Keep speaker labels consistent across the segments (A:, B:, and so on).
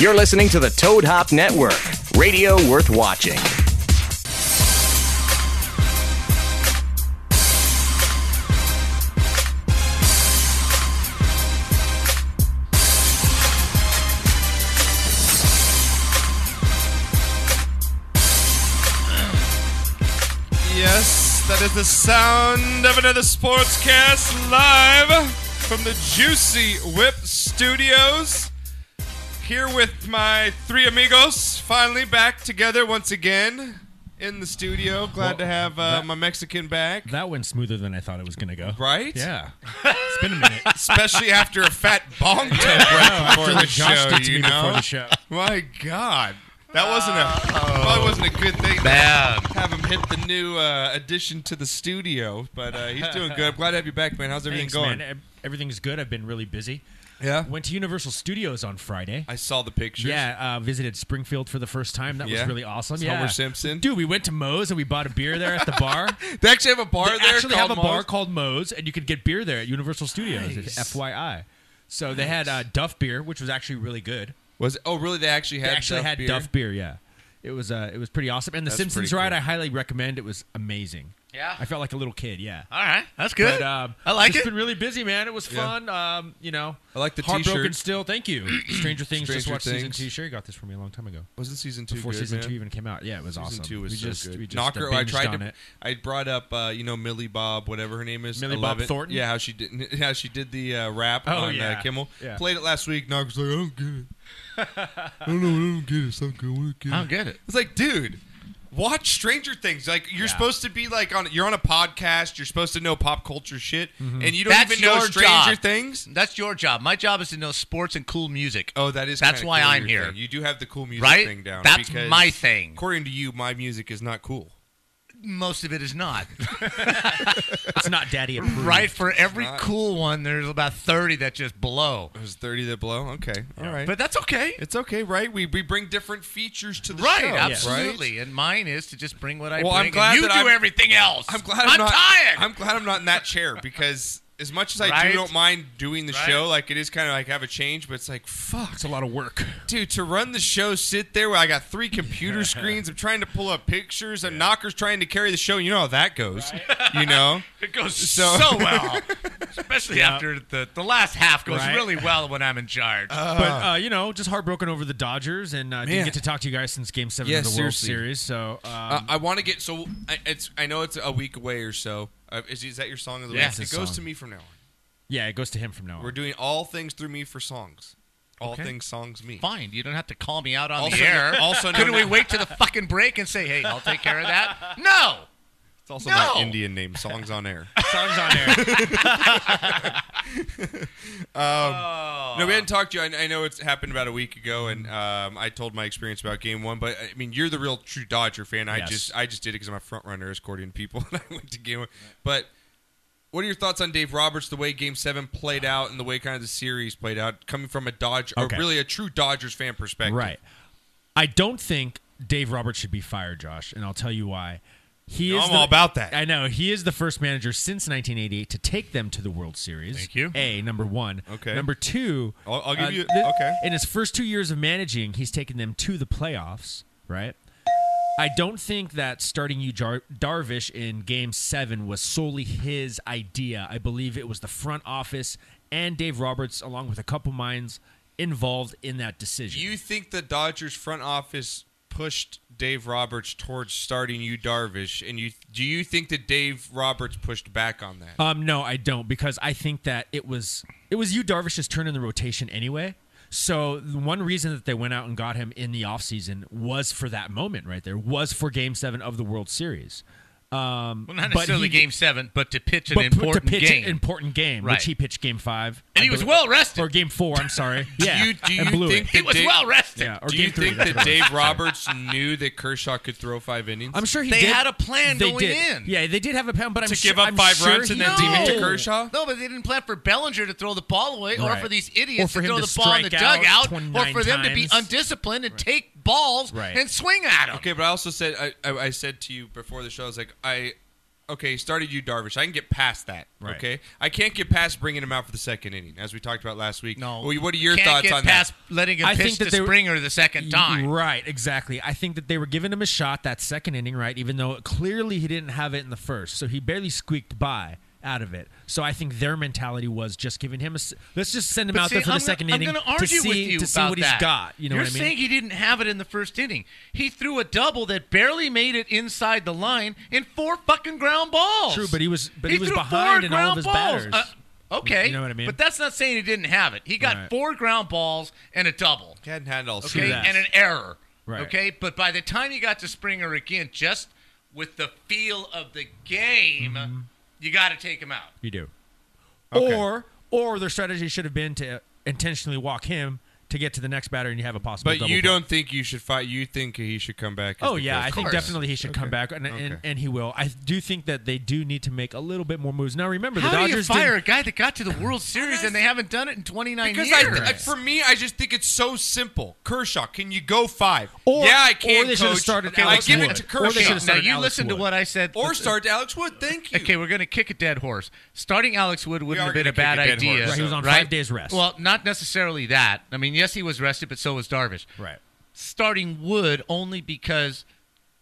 A: You're listening to the Toad Hop Network, radio worth watching.
B: Yes, that is the sound of another sportscast live from the Juicy Whip Studios. Here with my three amigos, finally back together once again in the studio. Glad to have uh, my Mexican back,
C: That went smoother than I thought it was going to go.
B: right?
C: Yeah. It's been a minute.
B: Especially after a fat bong tip right before the
C: Josh
B: show,
C: did to
B: you
C: me
B: know.
C: before the show.
B: My God, that wasn't a probably wasn't a good thing. to Have him hit the new uh, addition to the studio, but uh, he's doing good. Glad to have you back, man. How's everything
C: Thanks,
B: going?
C: man. Ev- Everything's good. I've been really busy.
B: Yeah,
C: Went to Universal Studios on Friday.
B: I saw the pictures.
C: Yeah, uh, visited Springfield for the first time. That
B: Yeah.
C: was really awesome.
B: It's
C: yeah.
B: Homer Simpson.
C: Dude, we went to Moe's and we bought a beer there at the bar.
B: they actually have a bar
C: they
B: there.
C: actually have
B: called
C: a bar
B: Mars?
C: called Moe's, and you could get beer there at Universal Studios.
B: Nice.
C: FYI. So they had uh, Duff beer, which was actually really good.
B: Was it, oh really? They actually had
C: They actually
B: Duff
C: had
B: beer?
C: Duff beer. Yeah, it was uh, it was pretty awesome. And the
B: That's
C: Simpsons
B: pretty
C: ride,
B: cool.
C: I highly recommend. It was amazing.
D: Yeah.
C: I felt like a little kid. Yeah,
D: All right, that's good.
C: But,
B: uh,
C: um,
D: I like
C: It's
D: it.
C: been really busy, man. It was
B: Yeah.
C: fun. Um, you know,
B: I like the
C: heartbroken
B: t-shirt.
C: still. Thank you. Stranger Things just
B: Stranger
C: watched season
B: Things.
C: two. Sherry got this for me a long time ago.
B: Wasn't season two
C: Before
B: good,
C: season
B: man?
C: two even came out. Yeah, it was
B: Season
C: awesome.
B: two was
C: we
B: so
C: just,
B: good.
C: We just
B: Knocker,
C: uh,
B: I
C: binged
B: tried
C: on
B: to.
C: it.
B: I brought up, uh, you know, Millie Bob, whatever her name is,
C: Millie
B: I
C: Bob
B: love it.
C: Thornton?
B: Yeah, how she did, how she did the uh, rap
C: Oh,
B: on uh,
C: yeah.
B: Kimmel.
C: Yeah.
B: Played it last week. Knocker's like, I don't get it. I don't know. I don't get it. Something good. I don't get it.
D: I don't get it.
B: It's like, dude, watch Stranger Things. Like, you're
C: Yeah.
B: supposed to be like on. You're on a podcast. You're supposed to know pop culture shit, and you don't
D: Mm-hmm. That's
B: even know
D: your
B: Stranger
D: job.
B: Things.
D: That's your job. My job is to know sports and cool music.
B: Oh, that is.
D: That's
B: kinda
D: why
B: cool, your
D: I'm here.
B: thing. You do have the cool music
D: Right?
B: thing down.
D: That's
B: because
D: my thing.
B: According to you, my music is not cool.
D: Most of it is not.
C: It's not daddy approved.
D: right? For every
B: not.
D: cool one, there's about 30 that just blow.
B: It was 30 that blow. Okay. All right.
D: But that's okay.
B: it's okay, right? We, we bring different features to the
D: Right,
B: show.
D: absolutely.
B: right?
D: And mine is to just bring what I
B: Well, I'm
D: bring.
B: glad
D: and you
B: that
D: do
B: I'm-
D: everything else.
B: I'm glad I'm, not
D: tired.
B: I'm glad I'm not in that chair because as much as I do
D: Right?
B: don't mind doing the
D: Right.
B: show, like it is kind of like have a change, but it's like fuck.
C: It's a lot of work.
B: Dude, to run the show, sit there where I got three computer screens, I'm trying to pull up pictures, and knocker's trying to carry the show. You know how that goes. You know?
D: it goes
B: So-
D: so, well. Especially after the, the last half goes
C: Right.
D: really well when I'm in charge.
C: but uh, you know, just heartbroken over the Dodgers, and uh,
B: Man.
C: didn't get to talk to you guys since Game Seven
B: Yeah,
C: of the
B: seriously.
C: World Series. So um,
B: Uh, I want to get so I, it's I know it's a week away or so. Uh, is, is that your song of the
D: Yeah,
B: week?
D: it's
B: It
C: his
B: goes
C: song.
B: to me from now on.
C: yeah, it goes to him from now on.
B: We're doing all things through me for songs. All
D: Okay.
B: things songs me.
D: Fine. You don't have to call me out on
B: Also-
D: the air.
B: also no-
D: couldn't we wait to the fucking break and say, "Hey, I'll take care of that"? No.
B: It's also
D: No!
B: my Indian name, Songs on Air.
C: Songs on air.
B: No, we hadn't
C: uh,
B: talked to you. I, I know it's happened about a week ago, and um, I told my experience about Game One. But I mean, you're the real true Dodger fan. I
C: Yes.
B: just I just did it because I'm a front runner, according to people, and I went to Game One. But what are your thoughts on Dave Roberts, the way Game Seven played out, and the way kind of the series played out, coming from a Dodger,
C: Okay.
B: or really a true Dodgers fan perspective?
C: Right. I don't think Dave Roberts should be fired, Josh, and I'll tell you why. He
B: No,
C: is
B: I'm
C: the-
B: all about that.
C: I know he is the first manager since 1988 to take them to the World Series.
D: Thank you.
C: A number one.
B: Okay.
C: Number two.
B: I'll- I'll give you-
C: thi-
B: okay.
C: In his first two years of managing, he's taken them to the playoffs. Right. I don't think that starting you Jar- Darvish in Game Seven was solely his idea. I believe it was the front office and Dave Roberts, along with a couple minds, involved in that decision.
B: Do you think the Dodgers front office pushed Dave Roberts towards starting you Darvish, and you do you think that Dave Roberts pushed back on that?
C: Um, no, I don't because I think that it was it was you Darvish's turn in the rotation anyway. So the one reason that they went out and got him in the offseason was for that moment right there was for Game Seven of the World Series. Um,
D: Well, not
C: but
D: necessarily
C: he-
D: Game Seven, but to pitch an
C: but put-
D: important
C: to pitch
D: game.
C: an important game,
D: Right.
C: which he pitched Game Five,
D: And
C: I
D: he was
C: believe-
D: well rested.
C: or Game Four. I'm sorry, yeah,
B: you- do
C: and
B: you
C: blew
B: think
C: it.
D: he was
B: Dave-
D: well rested.
C: Yeah, or
B: Do
C: game
B: you
C: three,
B: think
C: that's
B: that
C: what it was.
B: Dave Roberts knew that Kershaw could throw five innings?
C: I'm sure he
D: They
C: did.
D: had a plan
C: they
D: going
C: did.
D: in.
C: Yeah, they did have a plan, but I'm
B: to
C: sure,
B: give up
C: I'm
B: five
C: sure
B: runs and
C: he
B: then deep
C: did.
B: into Kershaw?
D: No, but they didn't plan for Bellinger to throw the ball away, or
C: Right.
D: for these idiots
C: Or for
D: to
C: him
D: throw
C: to
D: the ball in the
C: strike out
D: dugout, or
C: 29
D: for them to be
C: times.
D: undisciplined and take balls
C: Right.
D: and swing at them.
B: Okay, but I also said I, I, I said to you before the show, I was like, I okay, he started you Darvish. I can get past that.
C: Right.
B: Okay, I can't get past bringing him out for the second inning, as we talked about last week.
D: No.
B: Well, what are your
D: Can't
B: thoughts
D: get
B: on
D: past
B: that?
D: letting him
C: I
D: pitch
C: think that
D: to
C: they were-
D: Springer the second time.
C: Right, exactly. I think that they were giving him a shot that second inning, right? Even though clearly he didn't have it in the first, so he barely squeaked by out of it. So I think their mentality was just giving him a s- let's just send him out there for the
D: I'm
C: 2nd
D: gonna,
C: inning
D: I'm gonna
C: to
D: argue
C: see
D: with you
C: to see
D: about
C: what
D: that.
C: he's got. You know
D: You're
C: what I mean?
D: saying he didn't have it in the first inning. He threw a double that barely made it inside the line and four fucking ground balls.
C: True, but he was- but he was
D: threw
C: behind
D: four
C: in all of his
D: ground balls.
C: batters.
D: Uh, okay,
C: You know what I mean?
D: But that's not saying he didn't have it. He got
C: Right.
D: four ground balls and a double.
B: Hadn't had it all
D: Okay,
B: season.
C: that.
D: and an error.
C: Right.
D: Okay, but by the time you got to Springer again, just with the feel of the game,
C: Mm-hmm.
D: you got to take him out.
C: you do.
B: Okay.
C: Or or their strategy should have been to intentionally walk him to get to the next batter, and you have a possible.
B: But
C: double
B: you
C: play.
B: don't think you should fight? You think he should come back? as
C: Oh
B: the
C: yeah,
B: first
C: I think
B: batter?
C: definitely he should come back, and, and
B: Okay.
C: and he will. I do think that they do need to make a little bit more moves. Now remember, the
D: How do you
C: Dodgers
D: fire
C: didn't-
D: a guy that got to the World Series and they haven't done it in 29
B: Because I,
D: years?
B: I- for me, I just think it's so simple. Kershaw, can you go five?
C: Or-
B: yeah, I can.
C: or they should have
B: coach.
C: started
B: Okay, I
C: Alex
B: give it
C: Wood.
B: to
C: Or
B: Kershaw.
C: they should have
D: now
C: started
D: you
C: Alex
D: listen
C: Wood.
D: to what I said.
B: Or, start Alex Wood. Thank you.
D: Okay, we're going to kick a dead horse. Starting Alex Wood wouldn't
B: are
D: have been
B: gonna
D: a bad
B: kick a dead
D: idea.
B: horse.
C: Right, he was on
D: right?
C: five days rest.
D: Well, not necessarily that. I mean, yes, he was rested, but so was Darvish.
C: Right.
D: starting Wood only because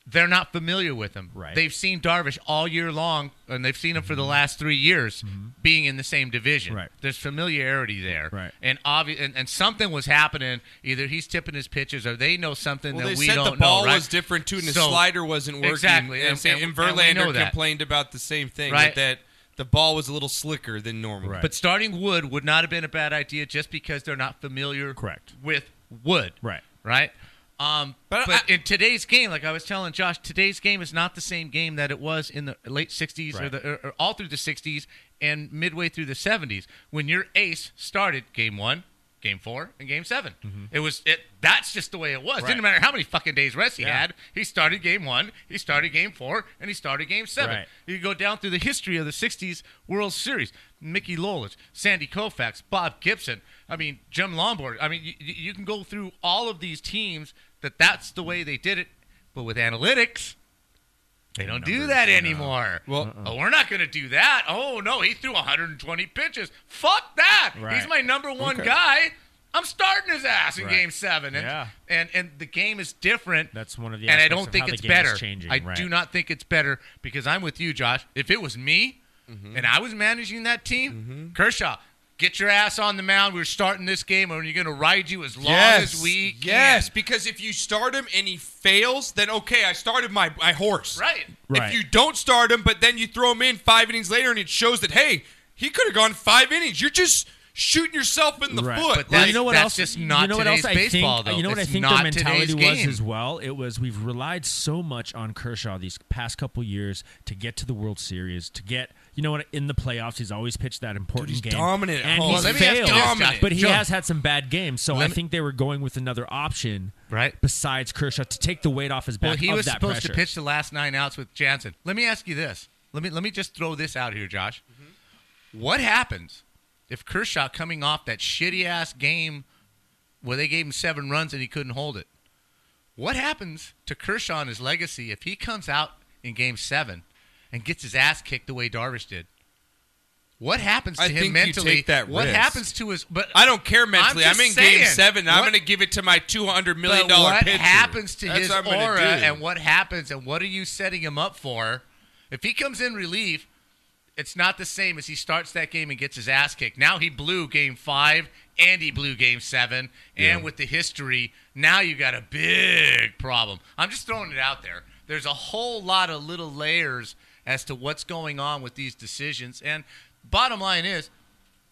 D: they're not familiar with him.
C: Right. Mm-hmm.
D: They've seen Darvish all year long, and they've seen him for the last three years being in the same division.
C: Right.
D: There's familiarity there.
C: Right.
D: And obvious, and, and something was happening. Either he's tipping his pitches, or they know something
B: Well,
D: that
B: they
D: we
B: said
D: don't
B: the ball
D: know. Right?
B: was different too, and the
D: So-
B: slider wasn't working.
D: Exactly,
B: and,
D: and-
B: say-
D: and-
B: and
D: and we know
B: Verlander
D: that.
B: complained about the same thing
D: Right.
B: that the ball was a little slicker than normal.
C: Right.
D: But starting Wood would not have been a bad idea just because they're not familiar
C: Correct.
D: with Wood.
C: Right.
D: Right? Um,
B: But
D: but
B: I-
D: in today's game, like I was telling Josh, today's game is not the same game that it was in the late 60s or,
C: Right.
D: the, or, or all through the 60s and midway through the 70s when your ace started game one, game four, and game 7
C: Mm-hmm.
D: It was it. That's just the way it was. Didn't matter how many fucking days rest he
C: Yeah.
D: had. He started game one, he started game four, and he started game seven seven.
C: Right.
D: You go down through the history of the '60s World Series: Mickey Lolich, Sandy Koufax, Bob Gibson. I mean, Jim Lombard. I mean, you, you can go through all of these teams that that's the way they did it, but with analytics. They don't do that anymore.
B: Well-
C: Uh-uh.
D: oh, we're not going to do that. Oh no, he threw 120 pitches. Fuck that. He's
C: Right.
D: my number one
B: Okay.
D: guy. I'm starting his ass in
C: Right.
D: Game Seven, and,
C: Yeah.
D: and and the game is different.
C: That's one of the
D: and I
C: aspects
D: don't
C: of
D: think
C: how the
D: it's
C: game is
D: better.
C: changing,
D: I
C: right.
D: do not think it's better because I'm with you, Josh. If it was me
B: Mm-hmm.
D: and I was managing that team, Kershaw, get your ass on the mound. We're starting this game, and we're going to ride you as long
B: Yes,
D: as we can.
B: yes, because if you start him and he fails, then okay, I started my, my horse.
D: right.
C: Right.
B: If you don't start him, but then you throw him in five innings later, and it shows that hey, he could have gone five innings. You're just shooting yourself in the
C: Right.
B: foot.
D: But
C: Well,
D: that-
C: you know what
D: that's
C: else?
D: just not
C: you know what else
D: today's
C: I
D: baseball,
C: think,
D: though.
C: You know what
D: It's
C: I think
D: not
C: their mentality
D: today's
C: was
D: game.
C: as well. It was we've relied so much on Kershaw these past couple years to get to the World Series, to get you know what in the playoffs. He's always pitched that important
B: he's
C: game.
B: dominant at
C: and
B: home.
C: he's
D: Well, let me ask you
C: failed,
D: this, Josh.
C: but he
D: Joe.
C: has had some bad games. So I
D: Let me-
C: think they were going with another option,
D: Right.
C: Besides Kershaw to take the weight off his back.
D: Well, he
C: of
D: was
C: that
D: supposed
C: pressure.
D: to pitch the last nine outs with Jansen. Let me ask you this. Let me let me just throw this out here, Josh.
B: Mm-hmm.
D: What happens if Kershaw coming off that shitty ass game where they gave him seven runs and he couldn't hold it? What happens to Kershaw and his legacy if he comes out in game seven and gets his ass kicked the way Darvish did? What happens to
B: I
D: him
B: think you
D: mentally?
B: take that
D: what
B: risk.
D: happens to his but
B: I don't care mentally. I'm,
D: just
B: in game
D: saying,
B: seven. I'm
D: what-
B: going to give it to my two hundred million
D: but
B: dollar
D: what
B: pitcher.
D: happens to
B: That's
D: his
B: what I'm gonna
D: aura
B: do.
D: and what happens and what are you setting him up for? If he comes in relief, it's not the same as he starts that game and gets his ass kicked. Now he blew game five and he blew game seven. And with the history, now you got a big problem. I'm just throwing it out there. There's a whole lot of little layers as to what's going on with these decisions. And bottom line is,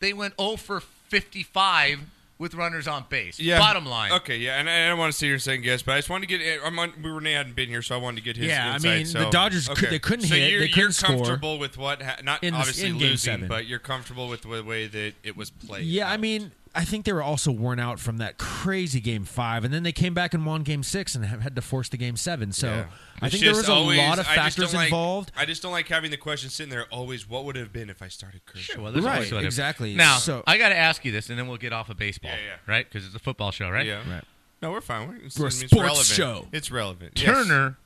D: they went 0 for 55 with runners on base. Bottom line.
B: Okay, yeah, and I, I don't want to sit here and second guess, but I just wanted to get. I'm on, we Renee hadn't been here, so I wanted to get his.
C: Yeah, I
B: insight,
C: mean, the
B: so-
C: Dodgers could- they couldn't
B: so
C: hit,
B: You're,
C: they
B: you're
C: couldn't score.
B: comfortable with what? Ha- not
C: In the-
B: obviously
C: in game
B: losing,
C: seven.
B: but you're comfortable with the way that it was played.
C: Yeah, I
B: out.
C: mean, I think they were also worn out from that crazy game five, and then they came back and won game six and have had to force the game seven. So
B: Yeah.
C: I
B: It's
C: think there
B: just
C: was a
B: always-
C: lot of
B: I just don't
C: factors
B: like-
C: involved.
B: I just don't like having the question sitting there always. What would it have been if I started Kershaw?
D: Sure, well, there's
C: Right,
D: always what if.
C: exactly.
D: Now,
C: So-
D: I got to ask you this, and then we'll get off of baseball,
B: Yeah, yeah.
D: right? Because it's a football show, right?
B: Yeah.
C: Right.
B: No, we're fine. It's,
C: We're a
B: I mean, it's
C: sports
B: relevant.
C: show.
B: It's relevant. Yes.
D: Turner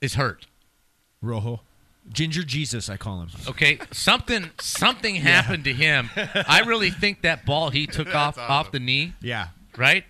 D: is hurt.
C: Rojo. Ginger Jesus, I call him.
D: Okay, something something happened to him. I really think that ball he took off off the knee,
C: Yeah.
D: right?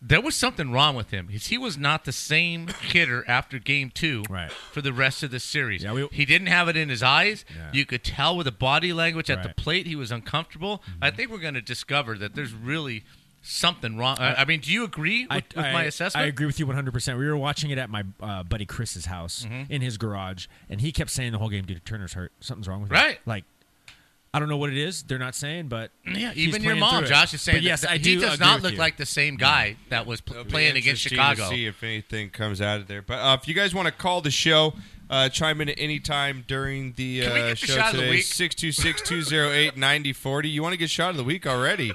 D: There was something wrong with him. He was not the same hitter after game two
C: Right.
D: for the rest of the series.
C: Yeah, we-
D: he didn't have it in his eyes.
C: Yeah.
D: You could tell with the body language at
C: Right. Mm-hmm.
D: the plate he was uncomfortable. I think we're going to discover that there's really something wrong. I, I mean, do you agree with, with my assessment?
C: I agree with you 100%. We were watching it at my uh, buddy Chris's house
D: Mm-hmm.
C: in his garage, and he kept saying the whole game, dude, Turner's hurt. Something's wrong with him.
D: Right.
C: Like, I don't know what it is. They're not saying, but.
D: Yeah,
C: he's
D: even your
C: playing
D: mom,
C: through it.
D: Josh, is saying
C: But
D: that-
C: yes,
D: that
C: I
D: he
C: do
D: does
C: agree
D: not
C: with
D: look
C: you.
D: like the same guy that was pl-
B: It'll be
D: playing against
B: interesting to
D: Chicago.
B: see if anything comes out of there. But uh, if you guys want to call the show, uh, chime in at any time during the,
D: Can we
B: uh,
D: get the
B: show
D: shot of the
B: today.
D: week?
B: Six two six two zero eight ninety forty. You want to get shot of the week already?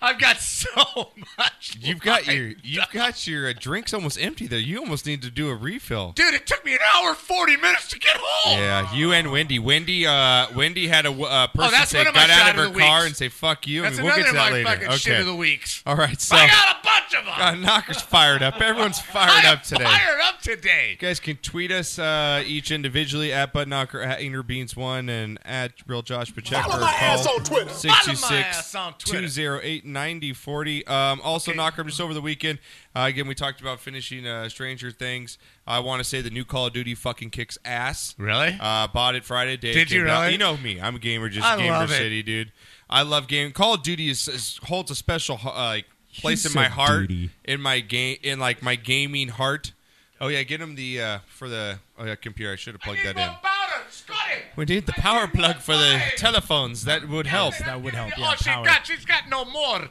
D: I've got so much.
B: You've got
D: left.
B: your you've got your uh, drinks almost empty there. You almost need to do a refill.
D: dude. It took me an hour and forty minutes to get home.
B: Yeah, you and Wendy. Wendy, uh, Wendy had a uh, person
D: Oh, that's
B: say
D: one of my
B: got out
D: shot
B: of
D: of
B: her
D: the
B: car
D: weeks.
B: and say "fuck you."
D: that's
B: I mean, we'll get
D: another
B: to that
D: of my
B: later.
D: fucking
B: okay.
D: shit of the weeks.
B: All right, so
D: I got a bunch of them.
B: uh, Knocker's fired up. Everyone's
D: I
B: fired
D: am
B: up today.
D: Fired up today.
B: You guys can tweet us uh, each individually at Bud Knocker, at InnerBeans1, and at Real Josh Pacheco.
E: Follow
B: or
E: my
B: call
E: ass on Twitter.
D: Follow my ass on Twitter.
B: 626-208-9040. Um, also,
D: Okay.
B: Knocker, just over the weekend, uh, again, we talked about finishing uh, Stranger Things. I want to say the new Call of Duty fucking kicks ass.
D: Really?
B: Uh, bought it Friday. Day it
D: Did you
B: came out.
D: really?
B: You know me. I'm a gamer, just
D: I
B: gamer
D: love it.
B: city, dude. I love game. Call of Duty is, is holds a special uh, like place in my
C: said
B: heart,
C: duty.
B: in my game, in like my gaming heart. Oh yeah, get him the uh, for the oh yeah computer. I should have plugged that in.
D: powder, Scotty.
B: We need the power plug for the telephones. That would help.
C: That would help,
D: oh,
C: yeah,
D: she
C: power.
D: got, she's got no more.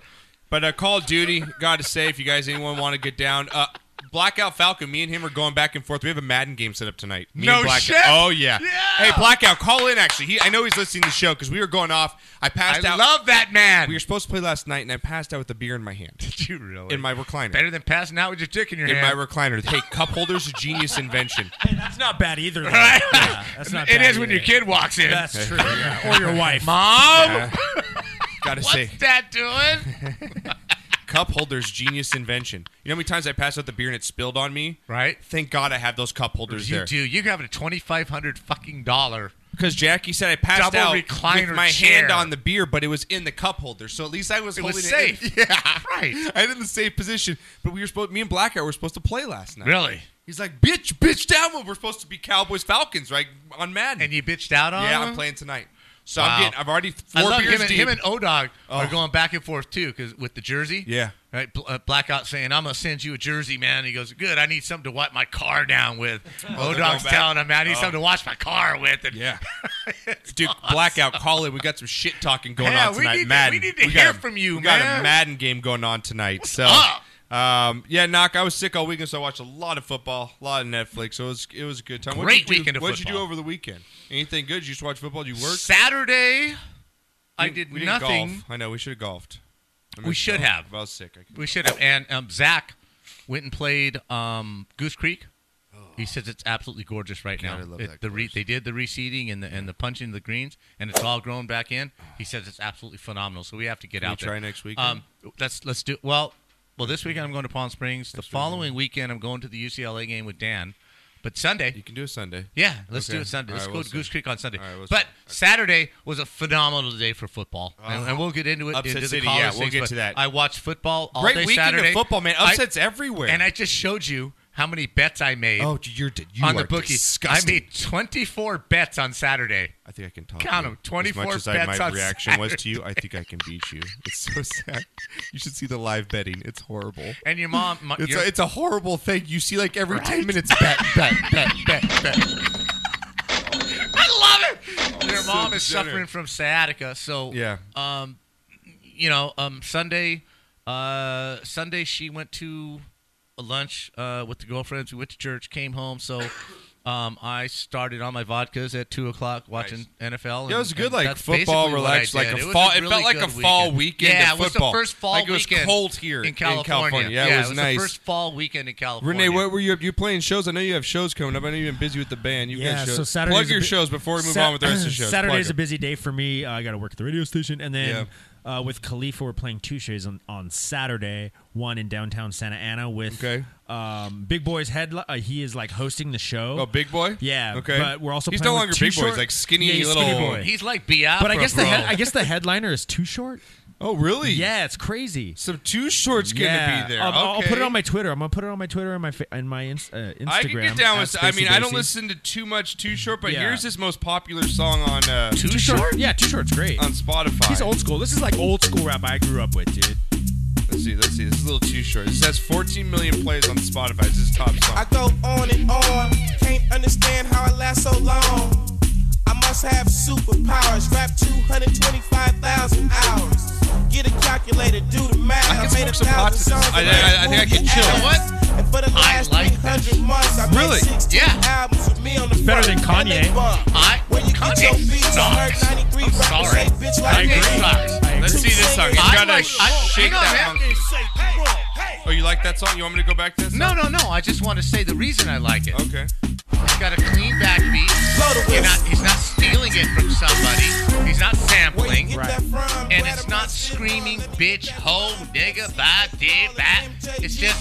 B: But uh, Call of Duty, gotta say, if you guys anyone want to get down, uh, Blackout Falcon, me and him are going back and forth. We have a Madden game set up tonight. Me
D: No
B: and Blackout.
D: shit?
B: Oh yeah.
D: Yeah.
B: Hey Blackout, call in. Actually, he, I know he's listening to the show because we were going off. I
D: I
B: passed out.
D: love that man.
B: we were supposed to play last night, and I passed out with a beer in my hand,
D: Did you really?
B: in my recliner.
D: Better than passing out with your dick in your
B: in my
D: hand.
B: recliner. Hey, cup holder's a genius invention.
C: That's not bad either. though.
D: Right?
C: Yeah, that's not
D: it
C: bad
D: is when
C: either.
D: your kid walks in.
C: That's true. yeah. Or your wife.
D: Mom,
B: Gotta
D: what's
B: say,
D: that doing?
B: cup holder's genius invention. You know how many times I passed out the beer and it spilled on me?
D: Right.
B: Thank God I have those cup holders
D: You
B: there.
D: do. You have a twenty five hundred fucking dollar.
B: Because Jackie said I passed
D: Double
B: out
D: recliner
B: with my
D: chair.
B: hand on the beer, but it was in the cup holder, so at least I was
D: It
B: holding
D: was
B: It in.
D: safe. Yeah. Right.
B: I had it in the safe position, but we were supposed. Me and Blackout were supposed to play last night.
D: Really?
B: He's like, "Bitch, bitch, down!" When we're supposed to be Cowboys Falcons, right on Madden.
D: And you bitched out on
B: yeah,
D: him?
B: I'm playing tonight, so
D: Wow.
B: I'm getting. I've already
D: I
B: four
D: love
B: beers
D: him and,
B: deep.
D: him and Odog are
B: Oh.
D: going back and forth too, because with the jersey.
B: Yeah.
D: Right. Bl- uh, Blackout saying, "I'm gonna send you a jersey, man." He goes, "Good. I need something to wipe my car down with."
B: Oh, they're
D: Odog's
B: going back.
D: telling him, "Man, I need something to wash my car with." And
B: yeah, dude, Blackout, call it. We got some shit talking going
D: Yeah,
B: on
D: we
B: tonight.
D: need to-
B: Madden.
D: we need to
B: got
D: hear
B: a-
D: from you,
B: we got
D: man.
B: a Madden game going on tonight. so,
D: up?
B: um, yeah, knock. I was sick all weekend, so I watched a lot of football, a lot of Netflix. So it was it was a good time. What'd
D: Great
B: you do-
D: weekend of
B: What'd you do
D: football.
B: over the weekend? Anything good? You just watch football? Did you work?
D: Saturday, I
B: We-
D: did
B: we didn't
D: nothing.
B: golf. I know we should have golfed. I
D: We
B: missed
D: should
B: golf.
D: have.
B: I was sick. I could-
D: We should have. And um, Zach went and played um, Goose Creek. He says it's absolutely gorgeous right
B: Oh. God,
D: now.
B: I love
D: It-
B: that
D: the re-
B: course.
D: they did the reseeding and the and the punching of the greens, and it's all grown back in. He says it's absolutely phenomenal. So we have to get
B: Can we
D: out there.
B: try next weekend?
D: Um, let's let's do well. Well, this weekend I'm going to Palm Springs. The following weekend I'm going to the UCLA game with Dan. But Sunday,
B: You can do it Sunday.
D: yeah, let's
B: Okay.
D: do it Sunday.
B: All
D: Let's
B: right,
D: go
B: we'll
D: to
B: see.
D: Goose Creek on Sunday.
B: All right, we'll
D: but
B: see. Okay. Oh.
D: Saturday was a phenomenal day for football, and, and we'll get into it.
B: Upset
D: into the
B: City,
D: college
B: yeah, we'll
D: things,
B: get
D: but
B: to that.
D: I watched football all
B: Great
D: day
B: weekend
D: Saturday.
B: of football, man.
D: I-
B: Upsets everywhere.
D: and I just showed you how many bets I made
B: oh, you're d- you
D: on
B: are
D: the bookie.
B: Disgusting.
D: I made 24 bets on Saturday.
B: I think I can talk.
D: Count
B: you.
D: 'em, 24
B: As much as I,
D: bets
B: my
D: on
B: reaction was to you, I think I can beat you. It's so sad. You should see the live betting. It's horrible.
D: And your mom, my,
B: It's
D: your,
B: a, it's a horrible thing. You see like every ten minutes bet bet bet bet bet.
D: I love it. Your
B: Oh, so
D: mom is
B: degenerate.
D: suffering from sciatica, so
B: Yeah.
D: Um, you know, um, Sunday, uh, Sunday she went to a lunch uh, with the girlfriends. We went to church, came home, so. Um, I started on my vodkas at two o'clock watching NFL. And,
B: Yeah, it was good,
D: and
B: like
D: that's
B: football,
D: basically what I
B: relaxed, like
D: did.
B: a
D: was
B: fall. it
D: really
B: felt like
D: good
B: a fall weekend.
D: Yeah,
B: of
D: it was the
B: football.
D: first fall
B: like It was
D: weekend
B: cold here
D: in California.
B: Yeah, it was
D: was
B: nice.
D: The first fall weekend in California.
B: Renee, what were you up? You playing shows? I know you have shows coming up. I know you've been busy with the band. You
C: Yeah,
B: got shows.
C: so Saturday.
B: plug your shows before we move on with the rest of the shows.
C: Saturday's
B: plug
C: a busy day for me. Uh, I got to work at the radio station, and then Uh, with Khalifa, we're playing two shows on, on Saturday. One in downtown Santa Ana with
B: Okay.
C: um, Big Boy's head. Uh, he is like hosting the show.
B: Oh, big boy.
C: Yeah,
B: Okay.
C: but we're also
B: he's
C: playing
B: no
C: with
B: longer
C: Too
B: big boy.
C: Short.
B: He's like skinny
C: Yeah, he's
B: little.
C: Skinny Boy.
D: He's like Biafra,
C: but I guess
D: bro.
C: the head, I guess the headliner is too short.
B: Oh, really?
C: Yeah, it's crazy.
B: Some two shorts gonna be there.
C: I'll, I'll- I'll put
B: Okay.
C: it on my Twitter. I'm gonna put it on my Twitter and my fa- and my ins- uh, Instagram.
B: I can get down
C: at
B: with. I mean,
C: Spacey
B: I don't
C: Basie.
B: listen to too much Too Short, but
C: Yeah.
B: here's his most popular song on uh,
D: Too short?
C: Yeah, Too Short's great.
B: on Spotify.
C: He's old school. This is like old school rap I grew up with, dude.
B: Let's see. Let's see. This is a little too short. This has 14 million plays on Spotify. This is his top
E: I
B: song.
E: go on and on. Can't understand how it lasts so long. I must have superpowers. Rap 225,000 hours. Get a calculator, do the math.
B: I can
E: made
B: smoke some pot to
E: songs
B: this. I-
E: and
B: I- I think I
E: move
B: can
E: your
B: chill.
E: ass.
D: What?
E: And for the
D: I
E: last
D: like
E: 300 months, I
B: Really?
E: made 16
D: Yeah.
E: albums with me on the
C: better than
E: front, and they
C: Kanye.
E: bump.
D: I-
E: when you get
D: Kanye
E: your beats, I heard
D: sucks.
E: 93
D: I'm
E: rappers
D: sorry.
E: say bitch like
D: agree.
E: me.
D: Sucks.
B: Let's see this song. It's
E: I
B: gotta
D: like- I-
B: shake
D: hang on,
B: that.
D: man.
B: monkey. Oh, you like that song? You want me to go back to this?
D: No, no, no. I just want to say the reason I like it.
B: Okay.
D: He's got a clean back beat.
E: Blow the
D: You're not,
E: whistle.
D: he's not stealing it from somebody. He's not
E: Where you
D: sampling.
E: get that from?
D: And
E: Where
D: it's
E: the
D: not
E: money
D: screaming,
E: from?
D: bitch, hoe, nigga, bye, did, bye. It's just,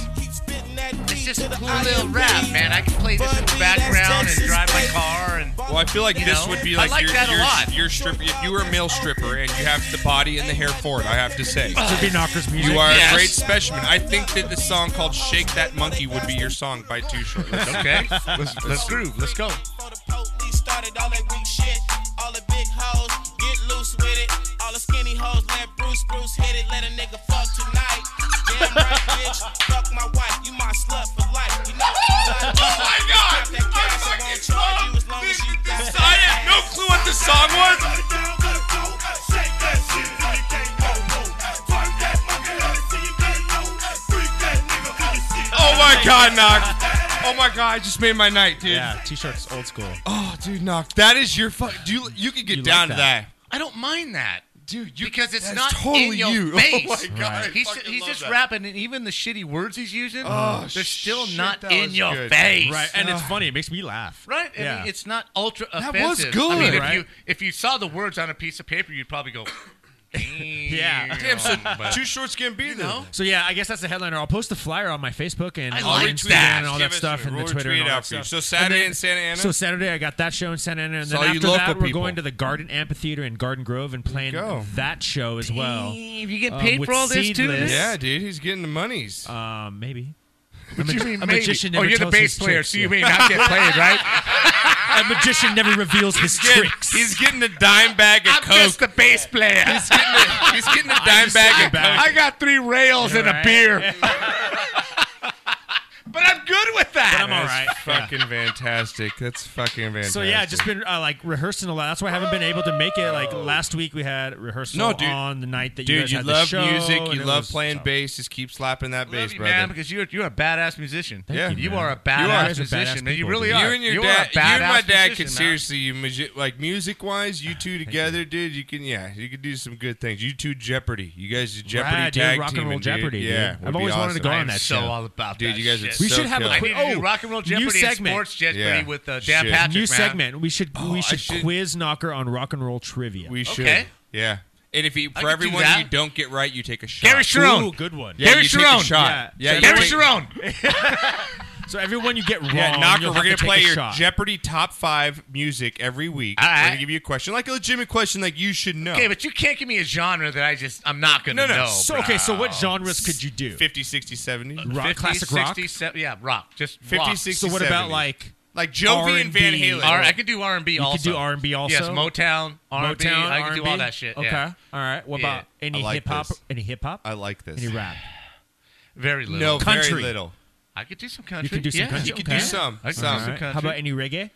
D: it's just a cool little rap, man. I can play this in the background and drive my car and.
B: Well, I feel like
D: You
B: this
D: know,
B: would be
D: I
B: like,
D: like
B: your,
D: that a
B: your,
D: lot.
B: your stripper. If you were a male stripper and you have the body and the hair for it, I have to say.
C: Should be Knockers music.
B: You are
D: Uh, Yes.
B: a great specimen. I think that the song called "Shake That Monkey" would be your song by Too Short. Let's-
D: Okay, let's, let's groove. Let's go.
E: Before the police started all that weak shit, all the big hoes get loose with it. All the skinny hoes let Bruce Bruce hit it. Let a nigga fuck tonight. Damn right, bitch. Fuck my wife. You my slut for life. You know all I do.
B: Oh my God.
E: Drop that
B: I
E: cash. I
B: fucking
E: won't charge you as long as you got
B: This- I
E: that
B: had no
E: ass.
B: clue what the song was. Oh my god, Knock! Oh my god, I just made my night, dude.
C: Yeah, Too Short's old school.
B: Oh, dude, Knock, that is your fuck. Do you you could get
C: You like
B: down to
C: that.
B: that.
D: I don't mind that.
B: Dude, you-
D: because it's
B: that's
D: not in
B: totally
D: your
B: you. Oh
D: face.
B: my God, I
D: He's,
B: fucking
D: he's
B: love
D: just
B: that.
D: rapping, and even the shitty words he's using,
B: Oh,
D: they're still
B: shit,
D: not
B: that
D: in
B: was
D: your
B: good.
D: face.
C: Right, and it's funny. It makes me laugh.
D: Right? I
C: Yeah.
D: mean, it's not ultra offensive.
B: was
D: I
B: good.
D: mean, if
C: Right.
D: you if you saw the words on a piece of paper, you'd probably go,
C: Yeah.
B: Damn, so Too Short's gonna be there.
D: know?
C: So yeah, I guess that's the headliner. I'll post the flyer on my Facebook and
D: I
C: on
D: like
C: Instagram
D: that.
C: and all
B: Give
C: that
B: us-
C: stuff and the
B: we'll
C: Twitter
B: tweet
C: and all
B: it out
C: that
B: for you.
C: stuff.
B: So Saturday
C: And
B: in Santa Ana?
C: So Saturday I got that show in Santa Ana, and
B: So
C: then
B: all you
C: after
B: local
C: that we're
B: people.
C: going to the Garden Amphitheater in Garden Grove and playing
B: go.
C: that show as well.
D: If you get
C: Um,
D: paid
C: with
D: for all this, too,
C: Seedless.
D: this?
B: Yeah, dude, he's getting the monies.
C: Um, maybe.
D: What
C: A
D: you
C: magi-
D: mean,
C: a
D: maybe?
C: magician
D: Oh,
C: never
D: you're the
C: tells his
D: bass player,
C: tricks,
D: so
C: yeah.
D: you may not get played, right?
C: A magician never reveals his
B: He's getting-
C: tricks.
B: He's getting a dime bag of
D: I'm
B: coke.
D: just the bass player.
B: He's getting a, he's getting a dime
C: just
B: bag
C: sitting
B: of
C: back.
B: coke.
D: I got three rails and a
C: Right.
D: beer. but I'm good with that.
C: I'm all right.
B: That's fucking fantastic. That's fucking fantastic.
C: So yeah, just been uh, like rehearsing a lot. That's why I haven't been able to make it. Like last week we had rehearsal
B: No, dude.
C: on the night that
B: dude,
C: you guys
B: you,
C: had the
B: love
C: show,
B: music.
C: and
B: You
C: it
B: love
C: was-
B: playing
C: so-
B: bass. Just keep slapping that
D: Love
B: bass,
D: you,
B: brother.
D: man, because you're you're a badass musician.
B: Yeah.
D: you,
B: you,
D: are a badass
B: You are.
C: Guys are
D: musician,
C: badass
D: man. You
C: people,
D: really
C: dude.
D: are.
B: You and your
D: You are a
B: dad, you and my
D: badass
B: dad
D: musician,
B: could
D: man.
B: seriously, you magi- like music wise, you two together, dude. You can, yeah, you could do some good things. You two Jeopardy. You guys do Jeopardy
C: Rad, dude,
B: tag
C: rock and
B: teaming,
C: roll
B: dude.
C: Jeopardy, dude.
B: Yeah,
C: I've
B: would be
C: always wanted to
B: awesome.
C: go
D: I
C: on
D: am
C: that
D: so
C: show.
D: all about
B: Dude,
D: that
B: you guys
D: shit.
B: are
C: We
B: so
C: should have
B: killer.
C: a
D: I
C: quick
D: need to do
C: oh,
D: rock and roll
C: new
D: Jeopardy and
C: segment.
D: sports Jeopardy
B: Yeah.
D: with uh, Dan
B: Shit.
D: Patrick.
C: New
D: man.
C: segment. We should
B: Oh, I
C: we should,
B: should-
C: quiz knocker on rock and roll trivia.
B: We should.
D: Okay.
B: Yeah. And if you, for
D: I could do
B: everyone
D: that.
B: you don't get right, you take a shot.
D: Gary Sharon.
C: Ooh, good one.
B: Yeah,
D: Gary
B: you take a
D: Sharon.
B: shot.
C: Yeah.
B: Yeah, you
D: Gary
B: take-
D: Sharon.
C: So everyone you get wrong,
B: Yeah, Knocker,
C: you'll
B: we're
C: have to
B: gonna
C: take
B: play
C: a
B: your
C: shot.
B: Jeopardy top five music every week.
D: All
B: We're
D: right.
B: gonna give you a question, like a legitimate question, like you should know.
D: Okay, but you can't give me a genre that I just I'm not gonna
B: No, no.
D: know.
C: So
D: bro.
C: okay, so what genres could you do?
B: 50, 60, 70.
C: Rock,
D: 50,
C: classic
D: 60,
C: rock.
D: se- yeah, rock. Just
B: 50,
D: rock.
B: 60,
C: So what about
B: 70s.
C: like
B: Like Jovi and Van
C: R&B.
B: Halen.
D: All right, I could do R and B. You
C: could
D: also
C: do R&B also?
D: Yes, Motown, R and B.
C: Motown,
D: I could do
C: R&B?
D: all that shit.
C: Okay,
D: yeah.
C: all right. What
D: Yeah. Uh,
C: about any
B: I like
C: hip hop?
B: this.
C: Any hip hop?
B: I like this.
C: Any rap?
D: Very little.
B: No,
C: Country.
B: very little.
D: I could do some country.
C: You could do some
D: yeah.
C: country.
B: You could
C: Okay.
B: do some.
D: I could
B: some.
D: do
C: All
D: some
C: right.
D: country.
C: How about any reggae?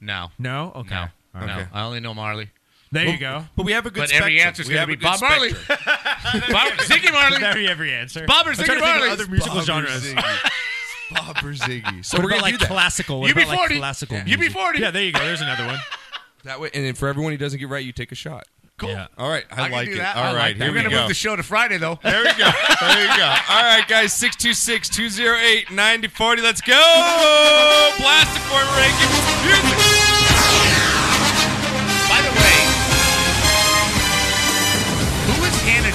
D: No.
C: No. Okay.
D: No.
C: All right.
D: No.
B: Okay.
D: I only know Marley.
C: There you go.
B: But we have a good
D: But every
B: spectrum.
D: answer's
B: We
D: gonna
B: have
D: be
B: a good
D: Bob Marley.
B: spectrum.
D: Bob, Ziggy Marley.
C: Very every answer.
D: Bob or
C: I'm
D: Ziggy
C: trying to think of
D: Marley.
C: Other musical
B: Bob or
C: genres.
B: Ziggy. Bob or Ziggy. So
C: What
B: we're
C: about
B: gonna
C: like
B: do that.
C: classical? What
D: You be
C: about like
D: 40.
C: classical?
D: You be
C: music?
D: 40.
C: Yeah, there you go. There's another one.
B: that way, and then for everyone who doesn't get right, you take a shot.
D: Cool.
C: Yeah.
B: All right, I,
D: I can
B: like
D: do
B: it.
D: that.
B: All
D: I like
B: right,
D: that.
B: here
D: we're
B: we
D: gonna
B: go.
D: move the show to Friday though.
B: There we go. There you go. All right, guys. 626 208 9040. Let's go. Blast it for me, Ray. Give me some music.
D: By the way, who is Hannah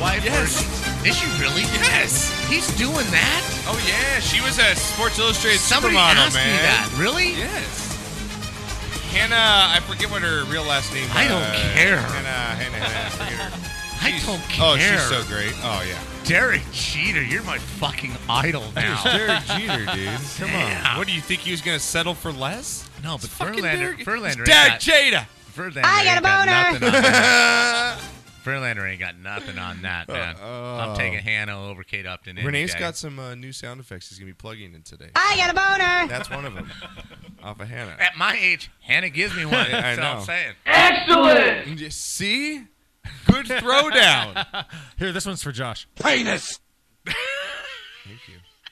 D: wife?
B: Yes.
D: Or is she really?
B: Yes.
D: He's doing that?
B: Oh yeah, she was a Sports Illustrated
D: Somebody
B: supermodel,
D: asked
B: man.
D: me that. Really?
B: Yes. Hannah, I forget what her real last name.
D: I don't
B: was.
D: care.
B: Hannah, Hannah, Hannah, I forget her.
D: I
B: She's-
D: don't care.
B: Oh, she's so great. Oh yeah.
D: Derek Jeter, you're my fucking idol now.
B: Derek Jeter, dude. Come
D: Yeah.
B: on. What do you think he was gonna settle for less?
D: no, but
B: Fucking
D: Verlander,
B: Derek-
D: Verlander, ain't
B: Derek
D: got,
B: Jeter.
D: Verlander
F: I got
D: ain't
F: a
D: got
F: boner.
D: nothing on that. Verlander ain't got nothing on that, man. I'm taking Hannah over Kate Upton. any
B: Uh, Renee's
D: day.
B: got some uh, new sound effects he's gonna be plugging in today.
F: I got a boner.
B: That's one of them. Off of Hannah.
D: At my age, Hannah gives me one.
B: I
D: That's all I'm
B: know.
D: saying.
B: You See? Good throwdown.
C: Here, this one's for Josh.
B: Thank you.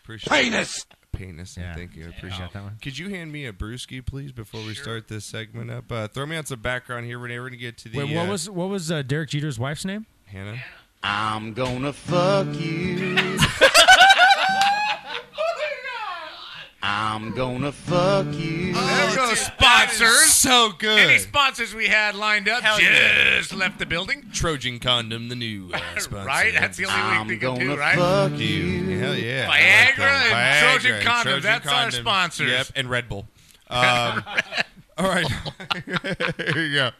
B: Appreciate penis. Penis.
C: Yeah.
B: Thank you. I appreciate
C: got that one?
B: Could you hand me a brewski, please, before we start this segment up? Uh, throw me on some background here, Renee. We're gonna get to the
C: Wait, what
B: uh,
C: was what was uh, Derek Jeter's wife's name?
B: Hannah?
G: I'm gonna fuck you. I'm gonna fuck you.
D: Oh,
B: There we go, sponsors. So good.
D: Any sponsors we had lined up
B: Hell yeah.
D: just left the building.
B: Trojan condom, the new uh, sponsor.
D: Right? That's the only
G: I'm
D: way we can
G: gonna
D: do, right?
G: fuck
B: Fuck you. Hell yeah.
D: Viagra
B: I like that.
D: and Trojan condom.
B: Trojan
D: That's our
B: condom.
D: sponsors.
B: Yep, and Red Bull. Um, all right. here you go.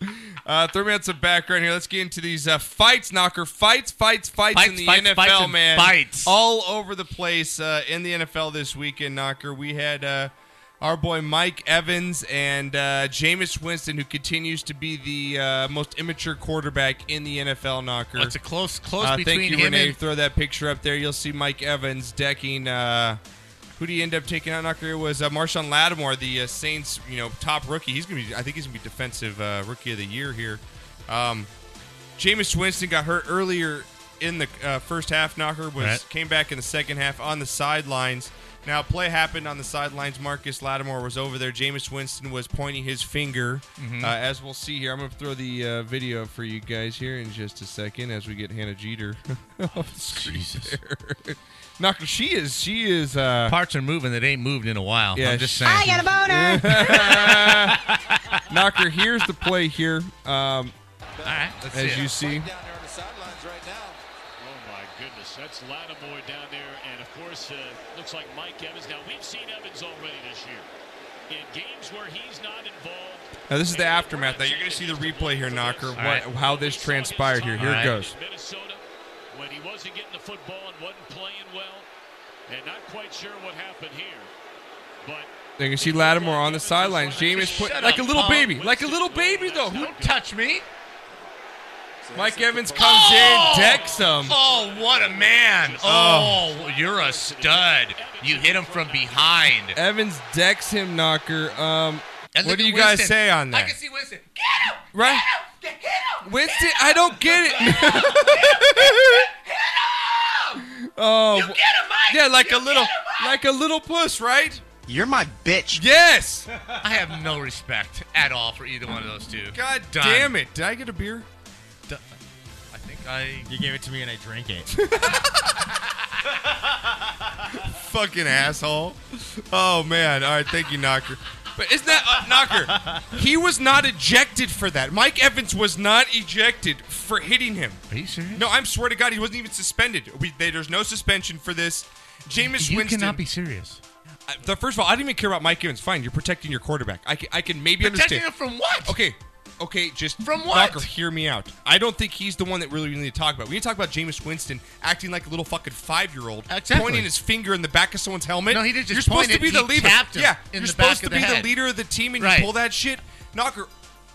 B: Uh, three minutes of background here. Let's get into these uh, fights, knocker. Fights, fights, fights,
D: Fights,
B: in the
D: fights,
B: NFL,
D: fights, and
B: man.
D: fights.
B: All over the place uh, in the NFL this weekend, knocker. We had. Uh, our boy Mike Evans and uh, Jameis Winston, who continues to be the uh, most immature quarterback in the NFL, knocker.
D: It's a close, close
B: Uh,
D: between
B: thank you,
D: him
B: Renee.
D: and
B: Throw that picture up there. You'll see Mike Evans decking. Uh, who do you end up taking out? Knocker It was uh, Marshawn Lattimore, the uh, Saints, you know, top rookie. He's gonna be. I think he's gonna be defensive uh, rookie of the year here. Um, Jameis Winston got hurt earlier in the uh, first half. Knocker was
D: Right.
B: came back in the second half on the sidelines. Now a play happened on the sidelines. Marcus Lattimore was over there. Jameis Winston was pointing his finger,
D: Mm-hmm.
B: uh, as we'll see here. I'm going to throw the uh, video up for you guys here in just a second as we get Hannah Jeter off the screen there. Knocker, she is she is uh,
D: parts are moving that ain't moved in a while.
B: Yeah,
D: I'm just saying.
F: I got a boner.
B: Knocker. Here's the play here. Um,
D: All right, let's
B: as
D: see
B: you
D: it.
B: see.
H: Oh my goodness, that's Lattimore down there, and of course, uh, looks like Mike Evans. Now we've seen Evans already this year in games where he's not involved.
B: Now this is the aftermath. That you're going to see the replay here, Knocker. What,
D: right.
B: How this transpired here. Here
D: All right.
B: it goes.
H: Minnesota, when he wasn't getting the football and wasn't playing well, and not quite sure what happened here, but
B: You can see Lattimore on the sidelines. Jameis put
D: Shut
B: like
D: up,
B: a little
D: Paul.
B: baby, like a little baby though. Who,
D: Touch me.
B: Mike Evans comes in, decks him.
D: Oh, what a man. Oh, you're a stud. You hit him from behind.
B: Evans decks him, Knocker. Um,
D: And
B: what
D: look
B: do
D: at
B: you guys
D: Winston.
B: say on
D: I
B: that?
D: can see Winston. Get him!
B: Right?
D: Get him! Get him!
B: Winston, I don't get it. oh,
D: Get him, Mike!
B: yeah, like a
D: You
B: little,
D: get him, Mike!
B: like a little puss, right?
G: You're my bitch.
B: Yes.
D: I have no respect at all for either one of those two.
B: God
D: Done.
B: damn it! Did I get a beer?
D: I think I.
C: You gave it to me and I drank it.
B: fucking asshole. Oh man! All right, thank you, Knocker. But isn't that uh, Knocker? He was not ejected for that. Mike Evans was not ejected for hitting him.
D: Are you serious?
B: No, I'm swear to God, he wasn't even suspended. We, they, there's no suspension for this. Jameis
D: you
B: Winston.
D: cannot be serious.
B: I- the, first of all, I don't even care about Mike Evans. Fine, you're protecting your quarterback. I can, I can maybe
D: Protecting
B: understand.
D: him from what?
B: Okay. Okay, just
D: From what?
B: Knocker, hear me out. I don't think he's the one that really we need to talk about. We need to talk about Jameis Winston acting like a little fucking five year old,
D: Exactly.
B: pointing his finger in the back of someone's helmet.
D: No, he didn't just
B: You're supposed
D: point
B: to be
D: it,
B: the
D: he
B: leader.
D: tapped him
B: yeah,
D: in
B: you're
D: the back
B: supposed
D: of
B: to
D: the
B: be
D: head.
B: the leader of the team, and
D: Right.
B: you pull that shit. Knocker,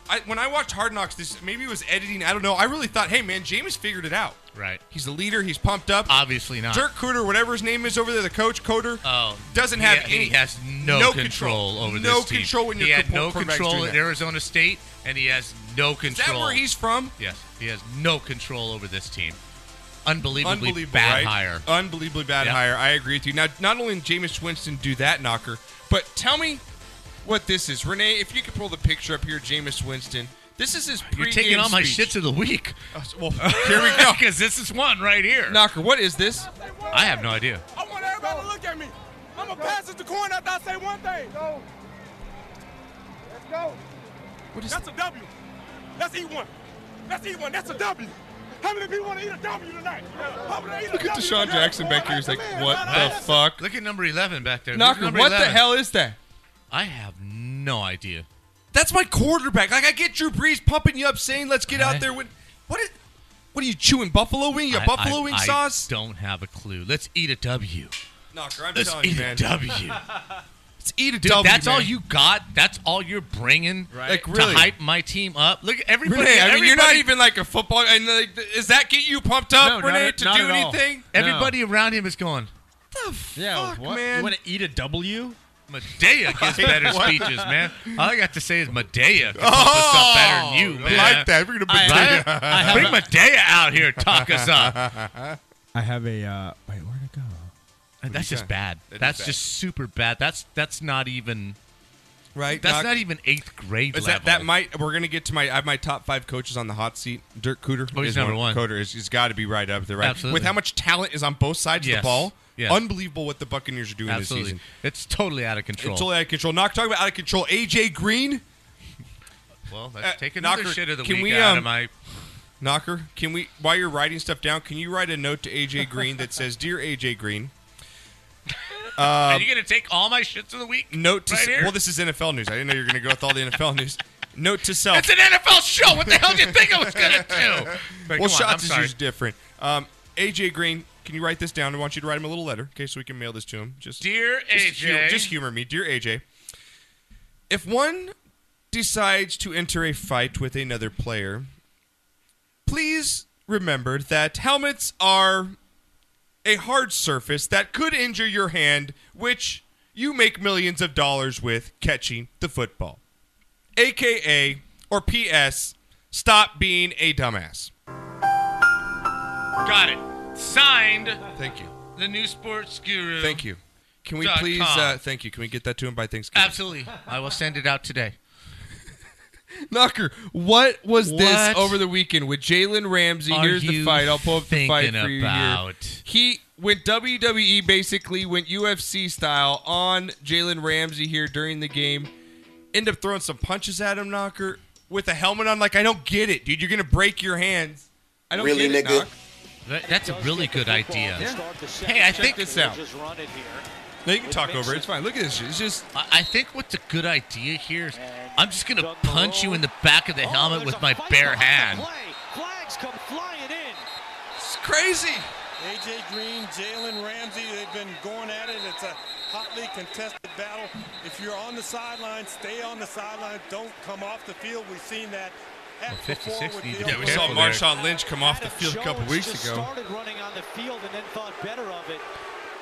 B: I, when I watched Hard Knocks, this maybe it was editing. I don't know. I really thought, hey man, Jameis figured it out.
D: Right.
B: He's the leader. He's pumped up.
D: Obviously not.
B: Dirk Cooter, whatever his name is over there, the coach Coder,
D: Oh,
B: doesn't
D: he-
B: have
D: he,
B: any.
D: has no, control, over
B: no
D: this team.
B: control when
D: he
B: your
D: had
B: quarter-
D: no
B: quarterback's
D: control
B: doing
D: at
B: that.
D: Arizona State, and he has no
B: Is that
D: control.
B: where he's from?
D: yes, he has no control over this team. Unbelievably
B: Unbelievable,
D: bad
B: right?
D: hire.
B: Unbelievably bad
D: Yeah.
B: hire. I agree with you. Now, not only did Jameis Winston do that knocker, but tell me what this is, Renee. If you could pull the picture up here, Jameis Winston. This is his.
D: You're
B: pregame
D: taking all my
B: speech.
D: shits of the week.
B: Uh, well, here we go.
D: Because this is one right here.
B: knocker, what is this?
D: I have no idea.
I: I want everybody to look at me. I'm gonna pass it to Corn after I say one thing. Go. Let's go.
B: What is?
I: That's a W. Let's eat one. Let's eat one. That's a W. How many people want to eat a W tonight? How many eat a
B: Look at
I: W
B: Deshaun
I: tonight?
B: Jackson back here. He's like, what the fuck?
D: Look at number 11 back there. Who's
B: Knocker,
D: number
B: what the
D: 11?
B: hell is that?
D: I have no idea.
B: That's my quarterback. Like I get Drew Brees pumping you up, saying, "Let's get
D: I-
B: out there." With what? Is, what are you chewing? Buffalo wing? Your
D: I-
B: buffalo
D: I-
B: wing
D: I
B: sauce?
D: don't have a clue. Let's eat a W.
B: Knocker, I'm
D: Let's
B: telling
D: eat
B: you,
D: a
B: man.
D: W.
B: Let's eat a
D: Dude,
B: W,
D: that's all
B: man.
D: you got. That's all you're bringing
B: Right.
D: to
B: Like, really.
D: hype my team up. Look, everybody.
B: Renee, I mean, you're not
D: everybody-
B: even like a football. And like, does that get you pumped up,
C: No, not
B: Renee,
C: at-
B: to
C: not
B: do
C: at all.
B: anything?
D: Everybody around him is going.
C: Yeah,
B: Fuck,
C: what?
B: man.
C: You want to eat a W?
D: Medea gives better speeches, man. All I got to say is Medea can pump us up better than you,
B: Oh, I
D: man.
B: like that. We're gonna bring
D: Right? Bring Medea out here, talk us up.
C: I have a. Uh, wait, where'd it go?
D: That's just bad.
B: is
D: that's
B: bad.
D: just super bad. That's that's not even
B: right.
D: that's
B: Knock-
D: not even eighth grade
B: Is
D: level.
B: that that might we're gonna get to my I have my top five coaches on the hot seat. Dirk Cooter
D: Oh, he's
B: is
D: number one.
B: Cooter is he's got to be right up there, right?
D: Absolutely.
B: With how much talent is on both sides
D: Yes.
B: of the ball,
D: Yes.
B: unbelievable what the Buccaneers are doing this
D: Absolutely,
B: season.
D: it's totally out of control.
B: It's totally out of control. Knock talking about out of control. AJ Green,
D: well,
B: Uh,
D: let's take another
B: Knocker,
D: shit of the
B: can
D: week
B: we,
D: out
B: um,
D: of my
B: Knocker. Can we while you're writing stuff down? Can you write a note to AJ Green that says, "Dear AJ Green, uh,
D: Are you gonna take all my shits of the week?
B: note to
D: Right
B: s-
D: here?
B: well, this is NFL news. I didn't know you were gonna go with all the NFL news. Note to self.
D: It's an NFL show. What the hell do you think I was gonna do?
B: well,
D: But come on,
B: shots
D: I'm
B: is
D: sorry.
B: yours different. Um, AJ Green, can you write this down? I want you to write him a little letter, okay, so we can mail this to him. Just
D: Dear
B: just
D: AJ.
B: humor, just humor me, dear AJ. If one decides to enter a fight with another player, please remember that helmets are a hard surface that could injure your hand, which you make millions of dollars with catching the football. AKA or PS, stop being a dumbass.
D: Got it. Signed,
B: Thank you.
D: the new sports guru.
B: Thank you. Can we
D: Dot
B: please?
D: com.
B: Uh, thank you. Can we get that to him by Thanksgiving?
D: Absolutely, I will send it out today.
B: Knocker, what was this
D: What
B: over the weekend with Jalen Ramsey?
D: are
B: Here's
D: you
B: the fight. I'll pull up the fight
D: thinking
B: for you here.
D: about?
B: He went WWE basically went UFC style on Jalen Ramsey here during the game. End up throwing some punches at him, Knocker, with a helmet on. Like I don't get it, dude. You're gonna break your hands. I don't
J: Really,
B: get it,
J: nigga?
B: Knock.
D: That- That's a really good idea.
J: Hey, I think
B: this out. No, you can talk over it. It's fine. Look at this. shit. It's just
D: I I think what's a good idea here is I'm just gonna punch you in the back of the helmet with my bare hand.
J: Flags come flying in.
B: it's crazy.
I: AJ Green, Jalen Ramsey, they've been going at it. It's a hotly contested battle. If you're on the sideline, stay on the sideline. Don't come off the field. We've seen that. at
D: Well, 56
I: before with
D: need to
I: the
D: be
B: Yeah, we
I: Oklahoma
B: saw Marshawn
D: Careful there.
B: Lynch come off the field a couple weeks ago.
J: Started running on the field and then thought better of it.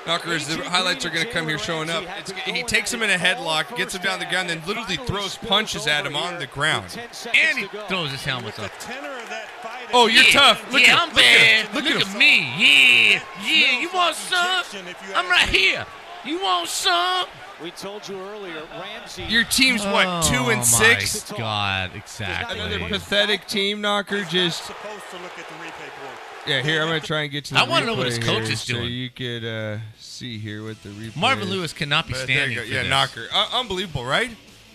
B: Knocker, as the highlights are going to come here showing up. It's, he takes him in a headlock, gets him down the ground, then literally throws punches at him on the ground.
D: And he throws his helmet
I: The
D: up.
I: tenor of that fight.
B: Oh, you're
I: Yeah.
B: tough. Look
D: yeah,
B: at-
D: I'm
B: look at
D: bad.
B: him.
D: Look,
B: Look at
D: at,
B: him.
D: me. Yeah, yeah.
I: smells
D: You want some?
I: like rejection if you
D: I'm
I: ask
D: right
I: me.
D: here. You want some?
J: We told you earlier, Ramsey.
B: Your team's what two and six?
D: My God, exactly.
B: Another pathetic team knocker. Just
I: supposed to look at the replay board.
B: yeah. Here I'm going to try and get to. The
D: I wanna know what his
B: replay
D: coach
B: here
D: is
B: So
D: doing.
B: you could uh, see here what the replay.
D: Marvin
B: is.
D: Lewis cannot be
B: But there you
D: standing.
B: go.
D: for
B: Yeah,
D: this.
B: knocker. Uh, unbelievable, right?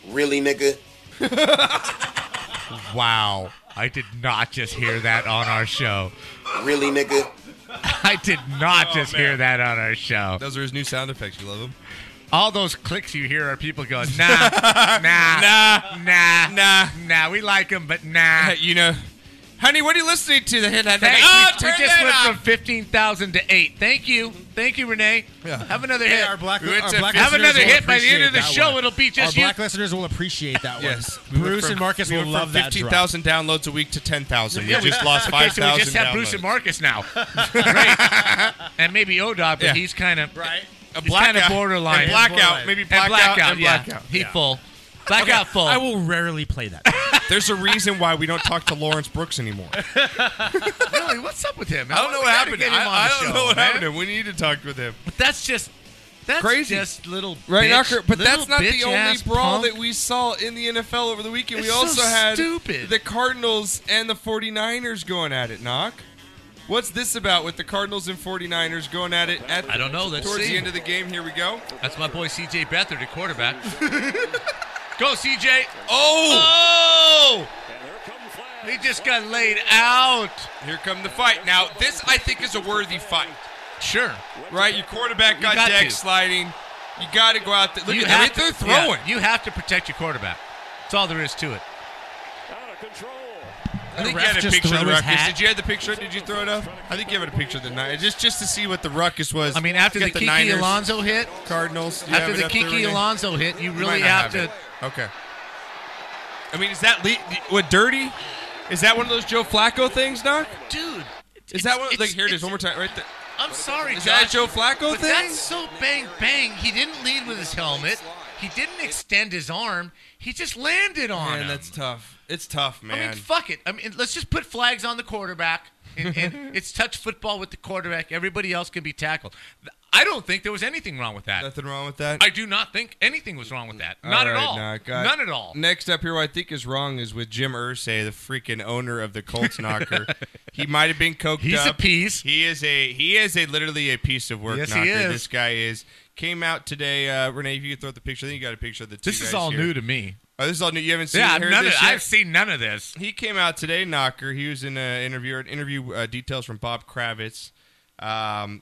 J: Really, nigga?
D: Wow. I did not just hear that on our show.
J: Really, nigga?
D: I did not just hear that on our show.
B: Oh, Those are his new sound effects. You love them.
D: All those clicks you hear are people going, nah, nah, nah, nah,
B: Nah.
D: nah. We like him, but nah.
B: You know, honey, what are you listening to? The hit that.
D: Thanks.
B: Oh,
D: we,
B: turn
D: we just
B: that
D: went
B: off.
D: from fifteen thousand to eight. Thank you, thank you, Renee.
C: Yeah.
D: Have another
C: Hey,
D: hit.
C: our black-
D: We went
C: our
D: to-
C: black
D: have
C: listeners
D: another
C: will
D: hit by the end of the
C: appreciate that
D: show.
C: one.
D: It'll be
C: Our
D: just you.
C: black listeners will appreciate that one.
B: Yes, we went
C: Bruce
B: from-
C: and Marcus
B: we
C: will
B: went
C: love
B: from
C: that. drop.
B: 15,000 downloads a week to 10,000. We
D: Yeah, we-
B: just lost
D: okay,
B: 5,000
D: so we just have
B: downloads.
D: Bruce and Marcus now. Great. And maybe Odot, but
B: Yeah.
D: he's kind of
C: Right.
B: A
D: He's kind of
B: blackout.
D: borderline.
B: And blackout. Maybe blackout.
D: and blackout,
B: and
D: yeah.
B: blackout.
D: He
B: Yeah.
D: full. Blackout full.
C: I will rarely play that.
B: There's a reason why we don't talk to Lawrence Brooks anymore.
D: really, what's up with him?
B: I don't know what happened.
D: Him
B: I,
D: on
B: I
D: the
B: don't
D: show,
B: know what
D: man.
B: happened. to him. We need to talk with him.
D: But that's just that's
B: Crazy.
D: just little
B: Right,
D: bitch,
B: Knocker. But
D: little
B: that's not the only
D: bitch-ass
B: brawl
D: punk.
B: that we saw in the NFL over the weekend. we
D: It's so
B: also had
D: stupid.
B: the Cardinals and the 49ers going at it, Knock. What's this about with the Cardinals and 49ers going at it at
D: I don't know. Let's
B: towards
D: see.
B: the end of the game? Here we go.
D: That's my boy CJ Beathard, the quarterback. Go CJ!
B: Oh!
D: Oh!
H: And here come flags.
D: He just got laid out.
B: Here come the fight. Now, this I think is a worthy fight.
D: Sure.
B: Right? Your quarterback
D: You
B: got,
D: got
B: deck
D: to.
B: sliding. You got to go out there. Look
D: you
B: at
D: have
B: that. They're
D: to-
B: throwing.
D: yeah, you have to protect your quarterback. That's all there is to it.
B: I think
D: The
B: you
D: ref
B: had a
D: just
B: picture of
D: threw
B: the
D: his
B: ruckus.
D: hat.
B: Did you have the picture? Did you throw it up? I think you have a picture of the night. Just just to see what the ruckus was.
D: I mean, after
B: You
D: the
B: got
D: Kiki
B: Niners,
D: Alonso hit,
B: Cardinals. Do you
D: after
B: have it
D: the
B: up there,
D: Kiki
B: Renee?
D: Alonso hit,
B: You
D: you really
B: might not
D: have, to.
B: it. Okay. I mean, is that le- what dirty? Is that one of those Joe Flacco things, Doc?
D: Dude.
B: Is that one?
D: it's-
B: Like here it is, one more time, right there.
D: I'm sorry,
B: Is that a
D: Josh,
B: Joe Flacco
D: but
B: thing?
D: That's so bang bang. He didn't lead with his helmet. He didn't extend his arm. He just landed on
B: Man,
D: him.
B: that's tough. It's tough, man.
D: I mean, fuck it. I mean, let's just put flags on the quarterback. And, and it's touch football with the quarterback. Everybody else can be tackled. I don't think there was anything wrong with that.
B: Nothing wrong with that.
D: I do not think anything was wrong with that.
B: All
D: Not at
B: right,
D: all.
B: knock. Got-
D: None at all.
B: Next up here, what I think is wrong is with Jim Ursay, the freaking owner of the Colts knocker. he might have been coked
D: He's
B: up.
D: a piece.
B: He is a he is a literally a piece of work
D: Yes, he
B: knocker.
D: is.
B: This guy is. Came out today, uh, Renee. If you could throw up the picture, I think you got a picture of the. Two
D: This is
B: guys
D: all
B: here.
D: new to me.
B: Oh, this is all new. You haven't seen.
D: Yeah,
B: heard
D: none of,
B: this yet?
D: I've seen none of this.
B: He came out today, Knocker. He was in an interview. An interview uh, details from Bob Kravitz. Um,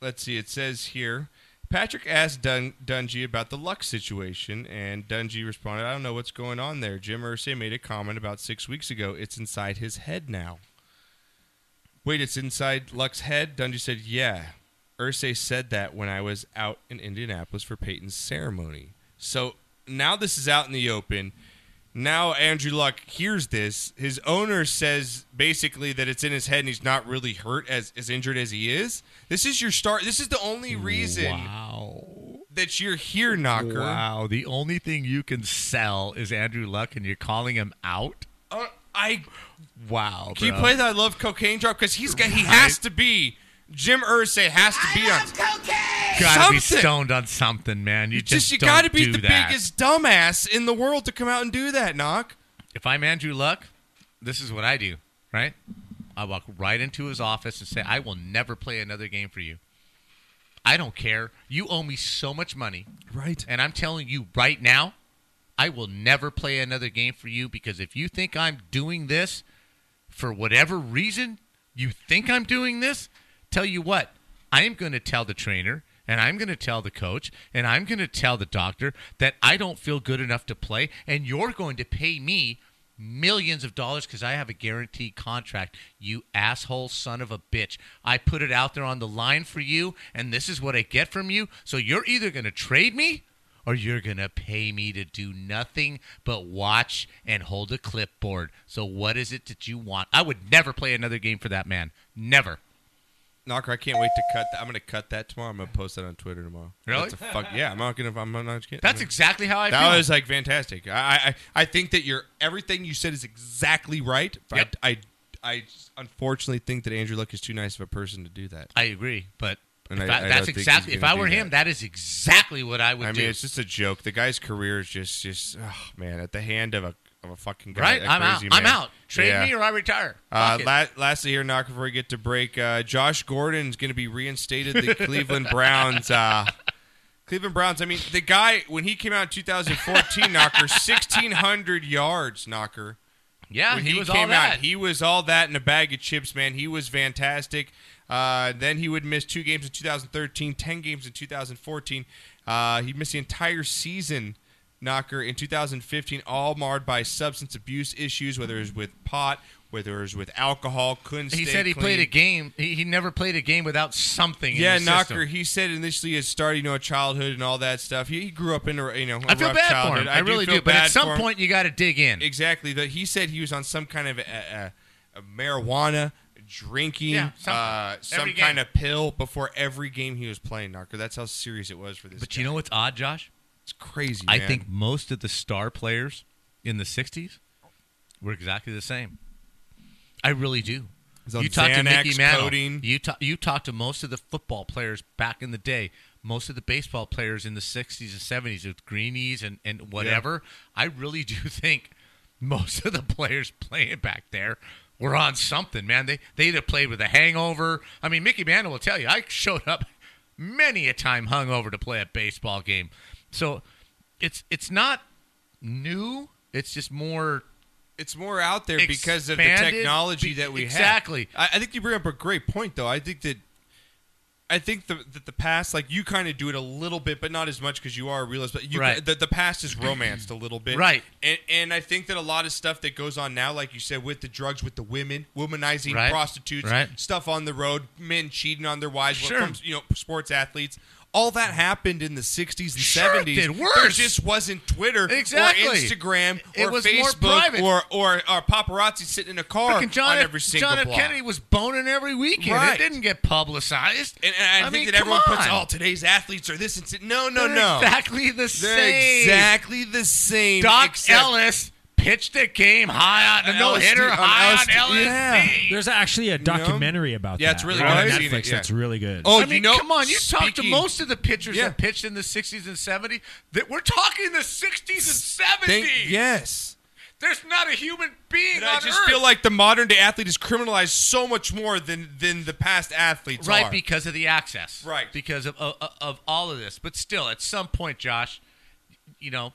B: let's see. It says here. Patrick asked Dun- Dungy about the luck situation, and Dungy responded, "I don't know what's going on there." Jim Irsay made a comment about six weeks ago. It's inside his head now. Wait, it's inside Luck's head? Dungy said, Yeah. Ursay said that when I was out in Indianapolis for Peyton's ceremony. So now this is out in the open. Now Andrew Luck hears this. His owner says basically that it's in his head and he's not really hurt as, as injured as he is. This is your start. This is the only reason that you're here, Knocker.
D: Wow, the only thing you can sell is Andrew Luck, and you're calling him out.
B: Uh, I
D: Wow,
B: can you
D: bro.
B: play that I love cocaine drop because he's got he has to be Jim Ursay has to be on
D: Gotta be
B: something.
D: stoned on something, man. You,
B: just,
D: just,
B: you
D: don't
B: got to be
D: do
B: the
D: that.
B: biggest dumbass in the world to come out and do that, knock.
D: If I'm Andrew Luck, this is what I do, right? I walk right into his office and say, "I will never play another game for you. I don't care. You owe me so much money,
B: Right.
D: and I'm telling you right now, I will never play another game for you because if you think I'm doing this for whatever reason, you think I'm doing this, tell you what, I am going to tell the trainer and I'm going to tell the coach and I'm going to tell the doctor that I don't feel good enough to play and you're going to pay me millions of dollars because I have a guaranteed contract. You asshole son of a bitch. I put it out there on the line for you and this is what I get from you. So you're either going to trade me or you're going to pay me to do nothing but watch and hold a clipboard. So, what is it that you want? I would never play another game for that man. Never.
B: Knocker, I can't wait to cut that. I'm gonna cut that tomorrow. I'm gonna post that on Twitter tomorrow.
D: Really?
B: That's a fuck. Yeah, I'm not gonna. I'm not kidding.
D: That's exactly how I
B: that
D: feel.
B: was like fantastic. I, I I think that your everything you said is exactly right. but
D: Yep.
B: I, I I unfortunately think that Andrew Luck is too nice of a person to do that.
D: I agree, but
B: And
D: if
B: I-
D: I-
B: I don't
D: that's
B: think he's
D: exactly. If
B: gonna
D: I were
B: do
D: him, that is exactly what I would
B: I
D: do.
B: mean, it's just a joke. The guy's career is just just oh, man at the hand of a of a fucking guy.
D: right?
B: a
D: I'm out.
B: crazy
D: I'm
B: man.
D: out. Trade
B: Yeah.
D: me or I retire.
B: Uh,
D: Fuck it.
B: la- lastly, here, knock before we get to break. Uh, Josh Gordon is going to be reinstated the Cleveland Browns. Uh, Cleveland Browns. I mean, the guy when he came out in 2014, knocker, 1600 yards, knocker.
D: yeah,
B: When
D: he, was all that.
B: he was all that in a bag of chips, man. He was fantastic. Uh, then he would miss two games in 2013, 10 games in 2014. Uh, he missed the entire season, knocker, in 2015, all marred by substance abuse issues, whether it was with pot, whether it was with alcohol. Couldn't
D: He
B: stay
D: said he
B: clean.
D: played a game. He, he never played a game without something.
B: Yeah,
D: in his
B: knocker.
D: System.
B: He said initially his start, you know, childhood and all that stuff. He, he grew up in a you know a
D: I feel
B: rough
D: bad
B: childhood.
D: for him. I, really do.
B: feel
D: But at
B: bad
D: some
B: for him.
D: point, you got to dig in.
B: Exactly. The, he said he was on some kind of a, a, a marijuana drinking,
D: Yeah, something.
B: uh, some
D: Every
B: kind
D: game.
B: of pill before every game he was playing. Narco. That's how serious it was for this.
D: but you know what's odd, Josh?
B: it's crazy.
D: I
B: man.
D: think most of the star players in the 60s were exactly the same. I really do.
B: It's on
D: You talk to
B: Xanax,
D: Mickey Mantle.
B: codeine.
D: You talk you talk to most of the football players back in the day. Most of the baseball players in the 60s and 70s with greenies and and whatever. I really do think most of the players playing back there were on something, man. They they either played with a hangover. I mean, Mickey Mantle will tell you. I showed up many a time hungover to play a baseball game. So it's it's not new. It's just more
B: it's more out there because of the
D: Expanded
B: technology
D: be-
B: that we
D: exactly.
B: have. Exactly. I think you bring up a great point, though. I think that I think the, that the past, like you kind of do it a little bit, but not as much because you are a realist. But you,
D: Right.
B: the, the past is romanced a little bit,
D: Right.
B: And and I think that a lot of stuff that goes on now, like you said, with the drugs, with the women, womanizing
D: Right.
B: prostitutes,
D: Right.
B: stuff on the road, men cheating on their wives, what
D: Sure.
B: comes- you know, sports athletes. All that happened in the '60s and
D: Sure it
B: '70s.
D: did.
B: There
D: Worse.
B: just wasn't Twitter
D: Exactly.
B: or Instagram
D: It
B: or
D: was more
B: Facebook
D: private.
B: or or or paparazzi sitting in a car
D: Frickin' John
B: on
D: F-
B: every single
D: John F.
B: block.
D: Kennedy was boning every weekend.
B: Right.
D: It didn't get publicized.
B: And, and I, think
D: mean,
B: that everyone
D: come
B: puts,
D: on.
B: oh, today's athletes are this and that. No, no,
D: They're
B: no.
D: exactly the
B: They're
D: same.
B: exactly the same.
D: Doc
B: except-
D: Ellis pitched a game high on a no hitter,
B: LSD on
D: high on
B: LSD.
D: LSD.
B: Yeah.
C: There's actually a documentary about
B: Yeah,
C: that.
B: it's really
C: on
B: good. I've seen
C: Netflix.
B: it, yeah.
C: That's really good.
B: Oh,
D: I
B: you
D: mean,
B: know,
D: come on! You talk to
B: speaking-
D: most of the pitchers
B: Yeah.
D: that pitched in the '60s and '70s. That we're talking the '60s and
B: Thank-
D: '70s.
B: yes.
D: There's not a human being
B: And
D: on
B: I just
D: earth.
B: feel like the modern day athlete is criminalized so much more than than the past athletes
D: right
B: are.
D: because of the access
B: Right.
D: because of, of of all of this but still at some point josh you know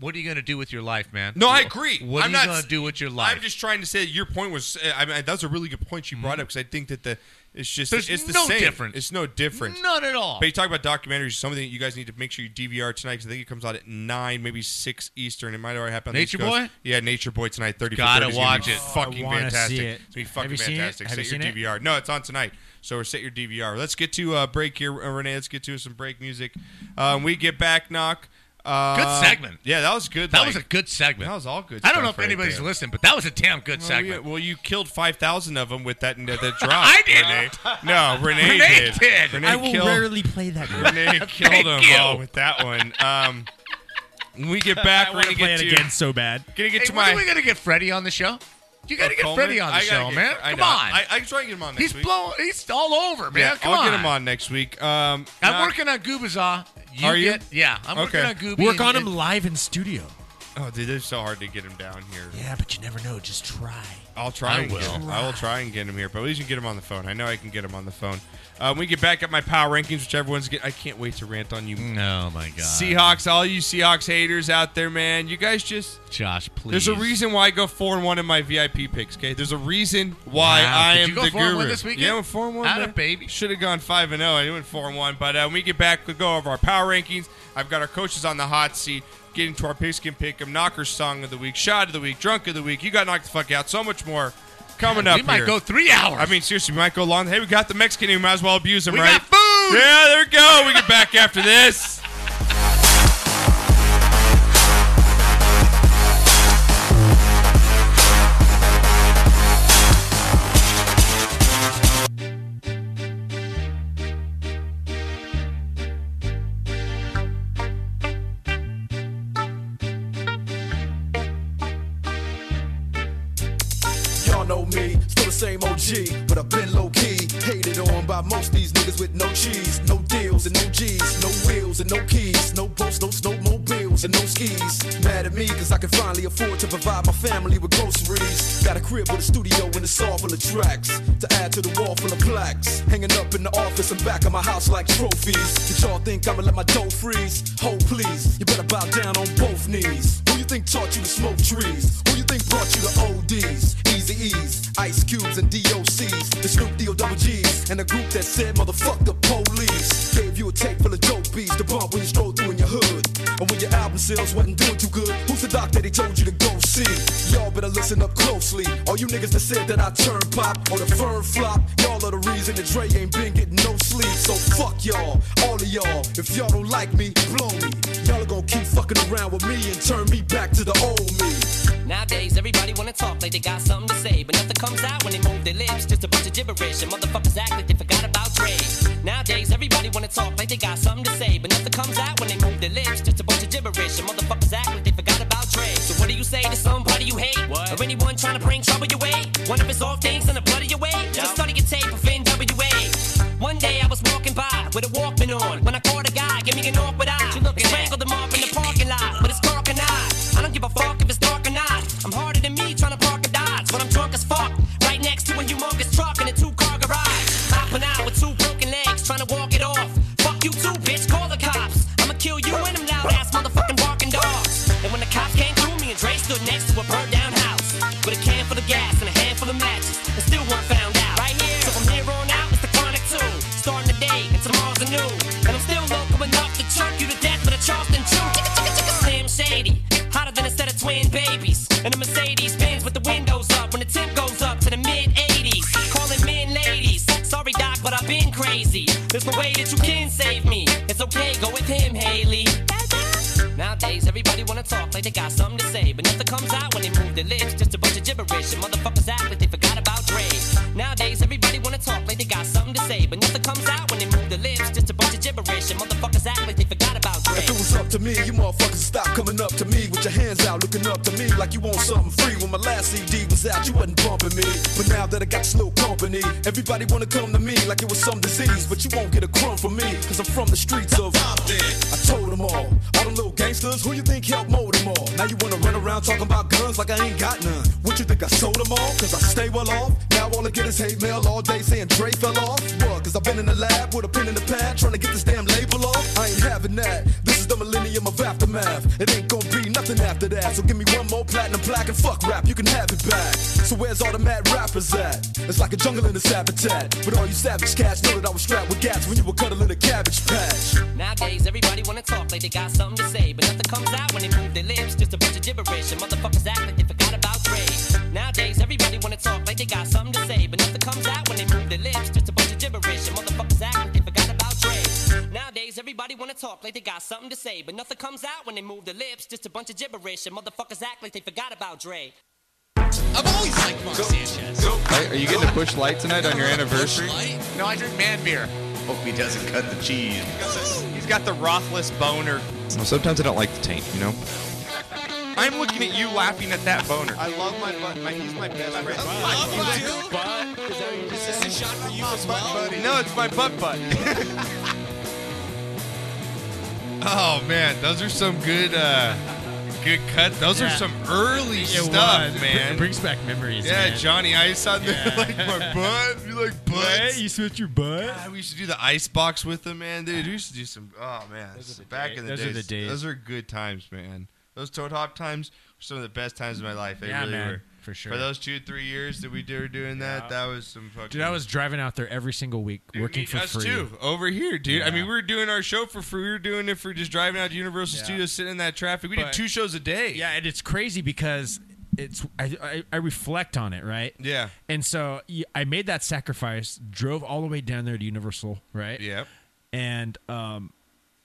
D: what are you going to do with your life man
B: No, I agree.
D: what
B: I'm
D: are
B: not
D: you going
B: s-
D: to do with your life
B: I'm just trying to say that your point was. eh, I mean, that's a really good point you brought up because I think that the it's just
D: Mm-hmm. There's
B: it's the
D: no
B: same.
D: difference.
B: It's no different.
D: none at all
B: But you talk about documentaries, something that you guys need to make sure you DVR tonight because I think it comes out at nine, maybe six Eastern. It might already happen. On
D: Nature
B: the East Coast.
D: Boy?
B: yeah, Nature Boy tonight. Thirty. for
D: Gotta
B: 30 is gonna
D: watch
B: be
D: it.
B: Fucking
C: I wanna
B: fantastic.
C: see it.
B: It's gonna be
C: Have you
B: fucking
C: seen it?
B: fantastic.
C: Have
B: Set
C: you
B: your
C: seen it?
B: DVR. No, it's on tonight. So set your DVR. Let's get to uh, break here, uh, Renee. Let's get to some break music. Um, we get back, knock. Uh,
D: Good segment.
B: Yeah, that was good.
D: that
B: like-
D: was a good segment
B: That was all good.
D: i don't know
B: stuff
D: if
B: right
D: anybody's
B: there.
D: listening but that was a damn good
B: Well, yeah,
D: segment
B: well, you killed five thousand of them with that that drop.
D: I didn't.
B: Renee. No, Renee,
D: Renee
B: did.
D: did.
B: Renee
C: I will
B: killed.
C: rarely play that. game.
B: Renee killed them
D: you.
B: all with that one. Um, when we get back,
C: I
B: we're
C: want
B: gonna
C: to play
B: get
C: it
B: to
C: again so bad.
B: gonna get
D: hey,
B: to
D: when
B: my. Oh,
D: are we going to get freddie on the show you got to get
B: Coleman?
D: freddie on the
B: I gotta
D: show
B: get-
D: man
B: I
D: come
B: know.
D: on
B: I, I can try and get him on next
D: he's
B: week.
D: blowing he's all over man
B: Yeah,
D: come
B: I'll
D: on
B: get him on next week. Um,
D: i'm
B: not-
D: working on Goobazaw. You
B: Are you?
D: get yeah i'm
B: Okay.
D: working on Gooby
C: Work
D: and-
C: on him
D: and-
C: live in studio.
B: Oh, dude, it's so hard to get him down here.
C: Yeah, but you never know. Just try.
B: I'll try.
D: I
B: and Get
D: will.
B: him. I will try and get him here, but at least you can get him on the phone. I know I can get him on the phone. Um, we get back at my power rankings, which everyone's get. I can't wait to rant on you,
D: oh my god
B: Seahawks. All you Seahawks haters out there, man, you guys just
D: Josh, please.
B: There's a reason why I go four and one in my VIP picks. Okay, there's a reason why
D: Wow.
B: I
D: Did
B: am
D: you go
B: the
D: four and one
B: guru.
D: this weekend?
B: Yeah, I went four and one.
D: Atta
B: man.
D: baby.
B: Should have gone five and zero. I went four and one. But uh, when we get back, we'll go over our power rankings. I've got our coaches on the hot seat. Get into our pigskin pick 'em, knocker song of the week, shot of the week, drunk of the week. You got knocked the fuck out. So much more coming up.
D: We might
B: here.
D: go three hours.
B: I mean, seriously, we might go long. Hey, we got the Mexican. We might as well abuse him,
D: we
B: right?
D: got food.
B: Yeah, there we go. We get back after this.
K: Y'all know me, still the same OG, but I've been low key. Hated on by most these niggas with no cheese, no deals and no G's, no wheels and no keys, no boats, no snowmobiles and no skis. Mad at me, cause I can finally afford to provide my family with groceries. Got a crib with a studio and it's all full of tracks to add to the wall full of plaques. Hanging up in the office and back of my house like trophies. Did y'all think I'ma let my dough freeze? Ho, please, you better bow down on both knees. Who you think taught you to smoke trees? Who you think brought you to ODs? Easy E's, Ice Cubes, and DOCs. The Snoop D O double G's. And the group that said, motherfuck the police. Gave you a tape full of dope beats to bump when you stroll through in your hood. And when your album sales wasn't doing too good, who's the doc that they told you to go see? Y'all better listen up closely. All you niggas that said that I turn pop or the firm flop, y'all are the reason that Dre ain't been getting no sleep. So fuck y'all, all of y'all. If y'all don't like me, blow me. Y'all are gonna keep fucking around with me and turn me back to the old me.
L: Nowadays, everybody wanna talk like they got something to say, but nothing comes out when they move their lips. Just a bunch of gibberish, and motherfuckers act like they forgot about Dre. Nowadays, everybody wanna talk like they got something to say, but nothing comes out when they move their lips. Just a bunch of gibberish, and motherfuckers act like they forgot about Dre. So what do you say to somebody you hate, or anyone trying to bring trouble your way? One of his off things in the blood of your way. Just study your tape of NWA. One day I was walking by with a Walkman on. When I caught a guy, give me an awkward eye. They strangled him off in the parking lot, but it's dark and I. I don't give a fuck if it's dark or not. I'm harder than me trying to park a Dodge, but I'm drunk as fuck. Right next to a humongous truck in a two-car garage. Hopping out with two broken legs, trying to walk it off. Fuck you too, bitch. Call the cops. I'ma kill you and them loud ass motherfucking barking dogs. And when the cops came through, me and Dre stood next to a burned down house. new. And I'm still local enough to choke you to death with a Charleston chew. Chicka, chicka, chicka. Slim Shady, hotter than a set of twin babies. And a Mercedes Benz with the windows up when the temp goes up to the mid 80s. Calling men ladies. Sorry, Doc, but I've been crazy. There's no way that you can save me. It's okay, go with him, Haley. Nowadays, everybody wanna talk like they got something to say, but nothing comes out when they move their lips. Just a bunch of gibberish, and motherfuckers act like they forgot about Dre. Nowadays, everybody wanna talk like they got something to say, but nothing comes out when they move their lips. Just a bunch of gibberish, and motherfuckers act like they forgot about Dre.
K: If it was up to me, you motherfuckers would stop coming up to me with your hands out, looking up to me like you want something free. When my last CD was out, you wasn't bumping me. But now that I got slow company, everybody wanna come to me like it was some disease. But you won't get a crumb from me, cause I'm from the streets of Compton. I told them all, all them little gangsters, who you think helped mold them all? Now you wanna run around talking about guns like I ain't got none. What you think I sold them all? Cause I stay well off. Now all I get is hate mail all day saying Dre fell off. What? Cause I've been in the lab with a pen in the pad trying to get this damn label off. I ain't having that. This is the millennium of aftermath. It ain't gonna be nothing after that. So give me one more platinum plaque and fuck rap, you can have it back. So where's all the mad rappers at? It's like a jungle in its habitat. But all you savage cats know that I was strapped with gas when you were cuddling a cabbage patch.
L: Nowadays, everybody wanna talk like they got something to say, but nothing comes out when they move their lips. Just a bunch of gibberish, and motherfuckers act like they forgot about Dre. Nowadays, everybody wanna talk like they got something to say, but nothing comes out when they move their lips. Just a bunch of gibberish, and motherfuckers act like they forgot about Dre. Nowadays, everybody wanna talk like they got something to say, but nothing comes out when they move their lips. Just a bunch of gibberish, and motherfuckers act like they forgot about Dre.
D: I've always liked Mark Sanchez.
B: Hey, are you getting to push light tonight on your anniversary?
D: No, I drink man beer.
B: Hope he doesn't cut the cheese.
M: He's got the Rothless boner.
B: Well, sometimes I don't like the taint, you know?
M: I'm looking at you laughing at that boner.
G: I love my butt. My, he's my best friend.
M: Is this a shot for you as well? No, it's my butt butt.
B: Oh man, those are some good, uh, good cut. Those are
N: Yeah.
B: some early
N: It
B: stuff,
N: was. It br-
B: man.
N: it brings back memories,
B: Yeah,
N: man.
B: Johnny Ice on there,
N: Yeah.
B: like my butt. You like butt? You switch your butt? God, Ah, we used to do the ice box with them, man. Dude, we used to do some. Oh man,
N: Those are the
B: back
N: day-
B: in the
N: those
B: days.
N: are the days.
B: Those are good times, man. Those toad hop times were some of the best times of my life. They
C: Yeah,
B: really
C: man,
B: were.
C: for sure.
B: For those two, three years that we were doing that, that was some fucking.
C: Dude, I was driving out there every single week, working for
B: us
C: free.
B: too over here, dude. I
C: Yeah.
B: mean, we were doing our show for free. We were doing it for just driving out to Universal Studios, sitting in that traffic. We did
C: But-
B: two shows a day.
C: Yeah, and it's crazy because it's I, I, I reflect on it, right?
B: Yeah.
C: And so y- I made that sacrifice, drove all the way down there to Universal, right?
B: Yep.
C: And um,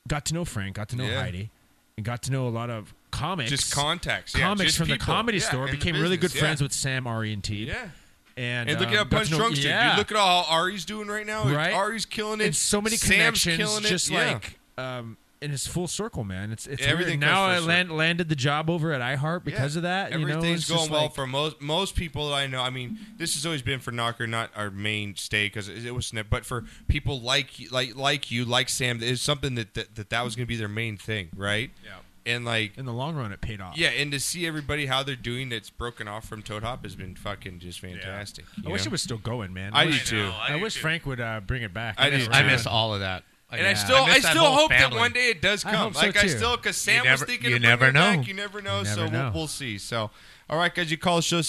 C: got to know Frank, got to know
B: Yeah.
C: Heidi, and got to know a lot of comics,
B: Just contacts, yeah,
C: comics
B: just
C: from the
B: people.
C: comedy
B: Yeah,
C: store.
B: in the
C: Became really good
B: business,
C: friends
B: yeah.
C: with Sam Ari and T.
B: Yeah.
C: And,
B: And, look
C: um,
B: at how
C: got to
B: Punch
C: know-
B: Drunks
C: yeah.
B: did. Dude, look at all Ari's doing right now.
C: Right?
B: Ari's killing it.
C: And so many
B: Sam's
C: connections,
B: killing it.
C: just
B: Yeah.
C: like um, and it's full circle, man. It's it's
B: Everything
C: everything. Now
B: goes
C: I
B: full
C: land, landed the job over at iHeart because of that. you know,
B: Everything's
C: it's just
B: going well
C: like-
B: for most most people that I know. I mean, this has always been for Knocker, not our mainstay because it, it was Snip, but for people like you- like like you, like Sam, it's something that that, that, that was going to be their main thing, right?
C: Yeah.
B: And like
C: in the long run, it paid off.
B: Yeah, and to see everybody how they're doing that's broken off from Toad Hop has been fucking just fantastic.
C: I
B: you
C: wish
B: know?
C: it was still going, man.
B: I, do
C: wish-
B: too.
C: I, wish Frank would uh, bring it back.
B: I do
C: miss
B: too.
C: Frank.
B: I miss all
D: of that.
B: And I still, I, still hope that one day it does
C: I
B: come.
C: hope so,
B: like I
C: too.
B: still, because
D: You
B: Sam was
D: never-
B: thinking,
D: you
B: of
D: never
B: bringing it back.
D: know.
B: You never know.
D: You never
B: so
D: know.
B: We'll, we'll see. So, all right, guys, you call the show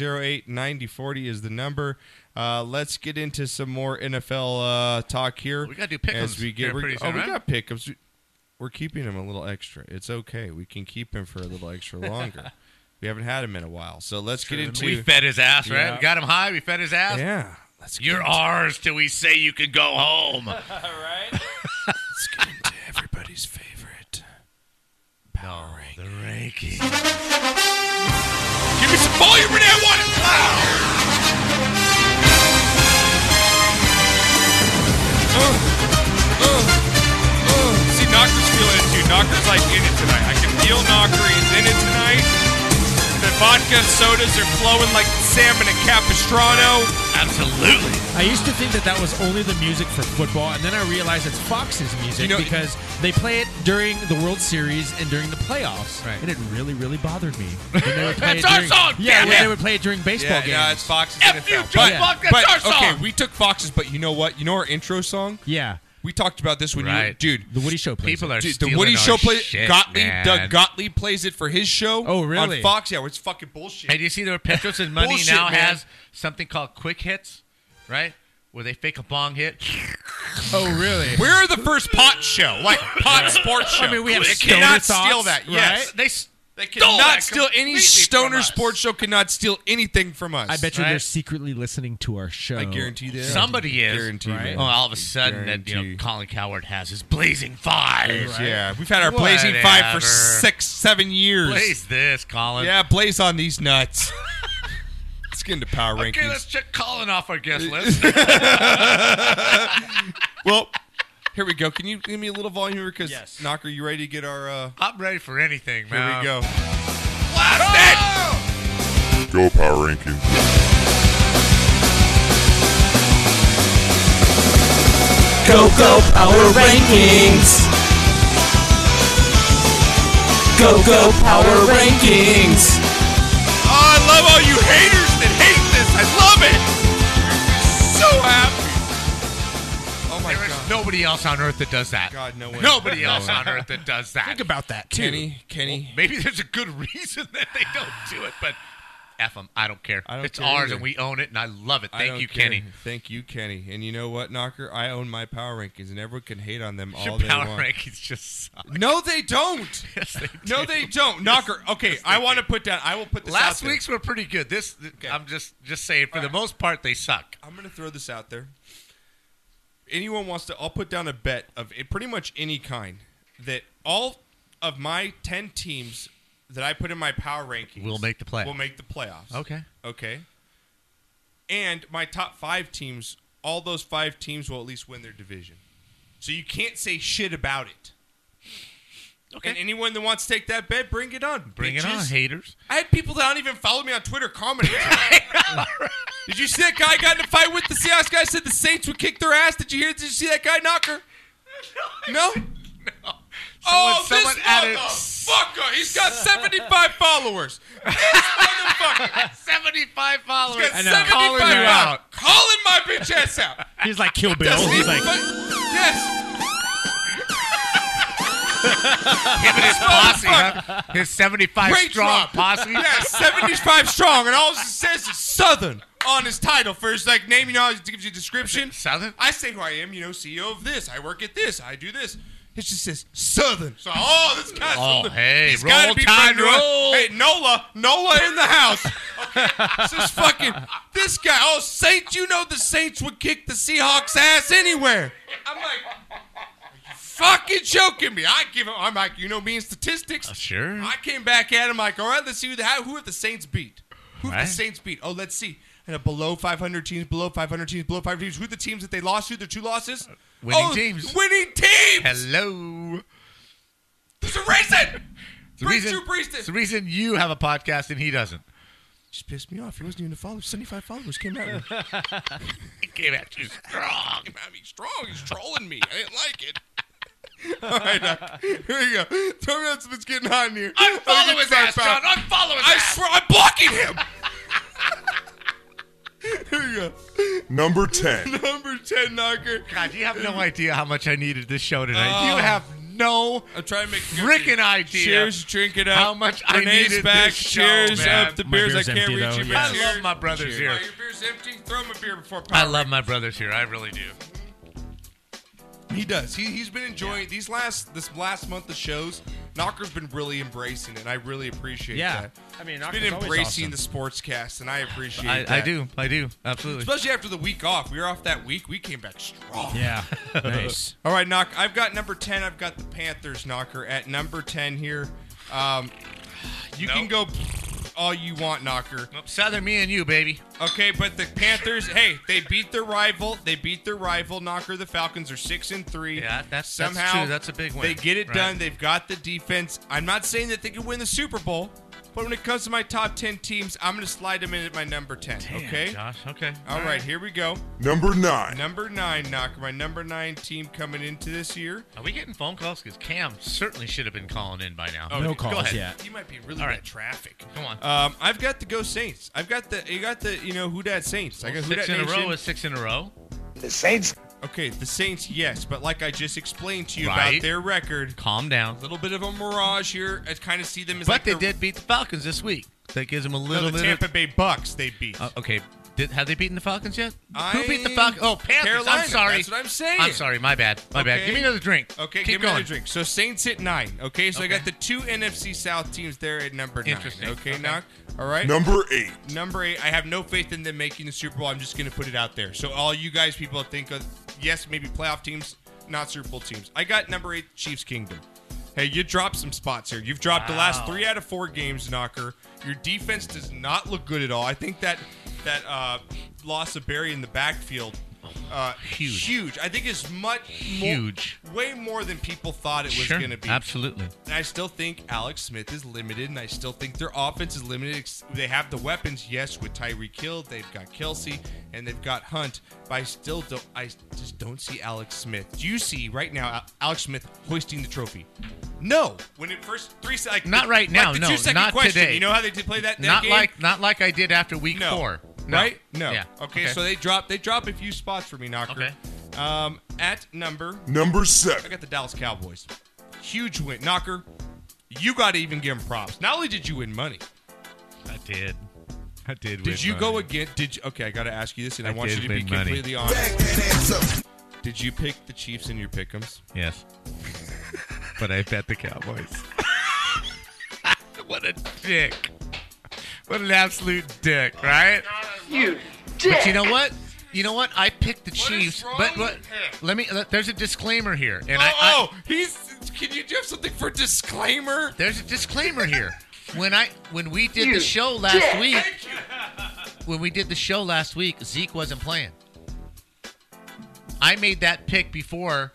B: 626-208-9040 is the number. Uh, let's get into some more NFL uh, talk here. We
D: gotta do pick-ems
B: as we get.
D: here
B: we're-
D: pretty
B: oh,
D: soon,
B: we
D: right?
B: got pickups. We're keeping him a little extra. It's okay. We can keep him for a little extra longer. we haven't had him in a while, so let's get into.
D: We fed his ass, right?
B: Yeah.
D: We got him high. We fed his ass.
B: Yeah.
D: You're ours till we say you can go home. right?
B: Let's get into everybody's favorite
D: power ranking. The ranking.
B: Give me some volume in that one.
N: See, Knocker's feeling it too. Knocker's like in it tonight. I can feel Knocker. He's in it tonight. The vodka sodas are flowing like salmon and capistrano.
D: Absolutely.
C: I used to think that that was only the music for football, and then I realized it's Fox's music
N: You know-
C: because they play it during the World Series and during the playoffs, right. and it really, really bothered me. When they would play
N: That's
C: it
N: our
C: during,
N: song,
C: Yeah,
N: damn
C: when
N: it!
C: they would play it during baseball
B: yeah, No,
C: games.
B: it's Fox's NFL.
C: you, Joe Buck, that's
B: but,
C: our song.
B: Okay, we took Fox's, but you know what? You know our intro song?
C: Yeah.
B: We talked about this when
C: Right.
B: you, dude.
C: The Woody Show plays
B: Dude,
C: it.
B: the Woody Show plays
D: shit,
B: Gottlieb.
D: man.
B: Doug Gottlieb plays it for his show.
D: Oh, really?
B: On Fox, yeah, it's fucking bullshit.
D: Hey, do you see the Petros and Money
B: Bullshit,
D: now
B: man.
D: has something called quick hits, right? Where they fake a bong hit.
C: Oh, really?
B: We're the first pot show, like pot sports show.
D: I mean, we have
B: They
D: stoner
B: cannot
D: thoughts,
B: steal that. Yes,
D: right? They
B: they
O: Stole
B: cannot
O: that
B: steal any
O: completely
B: stoner
O: from us.
B: sports show. Cannot steal anything from us.
C: I bet you
B: Right?
C: they're secretly listening to our show.
B: I guarantee they are.
D: Somebody is.
B: Guarantee,
D: right?
B: man.
D: Well, all of a sudden, that, you know, Colin Coward has his blazing five.
B: Yes,
D: right?
B: yeah. We've had our blazing five for
D: Whatever.
B: six, seven years.
D: Blaze this, Colin.
B: Yeah, blaze on these nuts. Let's get into power rankings.
D: Okay, let's check Colin off our guest list.
B: well, here we go. Can you give me a little volume here? Because,
D: Yes. Um,
B: Knocker, you ready to get our. Uh...
D: I'm ready for anything, man.
B: Here we go.
K: Go Power Rankings.
M: Go Go Power Rankings. Go Go Power Rankings.
B: Oh, I love all you haters that hate this. I love it. So happy. Oh, my
D: There
B: God.
D: is nobody else on earth that does that.
B: God, no way.
D: Nobody
B: No
D: else
B: way.
D: on earth that does that. Think
C: about that,
D: too.
B: Kenny, Kenny.
D: Maybe there's a good reason that they don't do it, but F them. I don't care. it's
B: care
D: ours
B: either.
D: and we own it, and I love it.
B: I
D: Thank
B: don't
D: you,
B: care.
D: Kenny.
B: Thank you, Kenny. And you know what, Knocker? I own my power rankings, and everyone can hate on them
D: Your
B: all they
D: power
B: want.
D: rankings just suck.
B: No, they don't.
D: Yes, they
B: No,
D: do.
B: they don't. Knocker. Okay, I want to put down. I will put this
D: Last
B: out there.
D: week's were pretty good. This, th- I'm just just saying, for the most part, they suck.
B: I'm going to throw this out there. Anyone wants to, I'll put down a bet of it, pretty much any kind that all of my 10 teams that I put in my power rankings
D: Will make the playoffs.
B: Will make the playoffs.
D: Okay.
B: Okay. And my top five teams, all those five teams will at least win their division. So you can't say shit about it. Okay. And anyone that wants to take that bet, bring it on.
D: Bring it on,
B: bitches.
D: haters.
B: I had people that don't even follow me on Twitter commenting. Did you see that guy got in a fight with the Seahawks guy? Said the Saints would kick their ass. Did you hear? Did you see that guy knocker? No. no. oh, this
D: Someone- someone added-
B: motherfucker! He's got seventy-five followers. This motherfucker.
D: 75 followers.
B: He's got
C: I know.
B: seventy-five
C: Calling you
B: followers.
C: out.
B: Calling my bitch ass out.
C: He's like Kill Bill.
B: Doesn't
C: He's
B: even
C: like,
B: fu- yes.
D: Him and his posse, huh? His 75
B: Great
D: strong
B: drop.
D: posse.
B: Yeah, 75 strong, and all it says is Southern on his title. First, like name, you know, it gives you a description.
D: Southern.
B: I say who I am, you know, CEO of this. I work at this. I do this. It just says Southern. So, oh, this guy's
D: Oh,
B: from the-
D: hey,
B: he's gotta
D: roll
B: be
D: tide,
B: from New-
D: roll.
B: Hey, Nola, Nola in the house. Okay, this is fucking this guy. Oh, Saints, you know the Saints would kick the Seahawks ass anywhere. I'm like, are you fucking joking me? I give him. I'm like, you know me and statistics.
D: Uh, Sure.
B: I came back at him like, all right, let's see who the how, who have the Saints beat. Who have
D: Right.
B: the Saints beat? Oh, let's see. And a below 500 teams, below 500 teams, below 500 teams. Who the teams that they lost to? Their two losses.
D: Uh, Winning
B: oh,
D: teams.
B: Winning teams.
D: Hello.
B: There's a reason.
D: It's the
B: Bring
D: reason-
B: Drew Brees to-
D: it's the reason you have a podcast and he doesn't.
B: Just pissed me off. He wasn't even a follower. 75 followers came out.
D: He came at you strong.
B: I mean, strong. He's trolling me. I didn't like it. All right, Doc. here we go. Tell me what's what's getting on here. Let me
D: Unfollow
B: get
D: his
B: back
D: ass,
B: back.
D: John. Unfollow his
B: I
D: ass.
B: swear, I'm blocking him. here
K: Number
B: we
K: 10.
B: go. Number 10 knocker.
D: God, you have no idea how much I needed this show tonight.
B: Oh.
D: you have no
B: I'm trying to make a good
D: freaking idea.
B: Cheers, drink it up.
D: How much I
B: Renee's
D: needed
B: back.
D: this show,
B: Cheers
D: man.
B: up the
C: My
B: beers.
C: beer's
B: I can't
C: empty,
B: reach
C: though,
B: you.
C: yeah.
B: but
D: I
B: cheers.
D: love my brother's
B: Cheers.
D: here.
B: Oh, your beer's empty. Throw him a beer before
D: I
B: power.
D: love my brothers here. I really do.
B: He does. He he's been enjoying these last this last month of shows. Knocker's been really embracing it. and I really appreciate
C: Yeah.
B: that.
C: I mean,
B: He's
C: Knocker's
B: been
C: always
B: embracing
C: awesome.
B: the sports cast, and I appreciate
D: I,
B: that.
D: I do. I do. Absolutely.
B: Especially after the week off. We were off that week. We came back strong.
C: yeah, nice.
B: All right, knock. I've got number ten. I've got the Panthers knocker at number ten here. Um, you can go all you want, knocker.
D: Southern, me and you, baby.
B: Okay, but the Panthers, hey, they beat their rival. They beat their rival, knocker. The Falcons are six and three.
D: Yeah, that's- that's
B: somehow
D: true. That's a big win,
B: They get it
D: right.
B: done. They've got the defense. I'm not saying that they can win the Super Bowl, but when it comes to my top ten teams, I'm gonna slide them in at my number ten. okay.
D: Josh. Okay.
B: All right, here we go.
K: Number 9.
B: Number nine, knocker. My number nine team coming into this year.
D: Are we getting phone calls? Because Cam certainly should have been calling in by now.
B: Oh,
C: No
B: go
C: calls
B: ahead.
C: yet.
B: You might be really
D: All
B: All
D: right.
B: right. traffic.
D: Come on.
B: Um, I've got the Go Saints. I've got the you got the you know who dat Saints. I got who
D: six
B: dat
D: in a row
B: Nation.
D: is six in a row.
B: Okay, the Saints, yes, but like I just explained to you
D: Right.
B: about their record,
D: Calm down.
B: a little bit of a mirage here. I kind of see them as
D: But
B: like
D: they
B: the-
D: did beat the Falcons this week. That gives them a
B: no,
D: little
B: the
D: bit.
B: Tampa Bay Bucks they beat.
D: of, uh, okay, Did, have they beaten the Falcons yet?
B: I-
D: Who beat the Falcons? Oh, Panthers.
B: Carolina,
D: I'm sorry.
B: that's what I'm saying.
D: I'm sorry. My bad. My bad. Give me another drink.
B: Okay,
D: Keep
B: give me
D: going.
B: another drink. So Saints hit nine. Okay, so I got the two NFC South teams there at number nine.
D: Interesting.
B: Okay,
D: Okay.
B: knock. All right.
P: Number eight.
B: Number eight. I have no faith in them making the Super Bowl. I'm just gonna put it out there. So all you guys, people that think of yes, maybe playoff teams, not Super Bowl teams. I got number eight, Chiefs Kingdom. Hey, you dropped some spots here. You've dropped the last
M: Wow.
B: three out of four games, Knocker. Your defense does not look good at all. I think that that uh, loss of Barry in the backfield, uh, huge, huge. I think it's much more-
D: Huge.
B: way more than people thought it was
D: Sure,
B: going to be.
D: absolutely.
B: And I still think Alex Smith is limited, and I still think their offense is limited. Ex- They have the weapons, yes, with Tyree Kill, they've got Kelsey, and they've got Hunt. But I still don't. I just don't see Alex Smith. Do you see right now Al- Alex Smith hoisting the trophy? No. When it first three se- like
D: Not
B: the-
D: right
B: like
D: now.
B: the
D: no,
B: two-second
D: not
B: question.
D: today.
B: You know how they did play that? that
D: not
B: game?
D: like not like I did after week
B: No.
D: four.
B: Right? No.
D: Yeah.
B: Okay, So they drop they drop a few spots for me, Knocker. Okay. Um, at number
P: Number seven.
B: I got the Dallas Cowboys. Huge win, Knocker. You got to even give them props. Not only did you win money,
D: I did. I did.
B: did you go again? Did you, okay? I got to ask you this, and I,
D: I
B: want you
D: did
B: to be
D: win money.
B: completely honest. Did you pick the Chiefs in your pickems?
D: Yes. but I bet the Cowboys. what a dick. What an absolute dick, right? you But you know what? You know what? I picked the Chiefs, but what, let me. Let, there's a disclaimer here, and I, I. Oh, he's. Can you do something for disclaimer? There's a disclaimer here. When I when we did the show last
M: dick.
D: week, when we did the show last week, Zeke wasn't playing. I made that pick before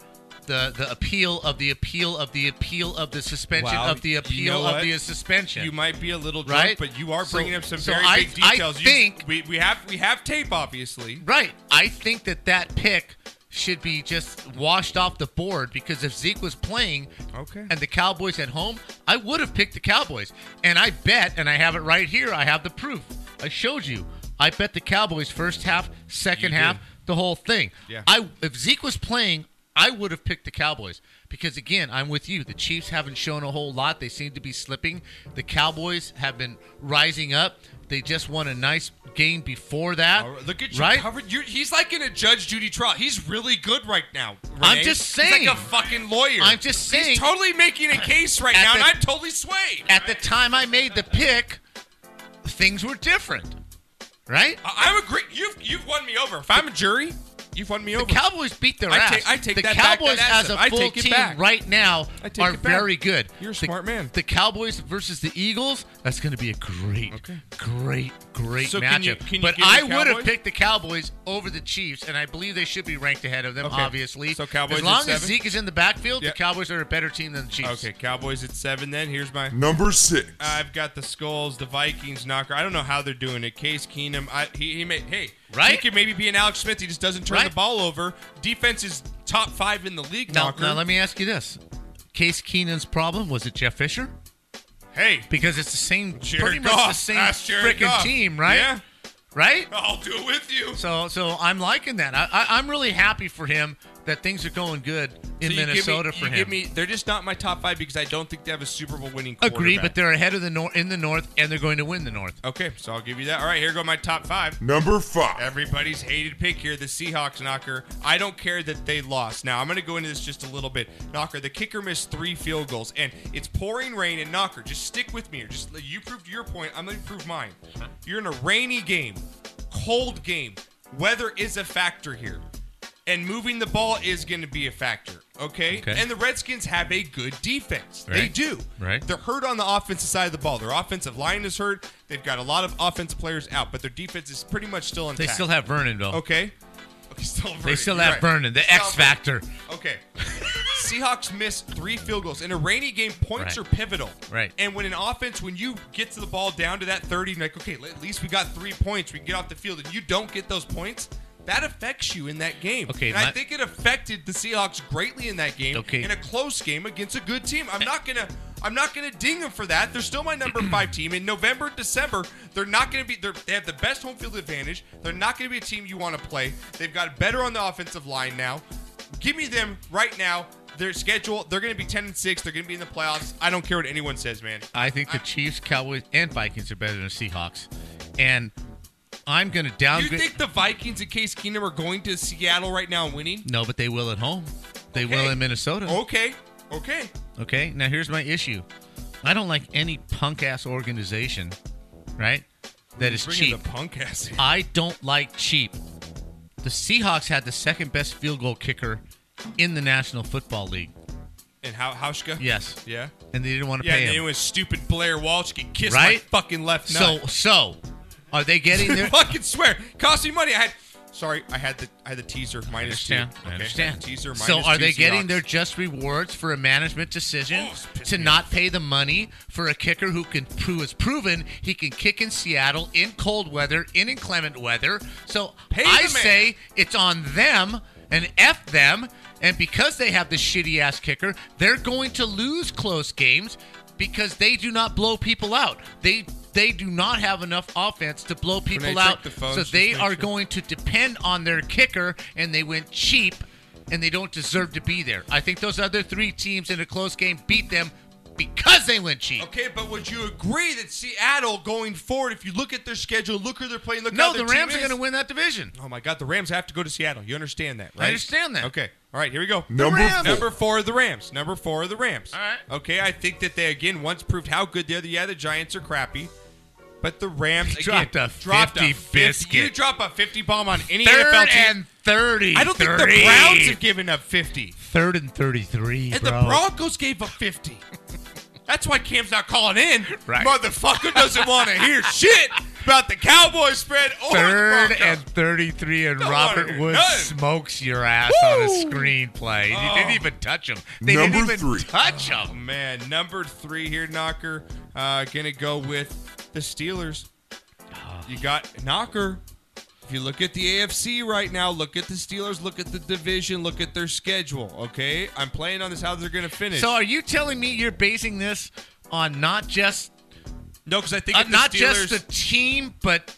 D: the the appeal of the appeal of the appeal of the suspension
B: Wow,
D: of the
B: you
D: appeal
B: know
D: of
B: what?
D: the suspension.
B: You might be a little drunk,
D: right,
B: but you are
D: So-
B: bringing up some
D: so
B: very
D: I-
B: big details.
D: I
B: You-
D: think
B: we, we have we have tape, obviously.
D: Right. I think that that pick should be just washed off the board because if Zeke was playing okay. and the Cowboys at home, I would have picked the Cowboys. And I bet, and I have it right here, I have the proof. I showed you. I bet the Cowboys first half, second
M: You
D: half,
M: did.
D: the whole thing.
M: Yeah.
D: I if Zeke was playing, I would have picked the Cowboys because again, I'm with you. The Chiefs haven't shown a whole lot. They seem to be slipping. The Cowboys have been rising up. They just won a nice game before that.
B: Look at you
D: right?
B: covered. you he's like in a Judge Judy trial. He's really good right now.
D: I'm
B: Renee.
D: just
B: He's
D: saying.
B: like a fucking lawyer.
D: I'm just saying.
B: He's totally making a case right
D: At
B: now,
D: the-
B: and I'm totally swayed.
D: At the time I made the pick, things were different, right?
B: I- I'm agree. You've you've won me over. If I'm a jury, you've won me over.
D: The Cowboys beat their
B: I
D: ass.
B: take- I take
D: the
B: that back,
D: Cowboys
B: that ass
D: as
B: up.
D: a
B: I
D: full
B: take it
D: team
B: back.
D: right now
B: I take
D: are
B: it back.
D: very good.
B: You're a
D: the,
B: smart man.
D: The Cowboys versus the Eagles. That's going to be a great, great, great
B: So
D: matchup.
B: can you- can you
D: but
B: give the
D: I would have
B: Cowboys?
D: picked the Cowboys over the Chiefs, and I believe they should be ranked ahead of them.
B: Okay.
D: Obviously,
B: So Cowboys
D: As
B: at
D: long as
B: seven?
D: Zeke is in the backfield,
B: Yeah.
D: the Cowboys are a better team than the Chiefs.
B: Okay, Cowboys at seven. Then here's my
P: Number six.
B: I've got the skulls, the Vikings knocker. I don't know how they're doing it. Case Keenum, I, he he may hey
D: Right?
B: He could maybe be an Alex Smith. He just doesn't turn
D: Right.
B: the ball over. Defense is top five in the league.
D: Now,
B: knocker.
D: now let me ask you this: Case Keenan's problem was it Jeff Fisher?
B: Hey,
D: because it's the same,
B: Jared
D: pretty much the
B: Goff.
D: same
B: Ask Jared
D: freaking
B: Goff.
D: team, right?
B: Yeah.
D: Right.
B: I'll do it with you.
D: So, so I'm liking that. I, I, I'm really happy for him that things are going good in
B: So you give me-
D: Minnesota for
B: you
D: him.
B: Give me, they're just not my top five because I don't think they have a Super Bowl winning.
D: Agree,
B: quarterback.
D: but they're ahead of the north in the north, and they're going to win the north.
B: Okay, so I'll give you that. All right, here go my top five.
P: Number five.
B: Everybody's hated pick here, the Seahawks knocker. I don't care that they lost. Now I'm going to go into this just a little bit. Knocker, the kicker missed three field goals, and it's pouring rain. And knocker, just stick with me here. Just you proved your point. I'm going to prove mine. You're in a rainy game, cold game. Weather is a factor here. And moving the ball is going to be a factor, okay?
M: Okay.
B: And the Redskins have a good defense. They
M: Right.
B: do.
M: Right.
B: They're hurt on the offensive side of the ball. Their offensive line is hurt. They've got a lot of offensive players out, but their defense is pretty much still
D: They
B: intact.
D: still have Vernon though.
B: Okay. Okay, still Vernon.
D: They still
B: You're
D: have
B: right.
D: Vernon, the
B: Still have
D: X
B: Vernon.
D: factor.
B: Okay. Seahawks missed three field goals. In a rainy game, points
D: Right.
B: are pivotal.
D: Right.
B: And when an offense, when you get to the ball down to that 30, and like, okay, at least we got three points. We can get off the field, and you don't get those points. That affects you in that game.
D: Okay,
B: and I
D: my-
B: think it affected the Seahawks greatly in that game.
D: Okay. Eh.
B: In a close game against a good team. I'm not gonna I'm not gonna ding them for that. They're still my number five team. In November, December, they're not gonna be they're, they have the best home field advantage. They're not gonna be a team you want to play. They've got better on the offensive line now. Give me them right now. Their schedule, they're gonna be ten and six. They're gonna be in the playoffs. I don't care what anyone says, man.
D: I think the Chiefs, Cowboys, and Vikings are better than the Seahawks. And I'm going to
B: You
D: downgrade.
B: think the Vikings and Case Keenum are going to Seattle right now and winning?
D: no, but they will at home. They will in Minnesota.
B: Okay. Okay.
D: Okay, now here's my issue. I don't like any punk ass organization, right? That is
B: Bringing
D: cheap.
B: the punk ass in.
D: I don't like cheap. The Seahawks had the second best field goal kicker in the National Football League.
B: And how Hauschka?
D: Yes.
B: Yeah.
D: And they didn't want to
B: Yeah,
D: pay
B: and
D: him.
B: then it was stupid Blair Walsh can kiss my
D: right?
B: fucking left
D: so
B: nut.
D: so are they getting their
B: fucking swear. Cost me money. I had sorry, I had the I had the teaser minus two.
D: understand.
B: Okay,
D: I
B: had
D: understand.
B: the Teaser minus
D: so are
B: two Oh,
D: they
B: Seahawks.
D: getting their just rewards for a management decision to not pay the money for a kicker who can who has proven he can kick in Seattle in cold weather, in inclement weather. So
B: Pay
D: I
B: the man.
D: say it's on them and F them. And because they have this shitty ass kicker, they're going to lose close games because they do not blow people out. They they do not have enough offense to blow people
B: check
D: out.
B: the phones,
D: so
B: just
D: they
B: make
D: are
B: sure.
D: going to depend on their kicker, and they went cheap, and they don't deserve to be there. I think those other three teams in a close game beat them because they went cheap.
B: Okay, but would you agree that Seattle going forward, if you look at their schedule, look who they're playing, look
D: No,
B: how their
D: the Rams are
B: team is-
D: going to win that division.
B: Oh my God, the Rams have to go to Seattle. You understand that, right?
D: understand that.
B: Okay. All right, here we go.
P: Number Rams.
B: number four of the Rams. Number four of the Rams. All
D: right.
B: Okay, I think that they again once proved how good they are. Yeah, the Giants are crappy, but the Rams
D: They
B: again,
D: dropped a
B: dropped
D: 50
B: 50
D: biscuit.
B: You drop a fifty bomb on any
D: Third
B: NFL team.
D: and thirty.
B: I don't think the Browns have given up fifty,
D: Third and thirty-three,
B: and
D: bro.
B: the Broncos gave up fifty. That's why Cam's not calling in.
D: Right.
B: Motherfucker doesn't want to hear shit about the Cowboy spread or the
D: Third
B: Broncos.
D: and 33, and
B: Don't
D: Robert
B: worry,
D: Woods
B: none.
D: smokes your ass on a
B: Woo!
D: screenplay. You
B: Oh.
D: didn't even touch him. They didn't
P: Number
D: even
P: three.
D: touch him.
B: Man, number three here, Knocker. Uh, gonna go with the Steelers. You got Knocker. If you look at the AFC right now, look at the Steelers, look at the division, look at their schedule. Okay, I'm playing on this how they're gonna finish.
D: So are you telling me you're basing this on not just
B: no, because I think
D: uh,
B: if the
D: not
B: Steelers,
D: just the team, but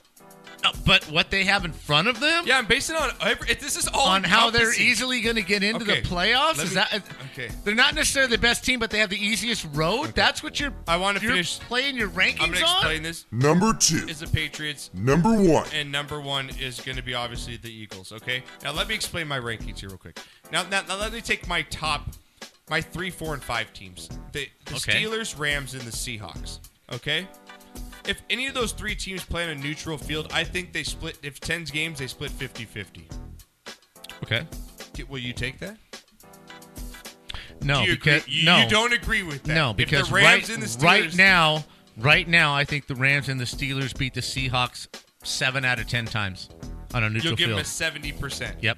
D: uh, but what they have in front of them?
B: yeah, I'm basing it on every, if this is all
D: On how they're
B: encompassing.
D: easily going to get into
B: Okay,
D: the playoffs?
B: let
D: Is
B: me-
D: that
B: okay.
D: They're not necessarily the best team, but they have the easiest road. That's what you're.
B: I wanna
D: you're
B: finish-
D: playing your rankings
B: I'm gonna
D: on.
B: explain this.
P: Number two.
B: Is the Patriots
P: Number one.
B: and number one is going to be obviously the Eagles. Okay, now let me explain my rankings here real quick. Now, now, now let me take my top, my three, four, and five teams: the, the
D: Okay.
B: Steelers, Rams, and the Seahawks. Okay, if any of those three teams play on a neutral field, I think they split. If ten games, they split 50-50.
D: Okay.
B: Get- Will you take that?
D: No,
B: Do you
D: because
B: agree? You,
D: no,
B: you don't agree with that.
D: No,
B: If
D: because
B: the Rams
D: right,
B: and the Steelers,
D: right now, right now, I think the Rams and the Steelers beat the Seahawks seven out of ten times on a neutral
B: you'll give
D: field.
B: them a seventy percent.
D: Yep.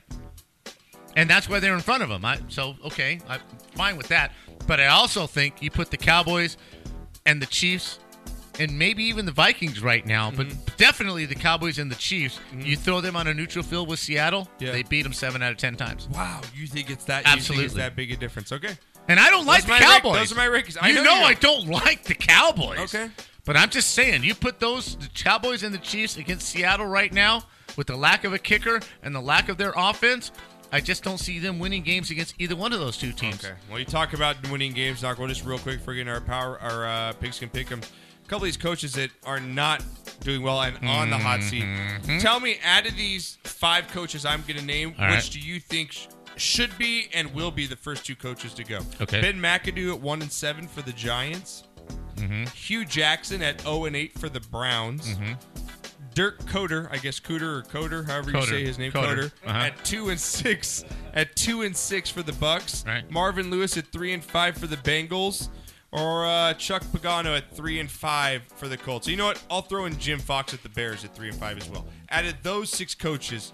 D: And that's why they're in front of them. I, so, okay, I'm fine with that. But I also think you put the Cowboys and the Chiefs and maybe even the Vikings right now, but definitely the Cowboys and the Chiefs. You throw them on a neutral field with Seattle,
B: Yeah.
D: they beat them seven out of 10 times.
B: Wow, you think it's that? you
D: Absolutely.
B: think it's that big a difference? Okay.
D: And I don't like
B: Those
D: the
B: are my rank-
D: Cowboys.
B: those are my rankings. I
D: you
B: know
D: know,
B: you
D: I
B: don't.
D: don't like the Cowboys.
B: Okay.
D: But I'm just saying, you put those the Cowboys and the Chiefs against Seattle right now, with the lack of a kicker and the lack of their offense, I just don't see them winning games against either one of those two teams.
B: Okay. Well, you talk about winning games, Doc. We'll just real quick for getting our power, our uh, pigskin pick 'em. A couple of these coaches that are not doing well and on the hot seat. Tell me, out of these five coaches I'm going to name,
D: Mm-hmm. All
B: which
D: right.
B: do you think sh- should be and will be the first two coaches to go?
D: Okay.
B: Ben McAdoo at one and seven for the Giants.
D: Mm-hmm.
B: Hugh Jackson at zero and eight for the Browns. Dirk Coder, I guess Cooter or Coder, however you
D: Coder.
B: say his name,
D: Coder.
B: Coder,
D: Uh-huh.
B: at two and six, at two and six for the Bucks.
D: Right.
B: Marvin Lewis at three and five for the Bengals, or uh, Chuck Pagano at three and five for the Colts. you know what? I'll throw in Jim Fox at the Bears at three and five as well. Out of those six coaches,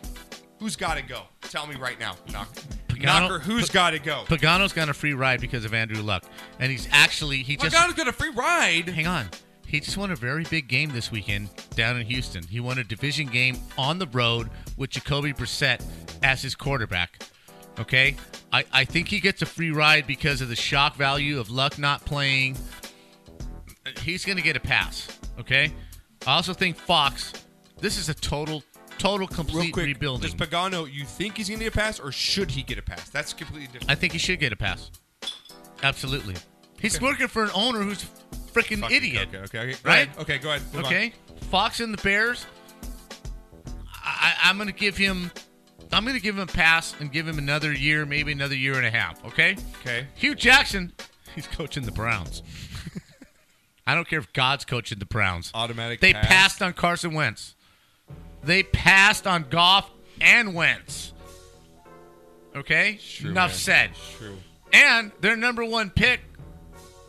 B: who's got to go? Tell me right now, Knocker. Knocker, who's
D: Pa-
B: got to go?
D: Pagano's got a free ride because of Andrew Luck, and he's actually he just
B: Pagano's got a free ride.
D: hang on. He just won a very big game this weekend down in Houston. He won a division game on the road with Jacoby Brissett as his quarterback. Okay? I, I think he gets a free ride because of the shock value of Luck not playing. He's going to get a pass. Okay? I also think Fox, this is a total, total, complete
B: Real quick,
D: rebuilding.
B: does Pagano, you think he's going to get a pass, or should he get a pass? That's completely different.
D: I think he should get a pass. Absolutely. He's working for an owner who's a freaking
B: Fucking-
D: idiot.
B: Okay, okay, okay.
D: Right?
B: Right? Okay, go ahead. move on.
D: Okay. Fox and the Bears. I'm gonna give him. I'm gonna give him a pass and give him another year, maybe another year and a half. Okay.
B: Okay.
D: Hugh Jackson, he's coaching the Browns. I don't care if God's coaching the Browns.
B: Automatic.
D: They
B: pass.
D: passed on Carson Wentz. They passed on Goff and Wentz. Okay.
B: True,
D: Enough
B: man.
D: said.
B: True.
D: And their number one pick,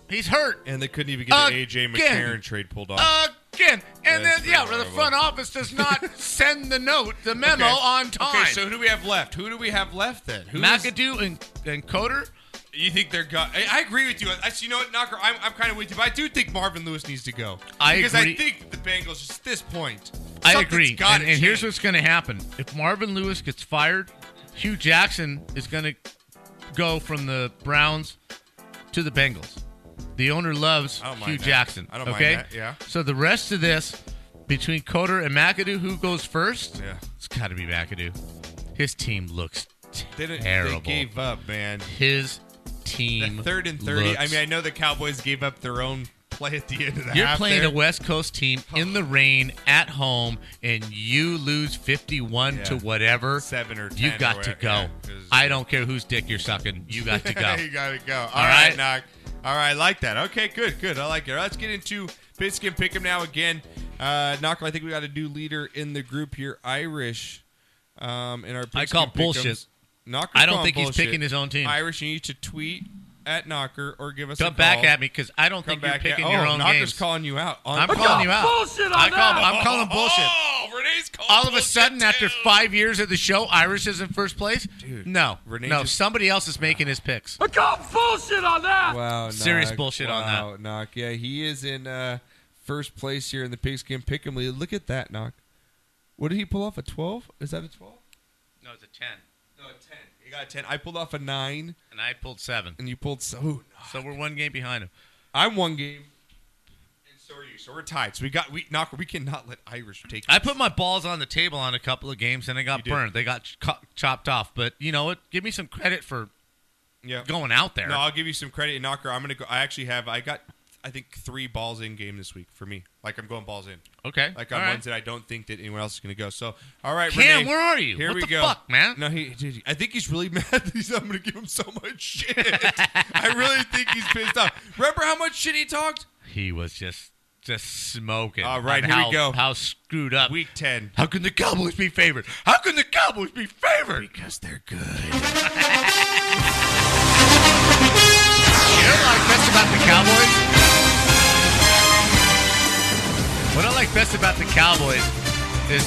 D: he's hurt.
B: And they couldn't even get the AJ
D: Again.
B: McCarron trade pulled off.
D: Again. And
B: That's
D: then, yeah,
B: pretty
D: the
B: horrible.
D: front office does not send the note, the
B: Okay.
D: memo on time.
B: Okay, so who do we have left? Who do we have left then? Who is-
D: McAdoo and, and Coder?
B: You think they're go? I, I agree with you. I, you know what, Knocker? I'm, I'm kind of with you, but I do think Marvin Lewis needs to go.
D: I
B: because
D: agree.
B: I think the Bengals just at this point.
D: I
B: something's
D: agree.
B: gotta
D: and, and here's
B: change.
D: what's going to happen: if Marvin Lewis gets fired, Hugh Jackson is going to go from the Browns to the Bengals. The owner loves
B: I don't mind
D: Hugh
B: that.
D: Jackson.
B: I don't mind
D: okay?
B: that, yeah.
D: So the rest of this between Coder and McAdoo, who goes first?
B: Yeah.
D: It's got to be McAdoo. His team looks
B: They didn't- they
D: terrible.
B: gave up, man.
D: His team.
B: That third and thirty. I
D: looks
B: mean, I know the Cowboys gave up their own play at the end of the
D: You're
B: half.
D: playing
B: there.
D: a West Coast team in the rain at home, and you lose 51 to
B: Yeah.
D: whatever.
B: Seven or 10
D: You
B: or
D: got to
B: whatever,
D: go.
B: yeah, 'cause-
D: I don't care whose dick you're sucking. You got to go.
B: you gotta go.
D: All
B: All right,
D: right.
B: knock. All right, I like that. Okay, good, good. I like it. All right, let's get into Biscuit pick him now again. Uh, Knocker, I think we got a new leader in the group here, Irish. Um, in our
D: I
B: Pigskin
D: call
B: Pick'ems.
D: bullshit.
B: Knocker's
D: I don't
B: calling
D: think he's
B: bullshit.
D: picking his own team.
B: Irish, you need to tweet at Knocker or give us a
D: Come back
B: call.
D: at me because I don't
B: Come
D: think you're
B: back at-
D: picking your
B: oh,
D: own
B: Knocker's
D: games.
B: calling Oh, you out. on-
D: I'm calling you out. I call, I'm calling bullshit. All of a sudden, after five years of the show, Irish is in first place.
B: Dude,
D: no,
B: Renee
D: no,
B: just-
D: somebody else is making his picks.
M: I got bullshit on that.
B: Wow,
D: Serious
B: Knock.
D: bullshit on
B: wow, on that. Knock. Yeah, he is in uh, first place here in the pigskin pick'em league. Look at that, Knock. What did he pull off? A twelve? Is that a twelve?
D: No, it's a ten,
B: No, a ten. He got a ten. I pulled off a nine,
D: and I pulled seven.
B: and you pulled so. ooh,
D: So we're one game behind him.
B: I'm one game, and so are you. So we're tied. So we got we Knocker. We cannot let Irish take.
D: I put my balls on the table on a couple of games and I got
B: did.
D: burned. They got ch- co- chopped off. But you know what? Give me some credit for
B: Yeah.
D: going out there.
B: No, I'll give you some credit, and Knocker. I'm gonna go. I actually have. I got. I think three balls in game this week for me. Like I'm going balls in.
D: okay.
B: Like
D: All
B: on
D: right.
B: ones that I don't think that anyone else is going to go. So, all right,
D: Cam,
B: Renee,
D: where are you?
B: Here
D: What
B: we
D: the
B: go,
D: fuck, man?
B: No, he, dude, I think he's really mad. That he's, I'm going to give him so much shit. I really think he's pissed off. Remember how much shit he talked?
D: He was just just smoking.
B: All right,
D: on
B: here we
D: how,
B: go.
D: How screwed up.
B: Week ten.
D: How can the Cowboys be favored? How can the Cowboys be favored? Because they're good. you know what I like best about the Cowboys? What I like best about the Cowboys is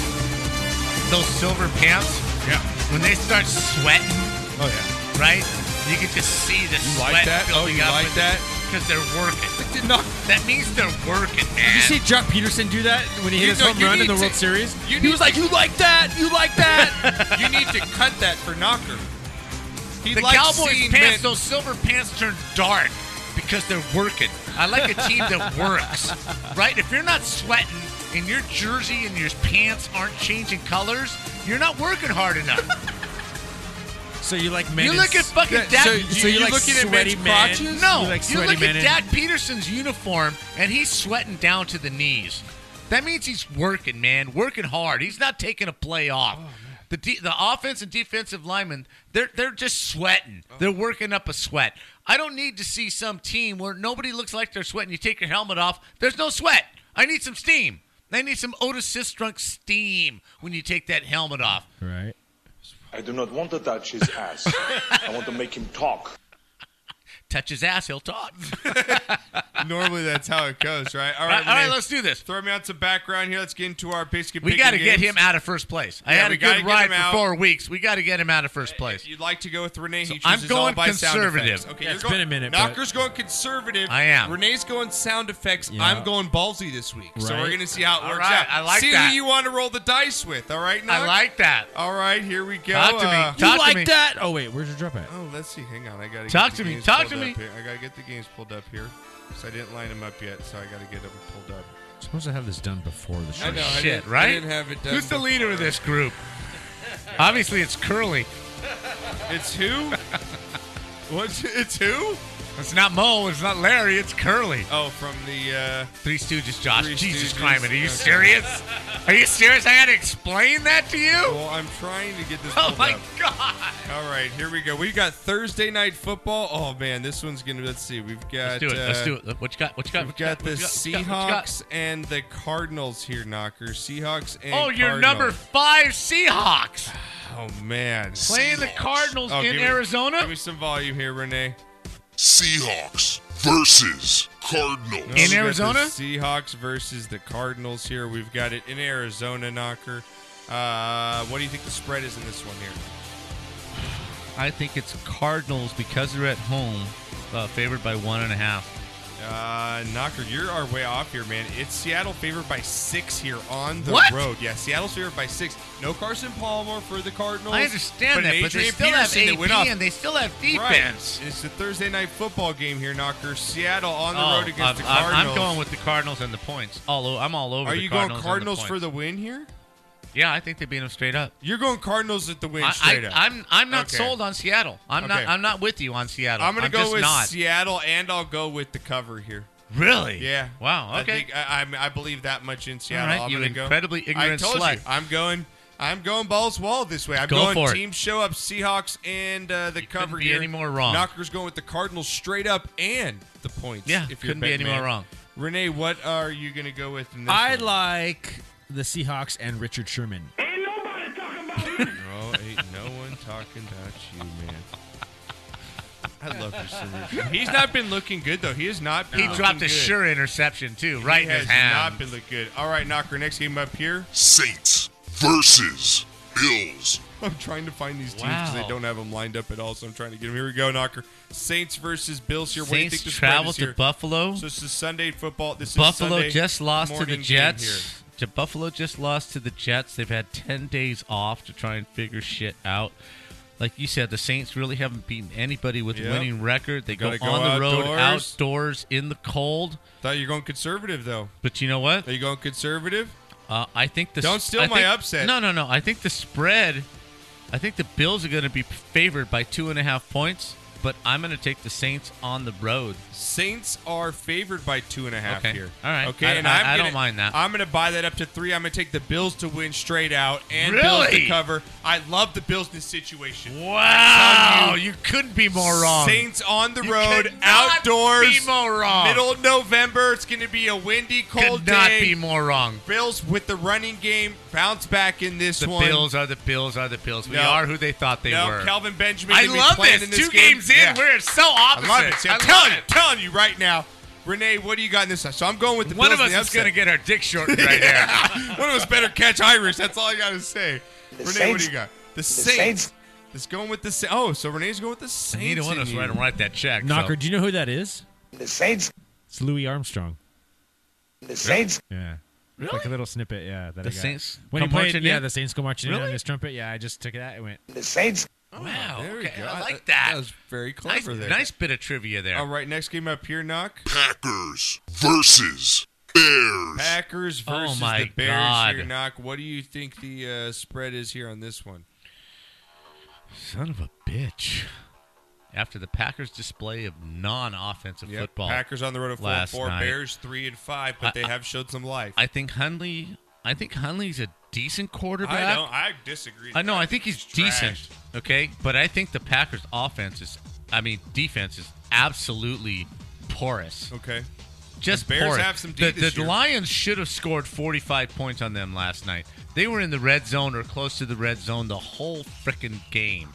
D: those silver pants.
B: Yeah.
D: When they start sweating,
B: Oh yeah.
D: right? You can just see the
B: You
D: sweat
B: like that? Oh,
D: building
B: you
D: up.
B: like that?
D: Because they're working.
B: Did not.
D: That means they're working, man.
C: Did you see Jock Peterson do that when he hit
B: You
C: his
B: know,
C: home
B: you
C: run in
B: need
C: the
B: to-
C: World Series?
B: you
C: He
B: need
C: was like, "You like that? You like that?"
B: You need to cut that for Knocker. He
D: The
B: likes
D: Cowboys
B: seeing
D: pants,
B: men-
D: those silver pants turn dark because they're working. I like a team that works, right? If you're not sweating and your jersey and your pants aren't changing colors, you're not working hard enough.
C: so you like men?
D: you
C: in
D: look at
C: s-
D: fucking
B: that-
D: Dak.
B: so
C: you- so you like
B: looking at
C: sweaty
B: men's
C: men?
B: crotches?
D: no,
C: you like
D: you
C: sweaty
D: look
C: men
D: at
C: in-
D: Dak Peterson's uniform and he's sweating down to the knees. That means he's working, man, working hard. He's not taking a play
C: Oh,
D: off. the de- the offense and defensive linemen, they're they're just sweating.
C: Oh.
D: They're working up a sweat. I don't need to see some team where nobody looks like they're sweating. You take your helmet off, there's no sweat. I need some steam. I need some Otis Sistrunk steam when you take that helmet off.
C: right.
Q: I do not want to touch his ass. I want to make him talk.
D: Touch his ass, he'll talk.
B: Normally that's how it goes, right? All
D: All right,
B: right, Renee,
D: let's do this.
B: throw me out some background here. Let's get into our biscuit.
D: We got to get him out of first place. I
B: Yeah,
D: had
B: we
D: a
B: gotta
D: good
B: get him
D: ride for
B: out.
D: four weeks. We got to get him out of first place.
B: You'd like to go with Renee. He
D: So I'm
B: chooses all
D: going
B: by sound
D: conservative.
B: effects. Okay,
C: Yeah,
B: you're
C: it's
B: going,
C: been a minute, but-
B: Knocker's going conservative.
D: I am.
B: Renee's going sound effects.
C: Yeah.
B: I'm going ballsy this week. So
C: Right.
B: we're gonna see how it
D: All
B: works
D: right,
B: out.
D: I like
B: see
D: that.
B: who you want to roll the dice with. All right, Knock?
D: I like that.
B: All right, here we go.
D: Talk to me.
B: Uh,
D: Talk
C: you
D: to
C: like
D: me.
C: that? Oh wait, where's your drop at?
B: oh, let's see. Hang on, I gotta
D: Talk
B: get
D: to
B: the
D: me.
B: games
D: Talk
B: pulled
D: to me.
B: up here. I gotta get the games pulled up here. 'cause I didn't line them up yet, so I gotta get them pulled up.
C: I'm supposed to have this done before the show.
B: I know. I
D: Oh, Shit,
B: didn't,
D: right?
B: I didn't have it done.
D: Who's the
B: before.
D: leader of this group? Obviously, it's Curly.
B: It's who? What's it's who?
D: It's not Mo. It's not Larry. It's Curly.
B: Oh, from the uh,
D: Three Stooges, Josh.
B: Three
D: Jesus
B: Stooges.
D: Christ, are you
B: Okay.
D: serious? Are you serious? I had to explain that to you.
B: Well, I'm trying to get this.
D: Oh
B: pulled
D: my
B: up.
D: God!
B: All right, here we go. We got Thursday night football. Oh man, this one's gonna. Let's see. We've got.
D: Let's do it. Let's
B: uh,
D: do it. What you got? What you got?
B: We've
D: What you
B: got the
D: What you got? What you got? What you got?
B: Seahawks and the Cardinals here, Knocker. Seahawks and
D: Oh, your
B: Cardinals.
D: number five Seahawks
B: Oh man,
D: playing the Cardinals
B: Oh,
D: in
B: give me-
D: Arizona.
B: give me some volume here, Renee.
P: Seahawks versus Cardinals.
B: No, we got the Seahawks versus the Cardinals here. We've got it in Arizona, Knocker. Uh, what do you think the spread is in this one here?
D: I think it's Cardinals because they're at home, uh, favored by one and a half.
B: Uh, Knocker, you're our way off here, man. It's Seattle favored by six here on the
D: What?
B: road. Yeah, Seattle's favored by six. No Carson Palmer for the Cardinals.
D: I understand that, but they
B: Adrian
D: still have
B: Peterson that went off.
D: AP and they still have defense.
B: Right. It's the Thursday night football game here, Knocker. Seattle on the
D: Oh,
B: road against
D: I'm,
B: the
D: I'm-
B: Cardinals.
D: I'm going with the Cardinals and the points. All o- I'm all over.
B: Are
D: the
B: you
D: Cardinals
B: going Cardinals
D: and the
B: for the win here?
D: points. Yeah, I think they beat them straight up.
B: You're going Cardinals at the win
D: I,
B: straight up.
D: am I'm not
B: Okay.
D: sold on Seattle. I'm not
B: Okay.
D: I'm not with you on Seattle.
B: I'm gonna go
D: just
B: with
D: not.
B: Seattle, and I'll go with the cover here.
D: Really?
B: Yeah.
D: Wow, okay.
B: I, think, I, I'm- I believe that much in Seattle.
D: right,
B: I'm
D: you
B: gonna go.
D: incredibly ignorant
B: I told
D: slut.
B: you. I'm going. I'm going balls wall this way. I'm
D: Go
B: going
D: for it.
B: team show up Seahawks and uh, the cover
D: be
B: here.
D: any more wrong.
B: Knocker's going with the Cardinals straight up and the points.
D: Yeah,
B: if
D: couldn't
B: you're
D: be
B: a
D: any
B: betting
D: more
B: man.
D: wrong.
B: Renee, what are you going to go with in this?
C: I
B: one?
C: like the Seahawks and Richard Sherman.
B: Oh, ain't no one talking about you, man. I love you so much. He's not been looking good though. He has not. Been
D: He
B: looking
D: dropped a
B: good.
D: sure interception too, right
B: He
D: in his
B: has
D: hand.
B: not been looking good. All right, Knocker. Next game up here.
P: Saints versus Bills.
B: I'm trying to find these teams because
P: Wow.
B: they don't have them lined up at all. So I'm trying to get them. Here we go, Knocker. Saints versus Bills here. what do you
D: Saints
B: think the spread
D: travel
B: is
D: to
B: here?
D: Buffalo.
B: So this is Sunday football. This
D: Buffalo
B: is Sunday
D: just lost to
B: morning game
D: the Jets. To Buffalo just lost to the Jets. They've had ten days off to try and figure shit out. Like you said, the Saints really haven't beaten anybody with
B: Yep.
D: a winning record. They go
B: Gotta go
D: on the road
B: outdoors.
D: outdoors in the cold.
B: Here. Thought you're going conservative though.
D: But you know what?
B: Are you going conservative?
D: Uh, I think the
B: Don't steal
D: I
B: my
D: think-
B: upset.
D: No, no, no. I think the spread. I think the Bills are going to be favored by two and a half points, but I'm going to take the Saints on the road.
B: Saints are favored by two and a half
D: Okay.
B: here.
D: All right.
B: Okay.
D: I-
B: and
D: I-
B: I'm
D: I
B: gonna,
D: don't mind that.
B: I'm going to buy that up to three. I'm going to take the Bills to win straight out and Bills to
D: Really?
B: cover. I love the Bills in this situation.
D: Wow, you couldn't be more wrong.
B: Saints on the
D: You
B: road,
D: cannot
B: outdoors,
D: be more wrong.
B: middle of November. It's going to be a windy, cold
D: could not
B: day.
D: be more wrong.
B: Bills with the running game bounce back in this
D: The
B: one.
D: Bills are the Bills are the Bills. We
B: No.
D: are who they thought they
B: no,
D: were.
B: Calvin Benjamin.
D: I
B: gonna be
D: love
B: playing
D: this.
B: in this
D: Two
B: game.
D: games in,
B: Yeah.
D: we're so opposite.
B: I love it. See, I'm
D: I love
B: telling you,
D: it.
B: telling you right now. Renee, what do you got in this? side? So I'm going with the
D: One
B: Bills
D: of
B: in
D: us
B: the
D: is going to
B: upset.
D: get our dick shortened right there.
B: One of us better catch Irish. That's all I got to say. Renee, what
D: Saints-
B: do you got? The,
D: the
B: Saints.
D: Saints-
B: It's going with the Sa- Oh, so Renee's going with the Saints.
D: Neither one
B: in
D: of us
B: here.
D: write and write that check. so-
C: Knocker, do you know who that is?
D: The Saints.
C: It's Louis Armstrong.
D: The Saints.
C: Yeah. It's Like a little snippet, yeah. That
D: The
C: I got.
D: Saints
C: When he
D: come
C: played,
D: marching
C: yeah,
D: in?
C: the Saints go marching in on
D: Really?
C: his trumpet. Yeah, I just took that and went.
D: The Saints. Wow.
B: There we
D: okay,
B: go.
D: I like
B: that.
D: that.
B: was very
D: Nice,
B: clever there.
D: nice bit of trivia there.
B: All right, next game up here, Knock.
P: Packers versus Bears.
B: Packers
D: Oh
B: versus
D: my
B: the Bears
D: God.
B: here, Knock. What do you think the uh, spread is here on this one?
D: Son of a bitch. After the Packers' display of non-offensive
B: Yep,
D: football,
B: Packers on the road at four and
D: last
B: four,
D: night.
B: Bears three and five, but
D: I-
B: they have showed some life.
D: I think Hundley. I think Hundley's a decent quarterback.
B: I don't. I disagree.
D: I know. I think he's decent. Okay, but I think the Packers' offense is, I mean, defense is absolutely porous.
B: Okay.
D: Just
B: The Bears
D: porous.
B: have some D
D: The,
B: this
D: the
B: year.
D: Lions should have scored 45 points on them last night. They were in the red zone or close to the red zone the whole freaking game.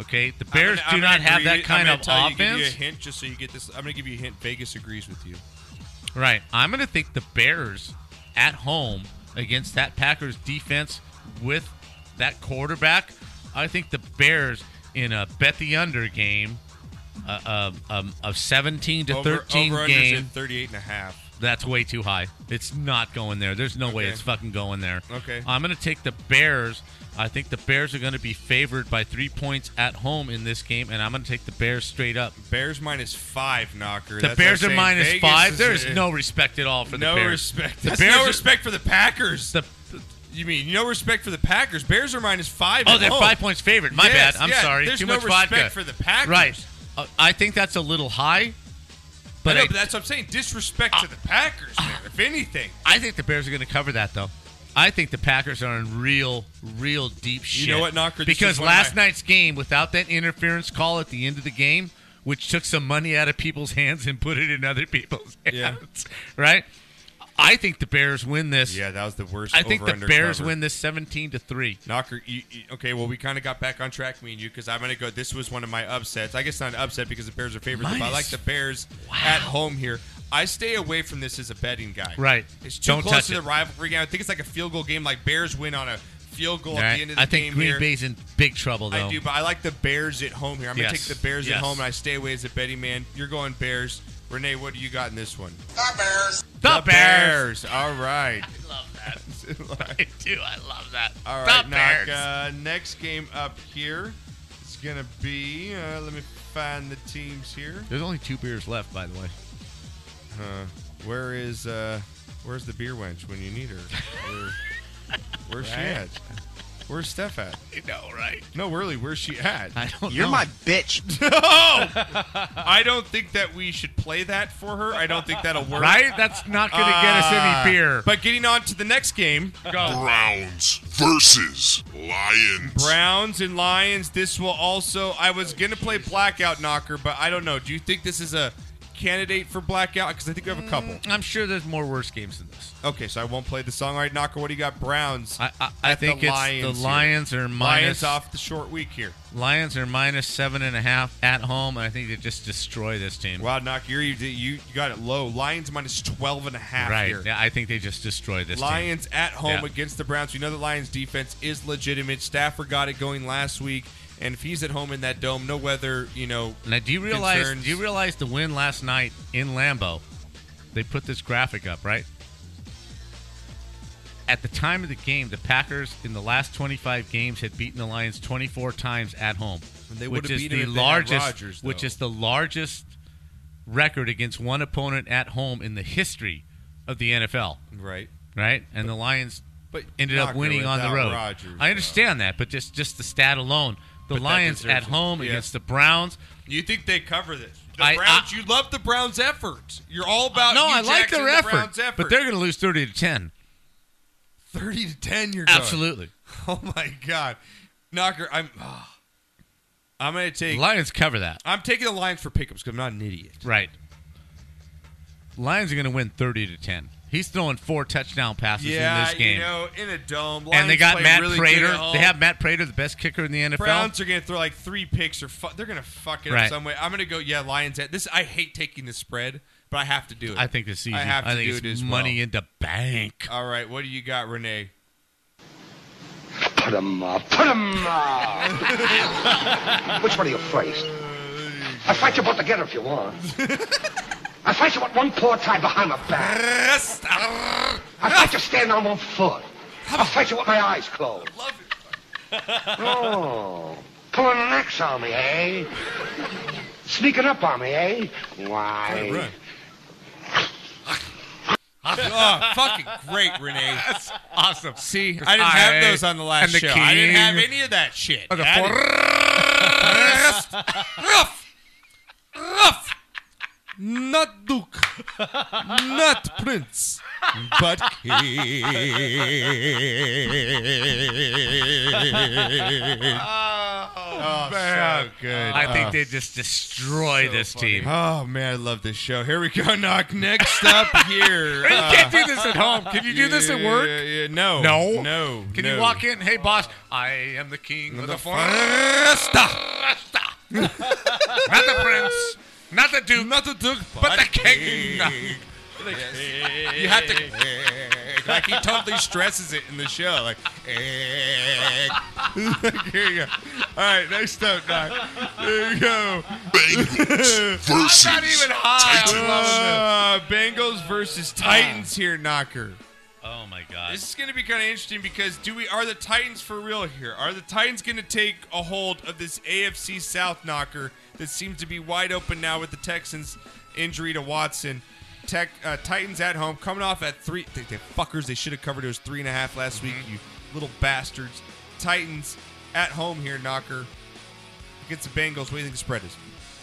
D: Okay, the Bears
B: I'm
D: do
B: gonna
D: not have
B: agree-
D: that kind
B: I'm
D: of
B: gonna tell you-
D: offense.
B: give you a hint just so you get this. I'm going to give you a hint. Vegas agrees with you.
D: Right. I'm going to think the Bears at home against that Packers defense with that quarterback. I think the Bears in a bet the under game, uh, um, um, a 17 to
B: Over-
D: 13
B: over-unders at
D: game.
B: 38 and a half.
D: That's way too high. It's not going there. There's no way
B: Okay.
D: it's fucking going there.
B: Okay.
D: I'm going to take the Bears. I think the Bears are going to be favored by three points at home in this game, and I'm going to take the Bears straight up.
B: Bears minus five, knocker.
D: The
B: That's what
D: Bears
B: I'm
D: are
B: saying.
D: minus
B: Vegas
D: five.
B: is-
D: There is no respect at all for the
B: no
D: Bears.
B: respect.
D: The
B: That's
D: Bears
B: no
D: are-
B: respect for the Packers.
D: The
B: you mean no respect for the Packers? Bears are minus five.
D: Oh,
B: at
D: they're
B: home.
D: five points favorite. My
B: Yes,
D: bad. I'm
B: yeah,
D: sorry.
B: There's
D: Too
B: no
D: much
B: respect
D: vodka.
B: for the Packers.
D: Right. Uh, I think that's a little high.
B: But,
D: But
B: know,
D: I-
B: but that's what I'm saying. Disrespect
D: Uh,
B: to the Packers, man. If anything,
D: I think the Bears are going to cover that though. I think the Packers are in real, real deep shit.
B: know what, Knocker? This is
D: Because
B: one of
D: last
B: my-
D: night's game, without that interference call at the end of the game, which took some money out of people's hands and put it in other people's hands,
B: Yeah.
D: right? I think the Bears win this.
B: Yeah, that was the worst.
D: I think the
B: over-under
D: Bears
B: cover.
D: win this seventeen to three.
B: Knocker, you, you- okay. Well, we kind of got back on track, me and you, because I'm gonna go. This was one of my upsets. I guess not an upset because the Bears are favorites, but I
D: Minus-
B: like the Bears at home here. I stay away from this as a betting guy.
D: Right.
B: It's too
D: Don't
B: close
D: touch
B: to the
D: it.
B: rivalry game. I think it's like a field goal game. Like Bears win on a field goal at
D: Right?
B: the end of the
D: I think
B: game
D: Green
B: here.
D: Bay's in big trouble though.
B: I do, but I like the Bears at home here. I'm gonna
D: Yes.
B: take the Bears at
D: Yes.
B: home, and I stay away as a betting man. You're going Bears. Renee, what do you got in this one?
Q: Bears.
B: The,
D: The Bears.
B: Bears. All right.
D: I love that. I do. I love that.
B: All
D: The
B: right, Knock,
D: Bears.
B: uh, next game up here is gonna be. Uh, let me find the teams here.
D: There's only two beers left, by the way.
B: Uh, where is uh, where's the beer wench when you need her? Where, where's she at?
D: Right.
B: Where's Steph at?
D: You know, right?
B: No, really, where's she at?
D: I don't
G: You're
D: know.
G: my bitch.
B: No, I don't think that we should play that for her. I don't think that'll work.
D: Right? That's not going to get us
B: Uh,
D: any beer.
B: But getting on to the next game,
P: Browns versus Lions.
B: Browns and Lions. This will also. I was gonna play blackout knocker, but I don't know. Do you think this is a candidate for blackout? Because I think we have a couple.
D: I'm sure there's more worse games than this.
B: Okay, so I won't play the song. All right, knocker. What do you got? Browns.
D: I, I, I
B: at
D: think it's
B: here.
D: the Lions are
B: Lions
D: minus
B: off the short week here.
D: Lions are minus seven and a half at home, and I think they just destroy this team.
B: Wow, knocker, you you you got it low. Lions minus 12 and a half
D: right?
B: here.
D: Yeah, I think they just destroy this.
B: Lions
D: team.
B: at home
D: Yeah.
B: against the Browns. We know the Lions defense is legitimate. Stafford got it going last week, and if he's at home in that dome, no weather, you know.
D: Now, do you realize?
B: concerns.
D: Do you realize the win last night in Lambeau? They put this graphic up, right? At the time of the game, the Packers in the last 25 games had beaten the Lions 24 times at home,
B: And they
D: which
B: would've
D: is
B: beat 'em
D: the
B: if they had
D: largest,
B: Rodgers, though.
D: which is the largest record against one opponent at home in the history of the NFL.
B: right?
D: Right, and the Lions
B: but
D: ended
B: not
D: up winning on the
B: without
D: road.
B: Rodgers,
D: I understand that, but just just the stat alone, the
B: But that
D: Lions at
B: deserves it.
D: home
B: Yeah.
D: against the Browns.
B: You think they cover this? The
D: I-
B: Browns. you love the Browns' effort. You're all about
D: no,
B: you,
D: I like
B: Jackson,
D: their
B: the
D: effort,
B: Browns' effort.
D: but they're going to lose thirty to ten.
B: 30 to 10 you're going.
D: Absolutely,
B: Oh my god. Knocker, I'm ah. I'm going to take
D: Lions cover that.
B: I'm taking the Lions for pickups cuz I'm not an idiot.
D: Right. Lions are going to win thirty to ten. He's throwing four touchdown passes in
B: Yeah,
D: this game,
B: you know, in a dome.
D: and they
B: Lions
D: got
B: play
D: Matt
B: really good
D: Prater.
B: at home.
D: They have Matt Prater, the best kicker in the NFL.
B: Browns are going to throw like three picks or fu- they're going to fuck it up
D: Right.
B: some way. I'm going to go yeah, Lions at. This I hate taking the spread, but I have to do it.
D: I think this season,
B: I have to
D: think
B: do
D: it's
B: it as
D: money
B: well.
D: in the bank.
B: All right, what do you got, Renee?
R: Put 'em up. Put 'em up. Which one of you first? I'll fight you both together if you want. I'll fight you with one paw tied behind my back. I'll fight you standing on one foot. I'll fight you with my eyes closed. Oh, pulling an axe on me, eh? Sneaking up on me, eh? Why?
B: oh, fucking great, Renee.
D: That's awesome.
B: See,
D: It's
B: I didn't have
D: I
B: those on the last
D: and the
B: show. I didn't have
D: king
B: any of that shit.
D: of the
B: I didn't- Ruff. Ruff. Not Duke. Not Prince. But king.
D: Oh,
B: man.
D: good. I
B: Oh.
D: think they just destroy this team.
B: Oh man, I love this show. Here we go, knock. Next up here.
D: You can't do this at home. Can you do this at work?
B: Yeah, yeah, no.
D: No.
B: No.
D: Can
B: no.
D: you walk in? Hey, boss, I am the king of the forest.
B: Stop.
D: Not the prince, not the duke,
B: Not the duke,
D: but the king.
B: You have to. Like he totally stresses it in the show. Like, here you go. All right, next up, Doc. Here you go.
P: Bengals versus
B: I'm not even high.
P: Titans.
B: Uh, Bengals versus Titans here, Knocker.
D: Oh, my God.
B: This is going to be kind of interesting because do we are the Titans for real here? Are the Titans going to take a hold of this AFC South knocker that seems to be wide open now with the Texans injury to Watson? Tech uh, Titans at home coming off at three. They, they fuckers. They should have covered it was three and a half last week.
D: Mm-hmm.
B: You little bastards. Titans at home here, knocker against the Bengals. What do you think the spread is?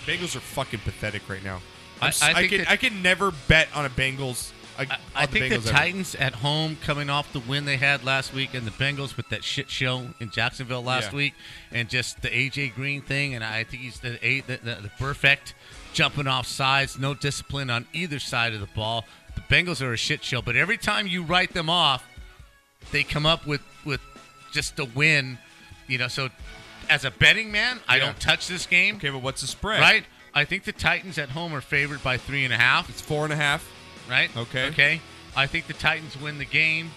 B: Bengals are fucking pathetic right now. I,
D: I- I
B: I
D: think
B: can
D: that-
B: I can never bet on a Bengals. I, on
D: I
B: the
D: think
B: Bengals
D: the
B: ever.
D: Titans at home, coming off the win they had last week, and the Bengals with that shit show in Jacksonville last
B: Yeah.
D: week, and just the AJ Green thing, and I think he's the eight, the, the, the perfect jumping off sides, no discipline on either side of the ball. The Bengals are a shit show, but every time you write them off, they come up with with just a win, you know. So as a betting man, I
B: Yeah.
D: don't touch this game.
B: Okay, but what's the spread?
D: Right. I think the Titans at home are favored by three and a half. It's
B: four and a half.
D: Right.
B: Okay.
D: Okay. I think the Titans win the game.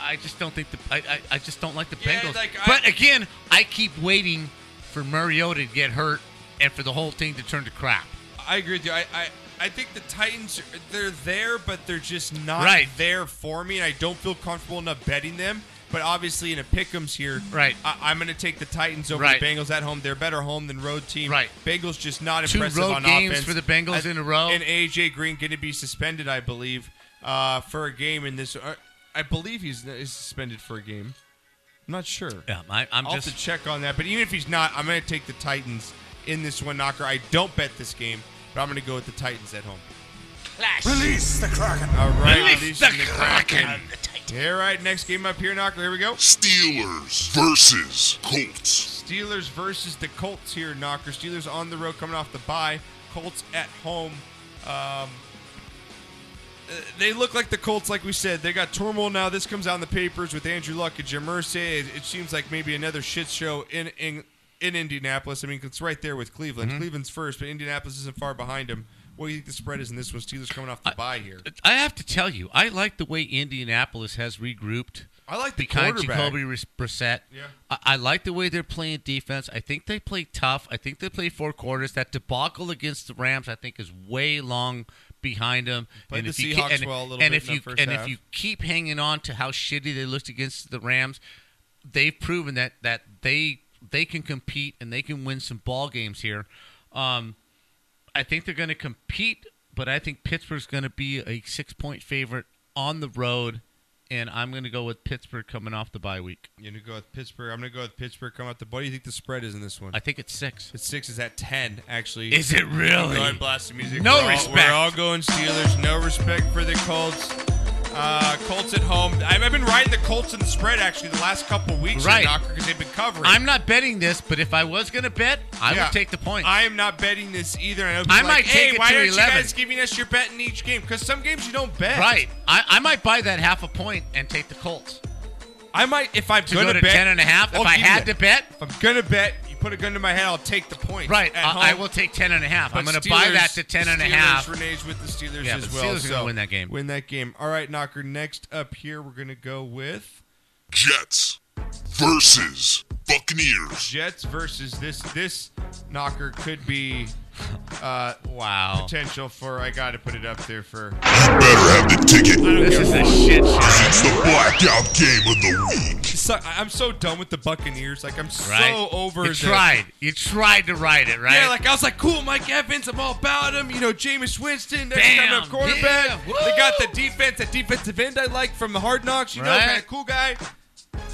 D: I just don't think the I, I, I just don't like the Bengals.
B: like, I-
D: but again, I keep waiting for Mariota to get hurt and for the whole thing to turn to crap.
B: I agree with you. I, I I think the Titans they're there, but they're just not
D: Right.
B: there for me, and I don't feel comfortable enough betting them. But obviously, in a pick'ems here,
D: right?
B: I, I'm going to take the Titans over
D: Right.
B: the Bengals at home. They're better home than road team. Right. Bengals just not
D: Two
B: impressive
D: road
B: on
D: games
B: offense
D: for the Bengals
B: I-
D: in a row.
B: And AJ Green going to be suspended, I believe, uh, for a game in this. Uh, I believe he's is suspended for a game. I'm not sure.
D: Yeah, I, I'm
B: will
D: just
B: have to check on that. But even if he's not, I'm going to take the Titans in this one knocker. I don't bet this game, but I'm going to go with the Titans at home.
M: Release the Kraken.
B: All right,
M: Release
B: releasing
M: the Kraken.
B: All right, next game up here, knocker. Here we go.
P: Steelers versus Colts.
B: Steelers versus the Colts here, knocker. Steelers on the road, coming off the bye. Colts at home. Um, uh, they look like the Colts, like we said. They got turmoil now. This comes out in the papers with Andrew Luck and Jim Irsay. It, it seems like maybe another shit show in in, in Indianapolis. I mean, it's right there with Cleveland. Cleveland's first, but Indianapolis isn't far behind them. What do you think the spread is in this one? Steelers coming off the bye here.
D: I have to tell you, I like the way Indianapolis has regrouped.
B: I like the
D: behind
B: quarterback.
D: Jacoby Ris- Brissett.
B: Yeah.
D: I, I like the way they're playing defense. I think they play tough. I think they play four quarters. That debacle against the Rams, I think, is way long behind them.
B: Played the
D: you
B: Seahawks
D: and,
B: well a little
D: and
B: bit
D: if
B: in the
D: you
B: first
D: and
B: half.
D: if you keep hanging on to how shitty they looked against the Rams, they've proven that that they they can compete and they can win some ball games here. Um, I think they're going to compete, but I think Pittsburgh's going to be a six point favorite on the road, and I'm going to go with Pittsburgh coming off the bye week.
B: You're gonna go with Pittsburgh. I'm gonna go with Pittsburgh. Come out the. What do you think the spread is in this one?
D: I think it's six.
B: It's six. Is at ten actually?
D: Is it really?
B: Go ahead, blast the music.
D: No
B: We're all-
D: respect.
B: we're all going Steelers. No respect for the Colts. Uh, Colts at home. I've, I've been riding the Colts in the spread actually the last couple weeks.
D: Right.
B: because they've been covering.
D: I'm not betting this, but if I was going to bet, I
B: Yeah.
D: would take the point.
B: I am not betting this either. I, know
D: I
B: people are
D: might
B: like, hey,
D: take it
B: why
D: to
B: aren't you
D: 11."
B: guys giving us your bet in each game? Because some games you don't bet.
D: Right. I, I might buy that half a point and take the Colts.
B: I might if I'm
D: To
B: gonna
D: go to
B: bet
D: 10 and a half, if
B: I'll
D: I
B: give you
D: had
B: that.
D: to bet-
B: If I'm gonna bet, you put a gun to my head, I'll take the point.
D: Right.
B: at
D: I, I
B: home.
D: will take 10 and a half. I'm
B: uh-huh. But
D: going to
B: Steelers-
D: buy that to 10 and a
B: Steelers
D: half.
B: Renee's with the Steelers
D: Yeah,
B: as
D: but
B: well.
D: Steelers are gonna
B: so
D: win that game.
B: Win that game. All right, Knocker. Next up here, we're gonna go with
P: Jets versus Buccaneers.
B: Jets versus this. This Knocker could be uh,
D: wow
B: potential for. I got to put it up there for.
P: Better have the ticket.
D: This is a shit show.
P: It's the blackout game of the week.
B: So, I- I'm so done with the Buccaneers. Like I'm
D: Right.
B: so over.
D: You
B: the-
D: tried. You tried to ride it, right?
B: Yeah, like I was like, cool, Mike Evans. I'm all about him. You know, Jameis Winston, next
D: Bam,
B: kind of quarterback.
D: yeah,
B: they got the defense, that defensive end I like from the Hard Knocks. You know,
D: Right.
B: kind of cool guy.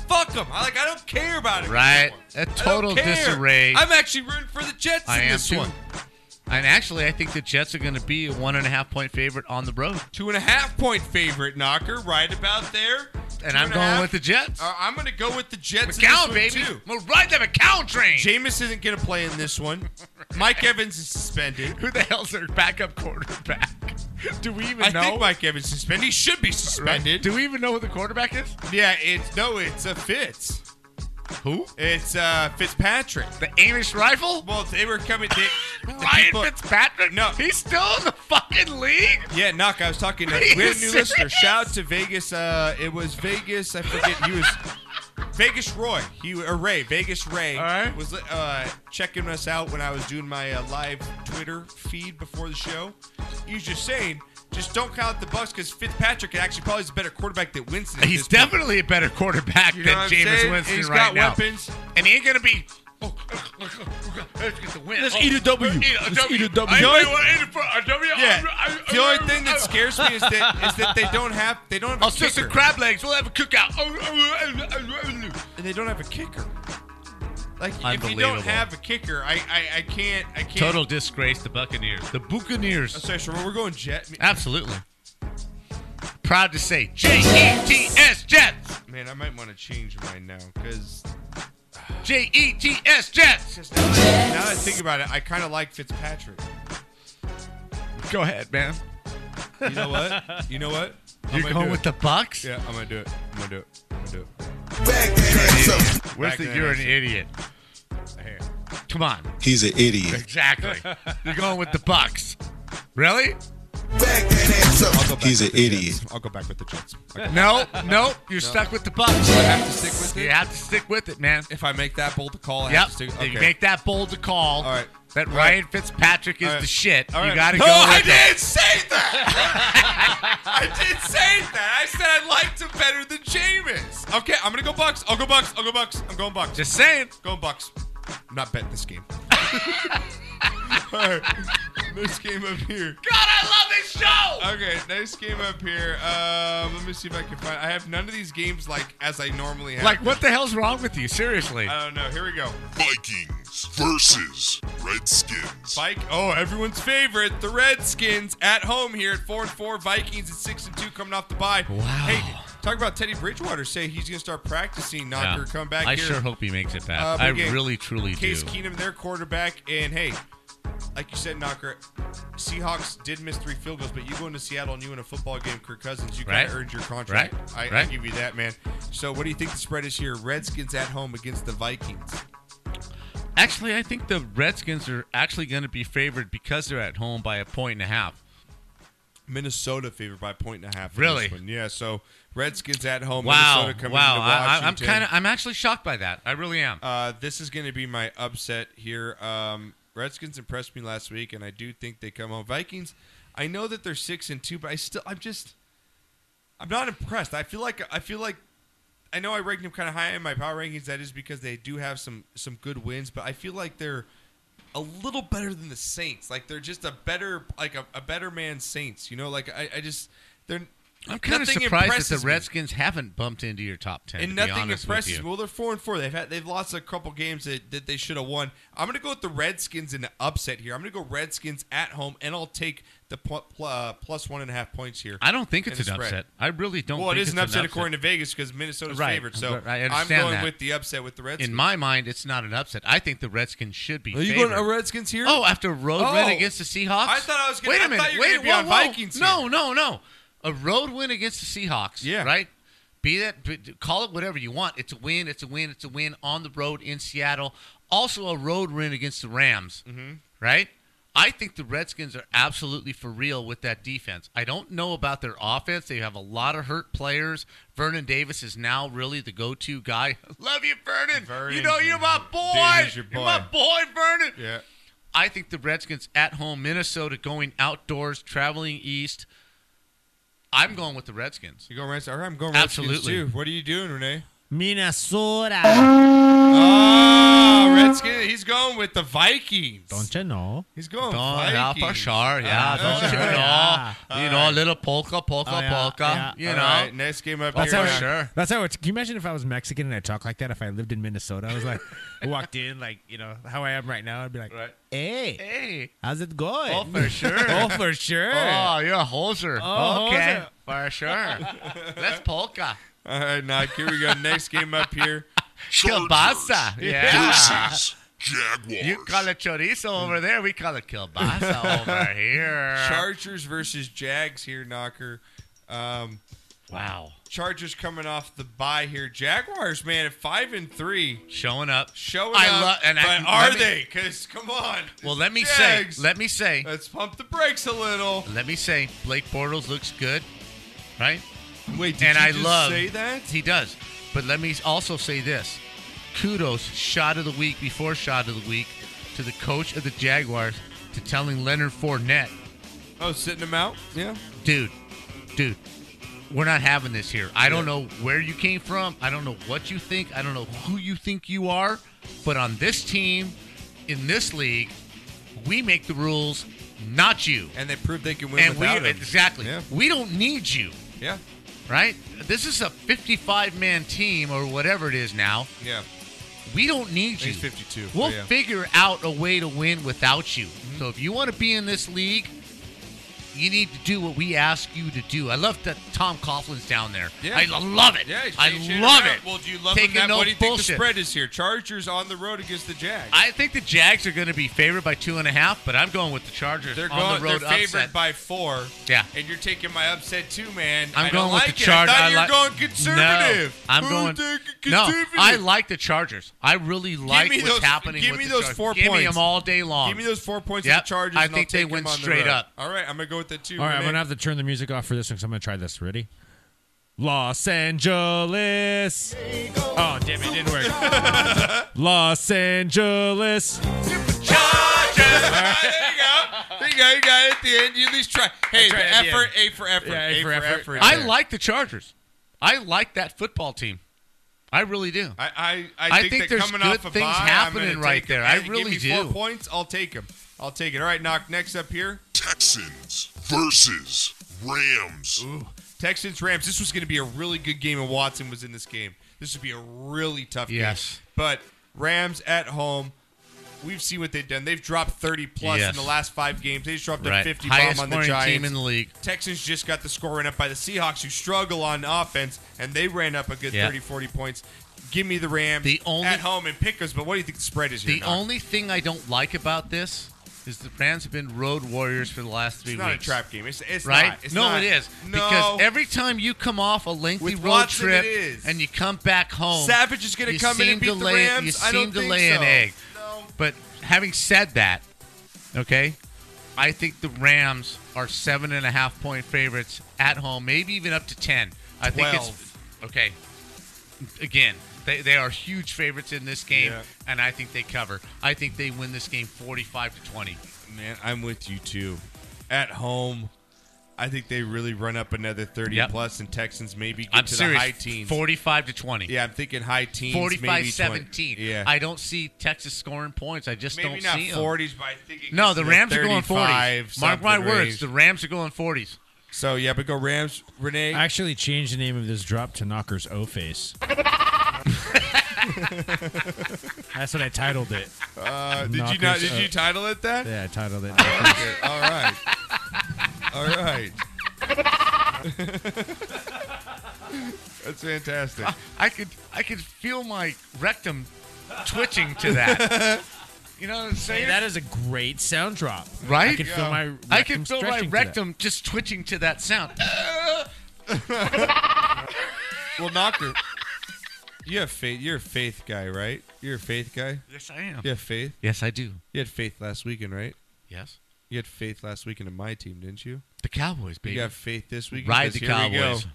B: Fuck him. I like. I don't care about him.
D: Right. A
B: I don't
D: total
B: care.
D: disarray.
B: I'm actually rooting for the Jets
D: I
B: in
D: am
B: this
D: too.
B: one.
D: And actually, I think the Jets are going to be a one and a half point favorite on the road.
B: Two and a half point favorite knocker, right about there.
D: And
B: Two
D: I'm
B: a
D: going
B: half.
D: with the Jets.
B: Uh, I'm going to go with the Jets. in
D: McCown,
B: this
D: baby.
B: one Too.
D: I'm going to ride the McCown train.
B: Jameis isn't going to play in this one. Mike Evans is suspended.
D: Who the hell's their backup quarterback? Do we even
B: I
D: know?
B: think Mike Evans is suspended. He should be suspended.
D: Do we even know who the quarterback is?
B: Yeah, it's no, it's a Fitz.
D: Who?
B: It's uh Fitzpatrick.
D: The Amish rifle?
B: Well, they were coming. They, the
D: Ryan
B: people-
D: Fitzpatrick?
B: No.
D: He's still in the fucking league?
B: Yeah, knock. I was talking. To,
D: Are
B: we
D: you
B: had a new listener.
D: serious?
B: Shout out to Vegas. Uh, it was Vegas. I forget. He was Vegas Roy. He or Ray. Vegas Ray was uh, checking us out when I was doing my uh, live Twitter feed before the show. He was just saying, just don't count the Bucks because Fitzpatrick actually probably is a better quarterback than Winston. at
D: He's
B: this point.
D: definitely a better quarterback
B: You know
D: than
B: what I'm
D: Jameis
B: saying?
D: Winston
B: He's
D: right
B: got
D: now.
B: weapons.
D: And he ain't going to be. Oh, let's get the win.
B: Let's
D: Oh,
B: eat a W.
D: Let's eat a
B: Let's
D: W.
B: eat a W.
D: I
B: The only-
D: really wanna eat it for a W.
B: Yeah.
D: I- I-
B: The only thing that scares me is that is that they don't have they don't have a
D: I'll still some
B: kicker
D: crab legs. We'll have a cookout. Oh, oh, oh, oh, oh.
B: and they don't have a kicker. Like if you don't
D: Unbelievable.
B: have a kicker, I I, I can't I can't.
D: Total disgrace, the Buccaneers. The Buccaneers.
B: I'm sorry, sir. We're going jet.
D: Absolutely. Proud to say J E T S Jets.
B: Man, I might want to change mine now because
D: J E T S Jets.
B: Now that I think about it, I kind of like Fitzpatrick.
D: Go ahead, man.
B: You know what? You know what? I'm
D: You're
B: gonna
D: going
B: do
D: with
B: it.
D: the Bucks?
B: Yeah, I'm gonna do it. I'm gonna do it. I'm gonna do it.
D: Where's
B: Back
D: the
B: that
D: you're an
B: ass.
D: idiot? Come on.
S: He's an idiot.
D: Exactly. You're going with the Bucks. Really?
S: He's an idiot.
B: I'll go back with the Jets.
D: No, no, you're
B: No.
D: stuck with the Bucks.
B: I have to stick with it?
D: You have to stick with it, man.
B: If I make that bold call, I
D: yep.
B: have to stick-
D: If you
B: okay.
D: make that bold to call
B: All right.
D: that
B: All
D: Ryan
B: right.
D: Fitzpatrick is
B: All right.
D: the shit,
B: All
D: you
B: right.
D: got to
B: No,
D: go
B: I
D: with it.
B: didn't say that. I did say that. I said I liked him better than Jameis. Okay, I'm gonna go Bucks. I'll go Bucks. I'll go Bucks. I'm going Bucks.
D: Just saying.
B: Going Bucks. I'm not betting this game. All right. Next game up here.
D: God, I love this show.
B: Okay, next game up here. Um, let me see if I can find. I have none of these games like as I normally have.
D: Like, what the hell's wrong with you? Seriously.
B: I don't know. Here we go.
P: Vikings versus Redskins.
B: Bike. Oh, everyone's favorite, the Redskins at home here at four and four. Vikings at six and two, coming off the bye. Wow. Hey, talk about Teddy Bridgewater. Say he's going to start practicing. Knocker
D: Yeah.
B: come back.
D: I
B: here.
D: sure hope he makes it back.
B: Uh,
D: I
B: big game.
D: really, truly
B: Case
D: do.
B: Keenum, their quarterback, and hey, like you said, Knocker, Seahawks did miss three field goals, but you go into Seattle and you win a football game, Kirk Cousins, you kind
D: Right.
B: of earned your contract.
D: Right.
B: I, I
D: Right.
B: give you that, man. So, what do you think the spread is here? Redskins at home against the Vikings.
D: Actually, I think the Redskins are actually going to be favored because they're at home by a point and a half.
B: Minnesota favored by a point and a half. in
D: Really?
B: this one. Yeah. So Redskins at home.
D: Wow!
B: Minnesota coming
D: Wow!
B: into
D: I, I- I'm
B: Washington.
D: kind of I'm actually shocked by that. I really am.
B: Uh, this is going to be my upset here. Um, Redskins impressed me last week, and I do think they come home. Vikings. I know that they're six and two, but I still I'm just I'm not impressed. I feel like I feel like I know I ranked them kind of high in my power rankings. That is because they do have some some good wins, but I feel like they're a little better than the Saints. Like they're just a better like a, a better man Saints. You know, like I, I just they're
D: I'm kind of
B: nothing
D: surprised that
B: impresses
D: the
B: me.
D: Redskins haven't bumped into your top ten.
B: And
D: to be
B: nothing
D: honest
B: impresses
D: with
B: me.
D: you.
B: Well, they're four and four. They've had they've lost a couple games that, that they should have won. I'm gonna go with the Redskins in the upset here. I'm gonna go Redskins at home, and I'll take the pl- pl- uh, plus one and a half points here.
D: I don't think it's
B: in the
D: an
B: spread.
D: upset. I really don't.
B: Well,
D: think
B: it is
D: it's
B: an upset, according to Vegas because Minnesota's
D: Right.
B: favored. So
D: I
B: am
D: understand
B: going
D: that.
B: with the upset with the Redskins.
D: In my mind, it's not an upset. I think the Redskins should be.
B: Are you
D: favored.
B: going to Redskins here?
D: Oh, after a road
B: Oh.
D: win against the Seahawks.
B: I thought I was gonna-
D: Wait
B: I
D: a minute.
B: thought you were
D: Wait.
B: gonna be
D: whoa,
B: on
D: whoa.
B: Vikings
D: No, no, no. A road win against the Seahawks. Yeah. Right. Be that. Be, call it whatever you want. It's a win. It's a win. It's a win on the road in Seattle. Also a road win against the Rams. Mm-hmm. Right. I think the Redskins are absolutely for real with that defense. I don't know about their offense. They have a lot of hurt players. Vernon Davis is now really the go-to guy. Love you, Vernon. you know you're my boy.
B: Davis, your
D: You're my
B: boy.
D: boy, Vernon.
B: yeah.
D: I think the Redskins at home, Minnesota, going outdoors, traveling east. I'm going with the Redskins.
B: You going Redskins? All right, I'm going Redskins
D: Absolutely.
B: too. What are you doing, Renee?
C: Minnesota.
B: Oh, Redskins. He's going with the Vikings.
C: Don't you know?
B: He's going
D: Oh, yeah,
B: Vikings.
D: for sure.
C: Ah,
D: Yeah, don't
C: for
D: you
C: sure,
D: know?
C: yeah.
D: You
C: All
D: know,
C: right.
D: little polka, polka,
C: Oh, yeah,
D: polka.
C: yeah.
D: You
B: All
D: know,
B: right, next game up
C: That's
B: here.
C: how,
B: Now-
C: it, sure. that's how it's. Can you imagine if I was Mexican and I talked like that? If I lived in Minnesota, I was like, I walked in, like, you know, how I am right now, I'd be like, hey,
D: hey,
C: how's it going?
D: Oh, for sure.
C: oh, for sure.
D: Oh, you're a hoser.
C: Oh,
D: okay, for sure. Let's polka.
B: All right, now here we go. Next game up here.
D: Kielbasa. Yeah.
P: Versus Jaguars.
D: You call it chorizo over there. We call it kielbasa over here.
B: Chargers versus Jags here, Knocker. Um,
D: Wow.
B: Chargers coming off the bye here. Jaguars, man, at five and three,
D: Showing up.
B: showing
D: I
B: up.
D: love- and
B: but
D: I-
B: are
D: let me-
B: they? Because come on.
D: Well, let me
B: Jags.
D: say, let me say,
B: Let's pump the brakes a little.
D: let me say, Blake Bortles looks good, right?
B: Wait, did
D: and
B: you
D: I
B: just
D: love
B: say that?
D: he does. But let me also say this: kudos, shot of the week before shot of the week, to the coach of the Jaguars to telling Leonard Fournette,
B: Oh, sitting them out. Yeah.
D: dude, dude, we're not having this here. I don't know where you came from. I don't know what you think. I don't know who you think you are. But on this team, in this league, we make the rules, not you.
B: And they proved they can win
D: and we
B: without him.
D: exactly
B: Yeah.
D: we don't need you
B: Yeah.
D: right this is a 55 man team or whatever it is now
B: Yeah.
D: we don't need you.
B: He's 52, but
D: We'll
B: yeah. Mm-hmm.
D: figure out a way to win without you. So if you want to be in this league, you need to do what we ask you to do. I love that Tom Coughlin's down there.
B: Yeah.
D: I lo- love it.
B: Yeah, he's
D: I
B: shading
D: love
B: around.
D: it.
B: Well, do you love
D: Taking
B: him that?
D: no
B: what do you
D: bullshit.
B: think the spread is here? Chargers on the road against the Jags.
D: I think the Jags are going to be favored by two and a half, but I'm going with the Chargers
B: They're
D: on
B: going.
D: the road
B: they're favored
D: upset.
B: by four.
D: Yeah.
B: and you're taking my upset too, man.
D: I'm
B: I
D: going
B: don't
D: with
B: like
D: the
B: it.
D: Chargers.
B: I thought you were
D: like-
B: going conservative.
D: No, I'm
B: Who's
D: going.
B: taking
D: No,
B: conservative?
D: I like the Chargers. I really like
B: me
D: what's
B: those-
D: happening.
B: give
D: with
B: me
D: the
B: those
D: Chargers.
B: four
D: give me
B: points.
D: them all day long.
B: Give me those four points
D: Yep.
B: of the Chargers.
D: I
B: and I'll
D: think they
B: take them
D: win
B: on the
D: straight
B: road.
D: up.
B: All right, I'm gonna go with the two.
C: All right, I'm
B: remaining.
C: gonna have to turn the music off for this one because I'm gonna try this. Ready? Los Angeles. Oh damn it, it didn't work. Los Angeles.
B: there you go. You got it at the end. You at least try. Hey,
D: tried
B: the
D: at the
B: effort.
D: end.
B: A for effort.
D: Yeah,
B: a, for effort.
D: I
B: there.
D: like the Chargers. I like that football team. I really do.
B: I I,
D: I
B: I think,
D: think
B: that
D: there's
B: coming
D: good
B: off a
D: things
B: bye, I'm
D: happening
B: gonna
D: right
B: take 'em.
D: there. I
B: Hey, give
D: really
B: me
D: do.
B: Four points. I'll take them. I'll take it. All right, knock. Next up here.
P: Texans versus Rams.
B: Ooh, Texans Rams. This was going to be a really good game, and Watson was in this game. This would be a really tough
D: Yes.
B: game. But Rams at home. We've seen what they've done. They've dropped 30 plus
D: Yes.
B: in the last five games. They just dropped
D: Right.
B: a 50
D: Highest
B: bomb on the
D: scoring
B: Giants.
D: team in the league.
B: Texans just got the score ran up by the Seahawks, who struggle on offense, and they ran up a good
D: Yeah.
B: thirty, forty 30, 40 points. Give me the Rams the only, at home and pick us. But what do you think the spread is here?
D: The
B: Knox?
D: only thing I don't like about this is the Rams have been road warriors for the last three
B: It's
D: weeks.
B: not a trap game. It's- it's
D: right.
B: not. It's
D: no,
B: not.
D: it is
B: No.
D: because every time you come off a lengthy
B: With
D: road
B: Watson,
D: trip
B: it is.
D: and you come back home,
B: Savage is gonna
D: you
B: come in
D: seem
B: and beat
D: to
B: the
D: lay-
B: Rams?
D: You seem
B: I don't
D: to
B: think
D: lay an
B: so.
D: egg. But having said that, okay, I think the Rams are seven and a half point favorites at home, maybe even up to ten. I think it's okay. Again, they, they are huge favorites in this game,
B: Yeah.
D: and I think they cover. I think they win this game forty-five to twenty.
B: Man, I'm with you too. At home, I think they really run up another 30
D: Yep.
B: plus, and Texans maybe get
D: I'm
B: to
D: serious.
B: the high teens.
D: 45 to 20.
B: Yeah, I'm thinking high teens.
D: 45
B: maybe 20.
D: 17.
B: Yeah.
D: I don't see Texas scoring points. I just
B: Maybe
D: don't
B: not
D: see 'em.
B: 40s, but I think it
D: No,
B: gets
D: the
B: to
D: Rams are going
B: 35
D: 40s. Mark my
B: something
D: words,
B: range.
D: the Rams are going 40s.
B: So, yeah, but go Rams, Renee.
C: I actually changed the name of this drop to Knockers O Face. That's what I titled it.
B: Uh, did you not? Did you title it that?
C: Yeah, I titled
D: Oh,
C: it.
B: Okay, all right. All right. That's fantastic.
D: I could I could feel my rectum twitching to that. you know what I'm saying?
C: Hey, that is a great sound drop.
D: right?
C: I can feel my rectum
D: I can feel my
C: stretching to that.
D: rectum just twitching to that sound.
B: Well, Knocker, you have faith. You're a faith guy, right? You're a faith guy.
D: Yes, I am.
B: You have faith.
D: Yes, I do.
B: You had faith last weekend, right?
D: Yes.
B: You had faith last weekend in my team, didn't you?
D: The Cowboys, baby.
B: You have faith this weekend.
D: Ride
B: 'Cause
D: the
B: here we go.
D: Cowboys.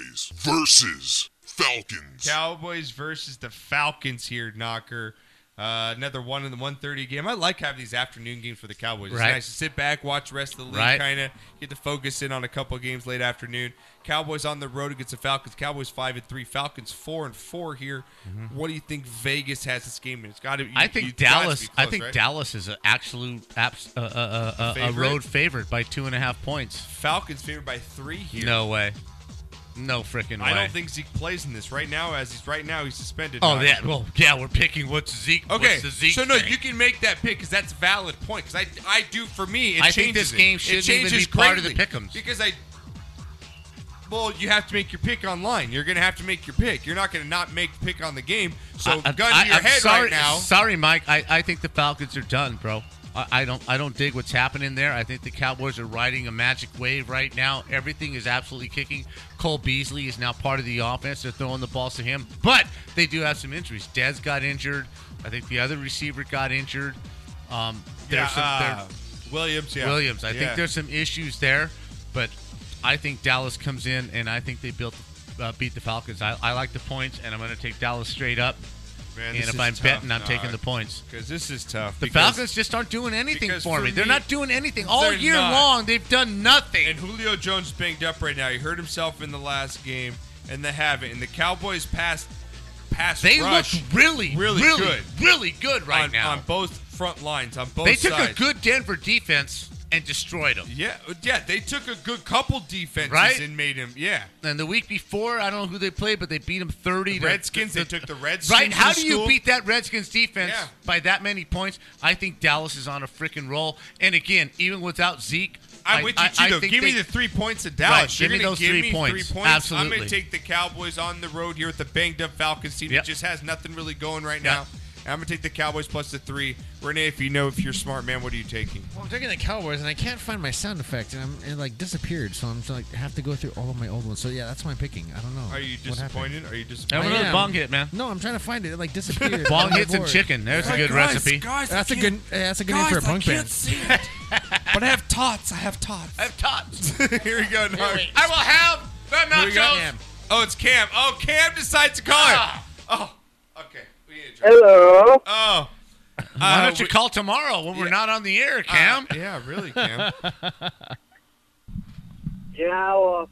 P: Cowboys versus Falcons.
B: Cowboys versus the Falcons here, Knocker. Uh, another one in the 130 game. I like having these afternoon games for the Cowboys. It's
D: Right.
B: nice to sit back, watch the rest of the league,
D: Right.
B: kind of get to focus in on a couple of games late afternoon. Cowboys on the road against the Falcons. Cowboys five and three, Falcons four and four here. What do you think Vegas has this game? in? It's got to.
D: Mm-hmm. I think Dallas. I think Dallas is an absolute abs- uh, uh, uh, uh, a
B: Favorite?
D: road favorite by two and a half points.
B: Falcons favored by three here.
D: No way. No freaking way.
B: I don't think Zeke plays in this right now. As he's right now, he's suspended.
D: Oh,
B: Knock.
D: yeah. Well, yeah. We're picking what's Zeke.
B: Okay,
D: What's the Zeke
B: so no,
D: thing.
B: you can make that pick because that's a valid point. Because I, I do for me, it
D: I
B: changes.
D: think this
B: it.
D: game
B: It
D: shouldn't even
B: changes
D: be part of the
B: greatly.
D: pick'ems.
B: because I. Well, you have to make your pick online. You're gonna have to make your pick. You're not gonna not make the pick on the game. So
D: I- I-
B: gun
D: I-
B: to your
D: I'm
B: head
D: sorry,
B: right now.
D: Sorry, Mike. I, I think the Falcons are done, bro. I, I don't I don't dig what's happening there. I think the Cowboys are riding a magic wave right now. Everything is absolutely kicking. Cole Beasley is now part of the offense. They're throwing the balls to him, but they do have some injuries. Dez got injured. I think the other receiver got injured. Um,
B: Yeah,
D: there's some, there-
B: uh, Williams. Yeah.
D: Williams. I
B: Yeah.
D: think there's some issues there, but I think Dallas comes in and I think they built uh, beat the Falcons. I, I like the points, and I'm going to take Dallas straight up.
B: Man,
D: and
B: this
D: if
B: is
D: I'm
B: tough,
D: betting, I'm taking
B: Knock.
D: the points.
B: because this is tough.
D: The
B: because-
D: Falcons just aren't doing anything
B: because
D: for
B: for
D: me. They're
B: me-
D: not doing anything all
B: They're
D: year
B: not.
D: long. They've done nothing.
B: And Julio Jones banged up right now. He hurt himself in the last game, and they haven't. And the Cowboys pass pass
D: They
B: rush
D: look really,
B: really,
D: really,
B: good
D: really good right
B: on,
D: now.
B: on both front lines on both.
D: they took
B: sides.
D: a good Denver defense and destroyed him.
B: Yeah, yeah, they took a good couple defenses
D: Right?
B: and made him. Yeah,
D: And the week before, I don't know who they played, but they beat them thirty.
B: The
D: to-
B: Redskins, they took the Redskins
D: Right? How
B: to
D: do you
B: school.
D: beat that Redskins defense
B: Yeah.
D: by that many points? I think Dallas is on a freaking roll. And again, even without Zeke,
B: I'm with you,
D: I
B: Cheeto.
D: think
B: Give me
D: they-
B: the three points of Dallas.
D: Right, give
B: You're
D: me
B: gonna
D: those three points.
B: I'm going
D: Absolutely.
B: to take the Cowboys on the road here with the banged up Falcons team
D: Yep.
B: that just has nothing really going right
D: Yep.
B: now. And I'm going to take the Cowboys plus the three. Renee, if you know if you're smart man, what are you taking?
S: Well, I'm taking the Cowboys, and I can't find my sound effect, and I'm, it like disappeared. So I'm just, like have to go through all of my old ones. So yeah, that's my picking. I don't know.
B: Are you
S: What happened?
B: disappointed? Are you
S: I
B: disappointed?
S: am.
D: man.
S: No, I'm trying to find it. It like disappeared.
D: Bong
S: from my
D: hits and
S: board.
D: chicken. There's a Guys, good guys, recipe. guys,
S: that's
D: I
S: a good.
D: can't-
S: eh, That's a good name for a
D: guys, I
S: punk
D: can't
S: band.
D: see
S: but I have tots. I have tots.
D: I have tots.
B: Here we go. Nog.
D: I will have the
B: Who we got?
D: nachos.
B: Oh, it's Cam. Oh, Cam decides to call him. Oh, okay. We need to try-
D: Hello.
B: Oh.
D: Why
B: Uh,
D: don't you
B: we-
D: call tomorrow when we're not on the air,
M: Uh,
D: Cam?
B: yeah, really, Cam.
T: Yeah, I uh,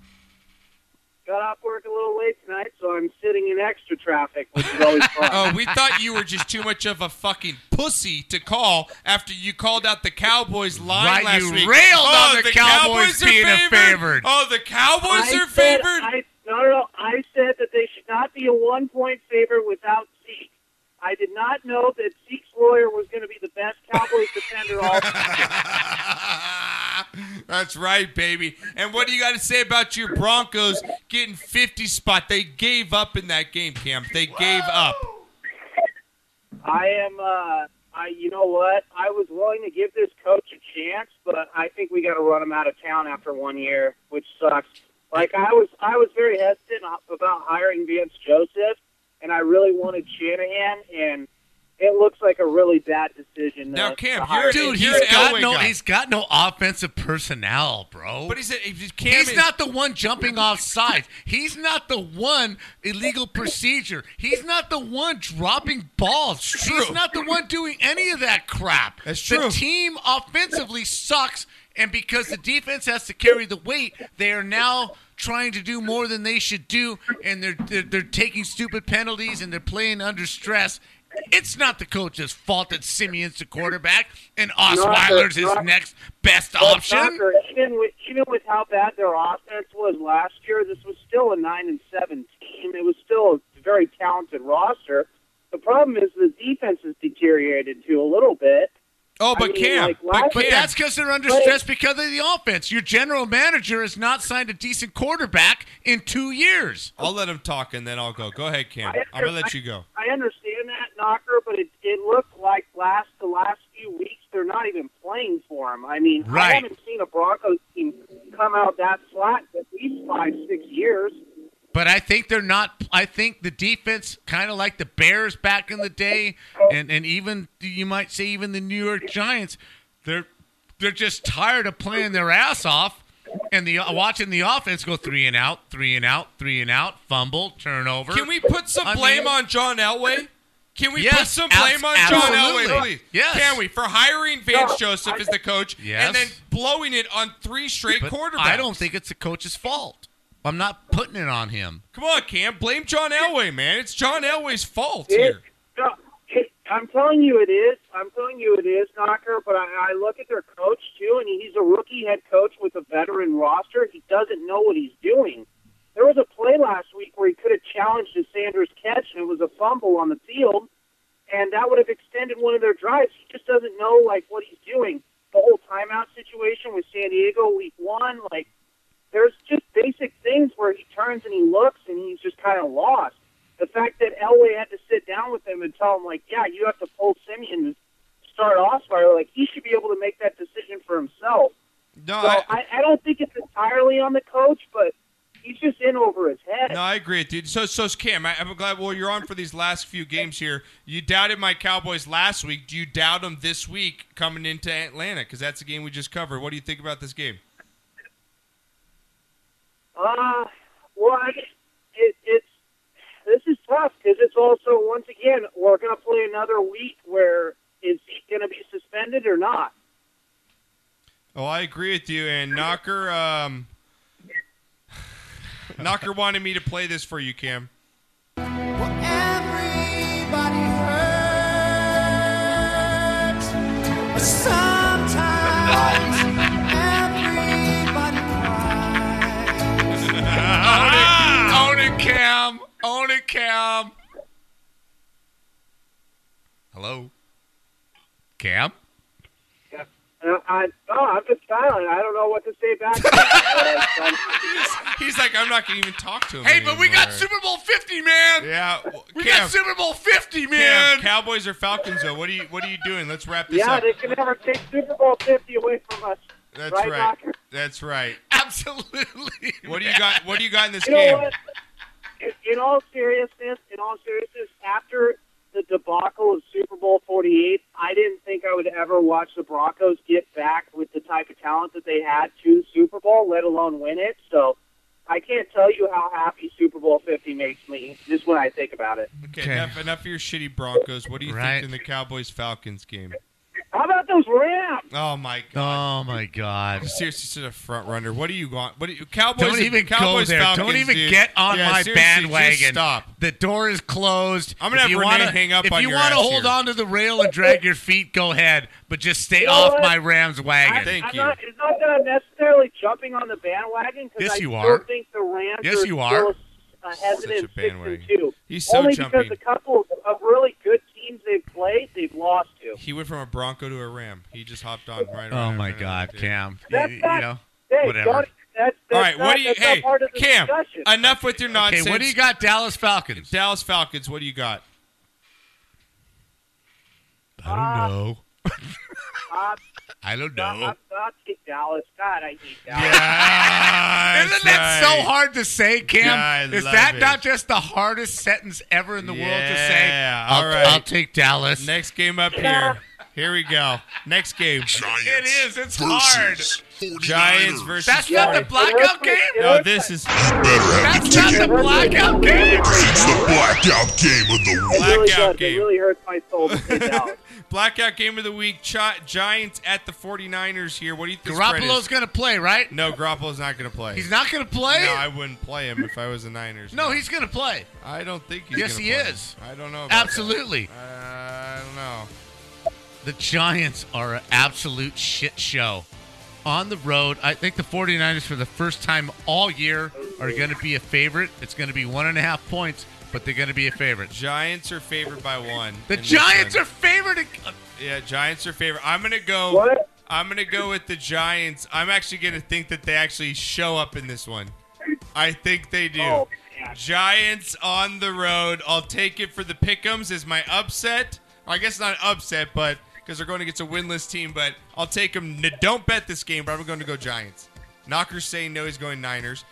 T: got off work a little late tonight, so I'm sitting in extra traffic, which is always fun.
M: Oh, we thought you were just too much of a fucking pussy to call after you called out the Cowboys line
B: Right,
M: last
B: you
M: week.
B: railed on Oh, the Cowboys
M: are
B: being a
M: favored.
B: Oh, the Cowboys
T: I
B: are
T: said-
B: favored.
T: I, no, no, no. I said that they should not be a one point favorite without Zeke. I did not know that Zeke's lawyer was going to be the best Cowboys defender all
M: That's right, baby. And what do you got to say about your Broncos getting 50 spot? They gave up in that game, Cam. They gave up.
T: I am. Uh, I. You know what? I was willing to give this coach a chance, but I think we got to run him out of town after one year, which sucks. Like I was, I was very hesitant about hiring Vance Joseph, and I really wanted Shanahan, and it looks like a really bad decision. to-
M: Now, Cam,
T: to hire him.
D: Dude,
M: you're
D: he's
M: an
D: got
M: Elway
D: no
M: guy.
D: he's got no offensive personnel, bro.
M: But he's a, he's, Cam
D: He's
M: is-
D: not the one jumping off sides. He's not the one illegal procedure. He's not the one dropping balls. He's not the one doing any of that crap. That's
M: true.
D: The team offensively sucks, and because the defense has to carry the weight, they are now trying to do more than they should do, and they're they're, they're taking stupid penalties and they're playing under stress. It's not the coach's fault that Simeon's the quarterback and
T: Not the-
D: Osweiler's his
T: not-
D: next best
T: Well,
D: option.
T: Tucker, even with even with how bad their offense was last year, this was still a nine and seven team. It was still a very talented roster. The problem is the defense has deteriorated too a little bit.
M: Oh,
D: but Cam, but
T: last-
D: But that's because they're under
T: But-
D: stress because of the offense. Your general manager has not signed a decent quarterback in two years.
B: I'll let him talk and then I'll go. Go ahead, Cam.
T: I-
B: I'm going to let you go.
T: I understand that knocker, but it it looked like last the last few weeks they're not even playing for him. I mean, I
B: Right.
T: haven't seen a Broncos team come out that flat in at least five six years.
D: But I think they're not. I think the defense, kind of like the Bears back in the day, and and even you might say even the New York Giants, they're they're just tired of playing their ass off, and the watching the offense go three and out, three and out, three and out, fumble, turnover.
M: Can we put some
D: I
M: blame
D: mean-
M: on John Elway? Can we put
D: Yes,
M: some blame
D: abs-
M: on John
D: absolutely.
M: Elway, please?
D: Yes.
M: Can we for hiring Vance Joseph as the coach
D: Yes.
M: and then blowing it on three straight
D: But
M: quarterbacks?
D: I don't think it's the coach's fault. I'm not putting it on him.
M: Come on, Cam. Blame John Elway, man. It's John Elway's fault
T: It-
M: here.
T: No, it, I'm telling you, it is. I'm telling you, it is, Knocker. But I, I look at their coach too, and he's a rookie head coach with a veteran roster. He doesn't know what he's doing. There was a play last week where he could have challenged a Sanders catch, and it was a fumble on the field, and that would have extended one of their drives. He just doesn't know like what he's doing. The whole timeout situation with San Diego week one, like there's just basic things where he turns and he looks and he's just kind of lost. The fact that Elway had to sit down with him and tell him, like, yeah, you have to pull Simeon and start Osweiler, like, he should be able to make that decision for himself.
B: No,
T: so
B: I-
T: I, I don't think it's entirely on the coach, but he's just in over his head.
B: No, I agree, dude. So, so Cam, I, I'm glad. Well, you're on for these last few games here. You doubted my Cowboys last week. Do you doubt them this week coming into Atlanta? Because that's the game we just covered. What do you think about this game?
T: Uh, well, I, it, it's this is tough because it's also once again we're going to play another week where is he going to be suspended or not?
B: Oh, I agree with you. And Knocker, um, Knocker wanted me to play this for you, Cam.
U: Sometimes
D: Cam.
T: And I, I, oh, I'm just silent. I don't know what to say back. to that. Um,
B: He's like, I'm not gonna even talk to him.
D: Hey, but we got
B: anymore."
D: Super Bowl 50, man.
B: Yeah,
D: We
B: Cam.
D: got Super Bowl 50,
B: Cam,
D: man.
B: Cowboys or Falcons? Though, what are you what are you doing? Let's wrap this
T: yeah,
B: up.
T: they can never take Super Bowl 50 away from us.
B: That's
T: right,
B: right.
T: Knocker?
B: That's right.
D: Absolutely.
B: What do you got? What do you got in this
T: You know
B: game?
T: what? In, in all seriousness, in all seriousness, after the debacle of Super Bowl 48, I didn't think I would ever watch the Broncos get back with the type of talent that they had to the Super Bowl, let alone win it. So I can't tell you how happy Super Bowl 50 makes me just when I think about it.
B: Okay, Enough, enough of your shitty Broncos. What do you
D: Right.
B: think in the Cowboys Falcons game?
T: How about those Rams?
B: Oh my god!
D: Oh my god!
B: Seriously, to the front runner. What do you want? What do you Cowboys?
D: Don't even
B: Cowboys
D: go there.
B: Falcons,
D: Don't even
B: dude.
D: get on
B: Yeah,
D: my
B: seriously, Just
D: bandwagon.
B: stop.
D: The door is closed.
B: I'm gonna
D: If
B: have
D: you
B: Renee
D: wanna,
B: hang up
D: If
B: on
D: you
B: your
D: wanna
B: ass
D: hold
B: here.
D: on to the rail and drag your feet, go ahead. But just stay
T: You know
D: off
T: what?
D: my Rams wagon.
T: I, I'm Not, it's not that I'm necessarily jumping on the bandwagon because
D: Yes,
T: I
D: you
T: still
D: are.
T: think the Rams
D: Yes,
T: are
D: you are.
T: still uh, hesitant
B: a
T: six and
B: bandwagon.
T: two.
B: He's so
T: Only
B: jumping.
T: because a couple of really good teams they've played, they've lost to.
B: He went from a Bronco to a Ram. He just hopped on right.
D: Oh my god, Cam.
T: That's
D: You- you
T: not-
D: know,
T: hey,
D: whatever.
T: Johnny, that's, that's
B: All right,
T: not,
B: what do you?
T: that's not
B: Hey,
T: part of the
B: Cam.
T: discussion.
B: Enough with your
D: Okay,
B: nonsense.
D: what do you got, Dallas Falcons?
B: Dallas Falcons. What do you got?
D: I don't know.
T: Uh,
D: I don't
T: I'll-
D: know.
T: I'll- I'll take Dallas. God, I hate Dallas.
D: Yeah, Isn't that so
B: right.
D: hard to say, Cam?
B: Yeah, I
D: Is
B: love
D: that
B: it.
D: not just the hardest sentence ever in the world to say?
B: Yeah,
D: I'll,
B: all right.
D: I'll take Dallas.
B: Next game up here. Here we go. Next game. Giants.
D: It is. It's hard.
B: Giants versus.
D: That's not the
B: 49ers.
D: blackout game.
B: No, this is.
D: That's not the blackout game.
P: It's the blackout game of the week.
B: Blackout
T: It
B: game.
T: really hurts my soul to say Dallas.
B: Blackout game of the week. Chi- Giants at the 49ers here. What do you think? the spread is?
D: Garoppolo's gonna play, right?
B: No, Garoppolo's not going to play.
D: He's not gonna play.
B: No, I wouldn't play him if I was the Niners.
D: No, he's gonna play.
B: I don't think he's.
D: Yes,
B: gonna
D: he
B: play.
D: is.
B: I don't know. About
D: Absolutely.
B: That. I don't know.
D: The Giants are an absolute shit show. On the road, I think the 49ers for the first time all year are going to be a favorite. It's going to be one and a half points, but they're going to be a favorite.
B: Giants are favored by one.
D: The
B: in this
D: Giants
B: one.
D: are favored. ag-
B: Yeah, Giants are favorite. I'm gonna go.
T: What?
B: I'm gonna go with the Giants. I'm actually gonna think that they actually show up in this one. I think they do.
T: Oh, man.
B: Giants on the road. I'll take it for the Pickums as my upset. I guess not an upset, but because they're going against a winless team. But I'll take them. N- don't bet this game, but I'm going to go Giants. Knocker's saying no, he's going Niners.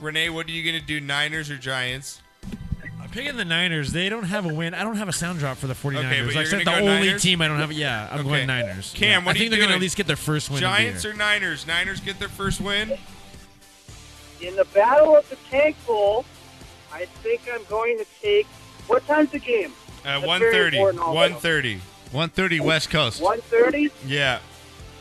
B: Renee, what are you going to do, Niners or Giants?
C: I'm picking the Niners. They don't have a win. I don't have a sound drop for the 49ers.
B: Okay, but
C: like
B: you're
C: I said, the
B: gonna go
C: only
B: Niners?
C: team I don't have. Yeah, I'm
B: Okay.
C: going Niners.
B: Cam,
C: Yeah.
B: what
C: I
B: are
C: think
B: you
C: they're gonna
B: doing?
C: at least get their first win.
B: Giants
C: of
B: or Niners? Niners get their first win.
T: In the Battle of the Tank Bowl, I think I'm going to take. What time's the game?
B: Uh,
T: That's
B: 130.
T: very important also.
B: 130.
D: 130 West Coast.
T: 1:30.
B: Yeah.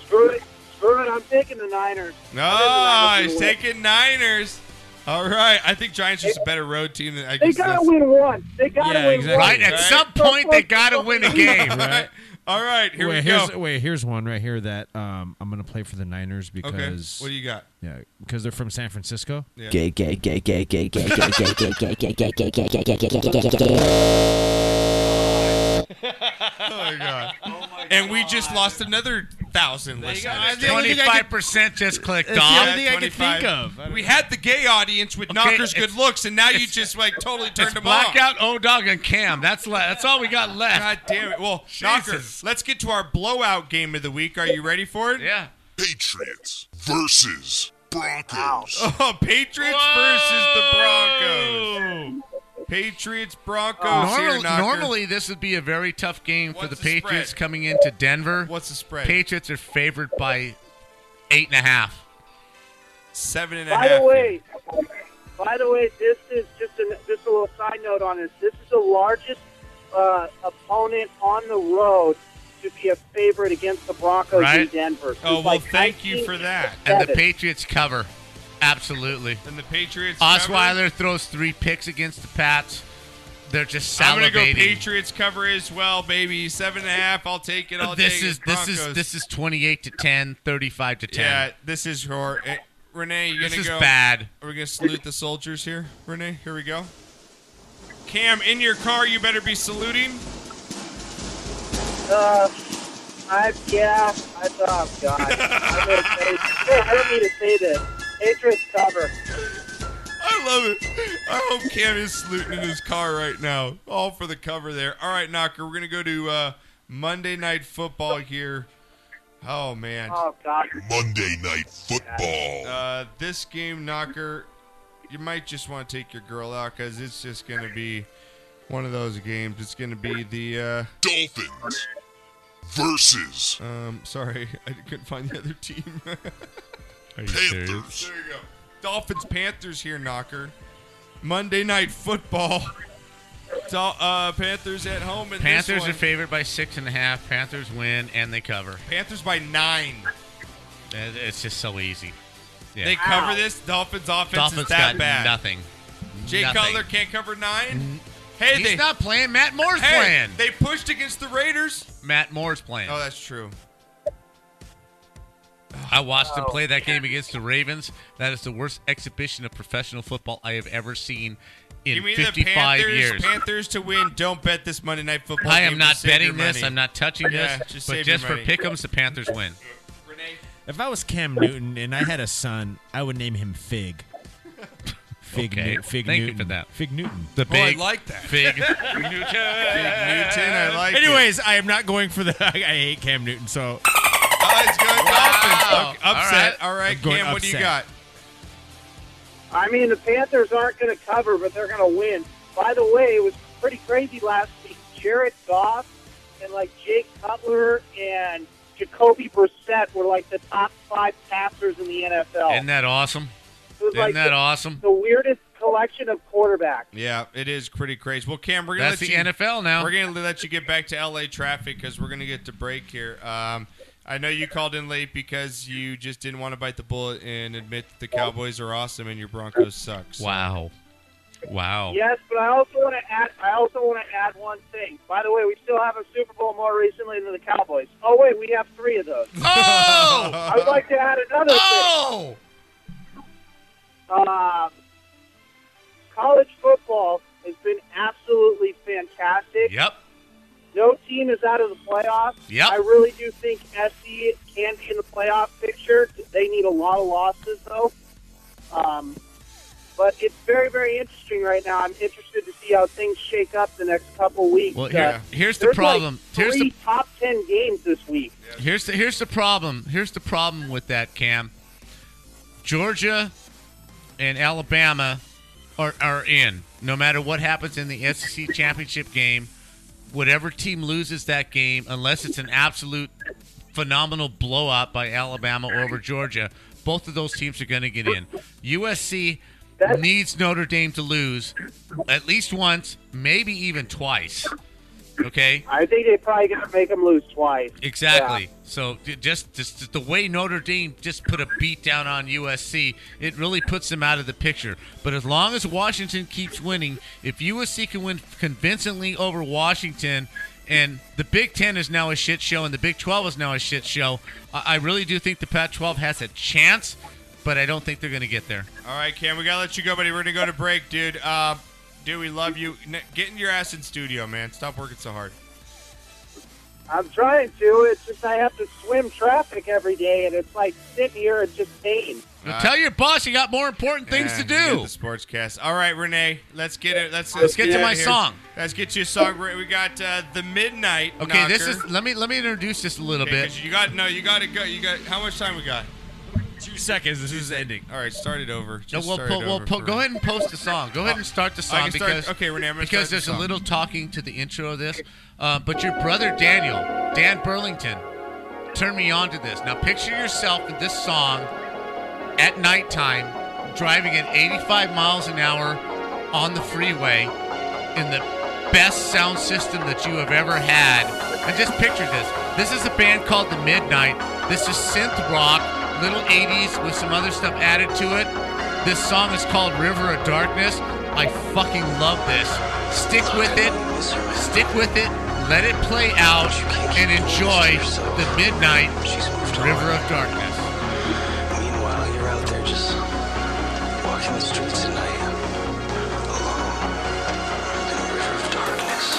T: Screw it. Screw it. I'm taking the Niners.
B: No,
T: I
B: he's
T: didn't
B: taking Niners. All right, I think Giants are just a better road team than I
T: They
B: guess.
T: gotta
B: that's-
T: win one. They gotta
B: Yeah,
T: win
B: exactly.
T: one.
D: Right? At
B: Right.
D: some point, they got to win a game.
C: Right.
B: All right, here
C: wait,
B: we
C: here's,
B: go.
C: Wait, here's one right here that um, I'm gonna play for the Niners because
B: Okay, what do you got?
C: yeah, because they're from San Francisco.
B: Yeah.
U: Gay, gay, gay, gay, gay, gay, gay, gay, gay, gay, gay, gay, gay, gay, gay, gay, gay, gay, gay, gay.
B: Oh my god! and we just lost another thousand listeners.
C: The only thing I could-
D: 25% just clicked
C: That's the
D: off.
C: only thing I could
B: 25.
C: think of. I don't
B: We had the gay audience with
D: Okay,
B: Knocker's good
D: it's-
B: looks, and now you just like totally turned
D: It's
B: them off.
D: blackout, O Dog, and Cam. That's le- that's all we got left.
B: God damn it! Well, Knocker,
D: Jesus.
B: let's get to our blowout game of the week. Are you ready for it?
D: Yeah.
P: Patriots versus Broncos.
B: Oh, Patriots versus the Broncos. Patriots Broncos here.
D: Normal,
B: Oh, Knocker.
D: normally, this would be a very tough game for
B: What's the
D: the
B: spread?
D: Patriots coming into Denver.
B: What's the spread?
D: Patriots are favored by eight and a half.
B: Seven and a half.
T: By the way, by the way, this is just a just a little side note on this. This is the largest uh, opponent on the road to be a favorite against the Broncos in
D: Right.
T: Denver. It's
B: Oh, well,
T: like
B: thank you
T: 19
B: for that.
D: And the
T: seven.
D: Patriots cover. Absolutely.
B: and the Patriots. cover.
D: Osweiler throws three picks against the Pats. They're just salivating.
B: I'm gonna go Patriots cover as well, baby. Seven and a half. I'll take it. I'll
D: This
B: take
D: is
B: it.
D: this is
B: Broncos.
D: this is 28 to 10, 35 to 10.
B: Yeah, this is hor. eh, Renee, you
D: this
B: gonna
D: is
B: go?
D: bad.
B: Are we gonna salute the soldiers here, Renee? Here we go. Cam, in your car, you better be saluting.
T: Uh, I yeah, I oh god. I made a face. It hurt me to say this. Patriots cover.
B: I love it. I hope Cam is saluting in his car right now. All for the cover there. All right, Knocker, we're going to go to uh, Monday Night Football here. Oh, man.
T: Oh god.
P: Monday Night Football.
B: Uh, this game, Knocker, you might just want to take your girl out because it's just going to be one of those games. It's going to be the. Uh,
P: Dolphins versus
B: Um, sorry, I couldn't find the other team.
P: Are you serious?
B: There you go. Dolphins Panthers here, knocker. Monday night football. Dol- uh, Panthers at home. In this
D: Panthers
B: one.
D: are favored by six and a half. Panthers win and they cover.
B: Panthers by nine.
D: It- It's just so easy. Yeah.
B: They cover this. Dolphins offense
D: Dolphins
B: is that
D: got
B: bad.
D: nothing.
B: Jay
D: Nothing.
B: Cutler can't cover nine. Hey,
D: He's
B: they
D: not playing. Matt Moore's
B: hey,
D: playing.
B: They pushed against the Raiders.
D: Matt Moore's playing.
B: Oh, that's true.
D: I watched him play that game against the Ravens. That is the worst exhibition of professional football I have ever seen in
B: Give me the
D: 55
B: Panthers.
D: years.
B: Panthers to win. Don't bet this Monday night football.
D: I
B: game.
D: am not
B: Just save your
D: betting this.
B: money.
D: I'm not touching
B: Yeah,
D: this.
B: just
D: but
B: save your
D: just for
B: money.
D: pick'ems, the Panthers win.
C: If I was Cam Newton and I had a son, I would name him Fig. Fig,
D: Okay.
C: Newt- Fig
D: Thank you
C: Newton.
D: for that.
C: Fig Newton.
D: The
C: Oh, I
D: big
C: like that.
D: Fig Newton.
B: I like it.
C: Anyways, I am not going for the. I hate Cam Newton, so
B: Up- upset. All right,
C: I'm going
B: Cam, what do you
C: upset.
B: got?
T: I mean, the Panthers aren't going to cover, but they're going to win. By the way, it was pretty crazy last week. Jared Goff and like Jake Cutler and Jacoby Brissett were like the top five passers in the NFL.
D: Isn't that awesome?
T: it was
D: Isn't
T: like
D: that
T: the,
D: awesome?
T: the weirdest collection of quarterbacks.
B: Yeah, it is pretty crazy. Well, Cam, we're gonna
D: That's
B: let
D: the
B: you,
D: NFL now.
B: We're gonna let you get back to LA traffic because we're gonna get to break here. Um, I know you called in late because you just didn't want to bite the bullet and admit that the Cowboys are awesome and your Broncos suck. So-
D: Wow. Wow.
T: Yes, but I also want to add. I also want to add one thing. By the way, we still have a Super Bowl more recently than the Cowboys. Oh wait, we have three of those.
D: Oh!
T: I would like to add another
D: oh!
T: thing. Uh, college football has been absolutely fantastic.
D: Yep.
T: No team is out of the playoffs.
D: Yep.
T: I really do think SC can be in the playoff picture. They need a lot of losses, though. Um, but it's very, very interesting right now. I'm interested to see how things shake up the next couple weeks. Uh,
D: Well, here- here's the
T: there's like
D: problem. Here's the-
T: three top ten games this week.
D: Here's the here's the problem. Here's the problem with that, Cam. Georgia and Alabama are are in. No matter what happens in the SEC championship game, whatever team loses that game, unless it's an absolute phenomenal blowout by Alabama over Georgia, both of those teams are going to get in. USC needs Notre Dame to lose at least once, maybe even twice. Okay?
T: I think they probably got to make them lose twice.
D: Exactly. So j- just, just the way Notre Dame just put a beat down on USC, it really puts them out of the picture. But as long as Washington keeps winning, if USC can win convincingly over Washington, and the Big Ten is now a shit show, and the Big Twelve is now a shit show, I, I really do think the Pac-12 has a chance, but I don't think they're going to get there.
B: All right, Cam, we gotta let you go, buddy. We're gonna go to break, dude. Uh, dude, we love you. N- get in your ass in studio, man. Stop working so hard.
T: I'm trying to. It's just I have to swim traffic every day, and it's like sitting here and just pain.
B: Uh,
D: Tell your boss you got more important things
B: Yeah,
D: to
B: you
D: do.
B: get the sportscast. All right, Renee, let's get it. Let's
D: Let's get to
B: out
D: my
B: of here.
D: song.
B: Let's get you a song. Re- We got uh, the midnight.
D: Okay, this
B: Knocker.
D: is let me let me introduce this a little
B: Okay,
D: bit.
B: 'cause You got no. You got to go. You got how much time we got? Two seconds. This is ending. All right, start it over.
D: No,
B: Just
D: we'll
B: start
D: po-
B: it
D: we'll
B: over
D: po-
B: for
D: go
B: me.
D: ahead and post the song. Go ahead and start the
B: I
D: song
B: can start-
D: because
B: okay, Renee, I'm gonna
D: because
B: start the
D: there's
B: song.
D: a little talking to the intro of this. Uh, but your brother Daniel, Dan Burlington, turned me on to this. Now picture yourself in this song at nighttime, driving at 85 miles an hour on the freeway in the best sound system that you have ever had. And just picture this. This is a band called The Midnight. This is synth rock, little 80s with some other stuff added to it. This song is called River of Darkness. I fucking love this. Stick with it. Stick with it. Let it play out and enjoy The Midnight River of Darkness.
V: Meanwhile, you're out there just walking the streets at night, alone, in a river of darkness.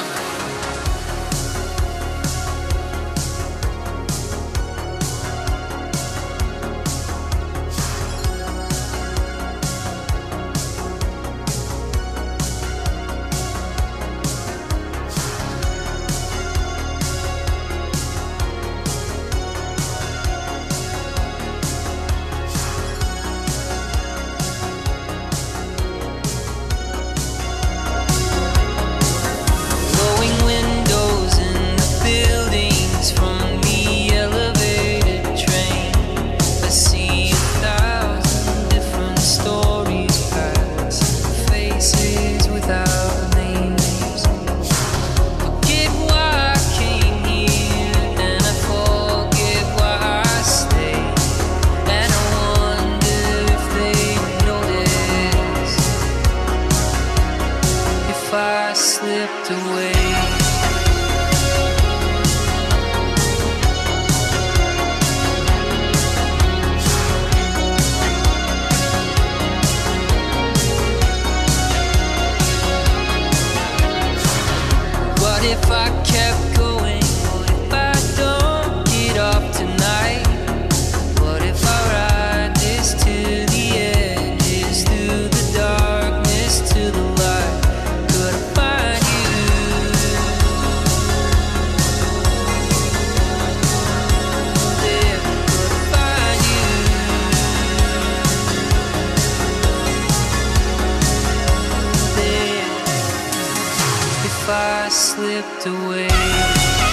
W: slipped away.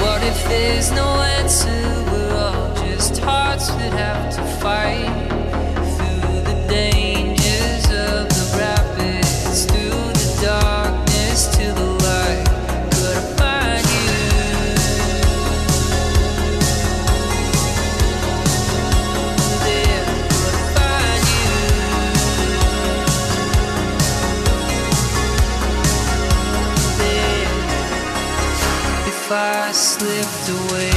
W: What if there's no answer? We're all just hearts that have to fight through the dangers of the rapids, through the darkness to the light. Could I find you there? Could I find you? There if I slipped away.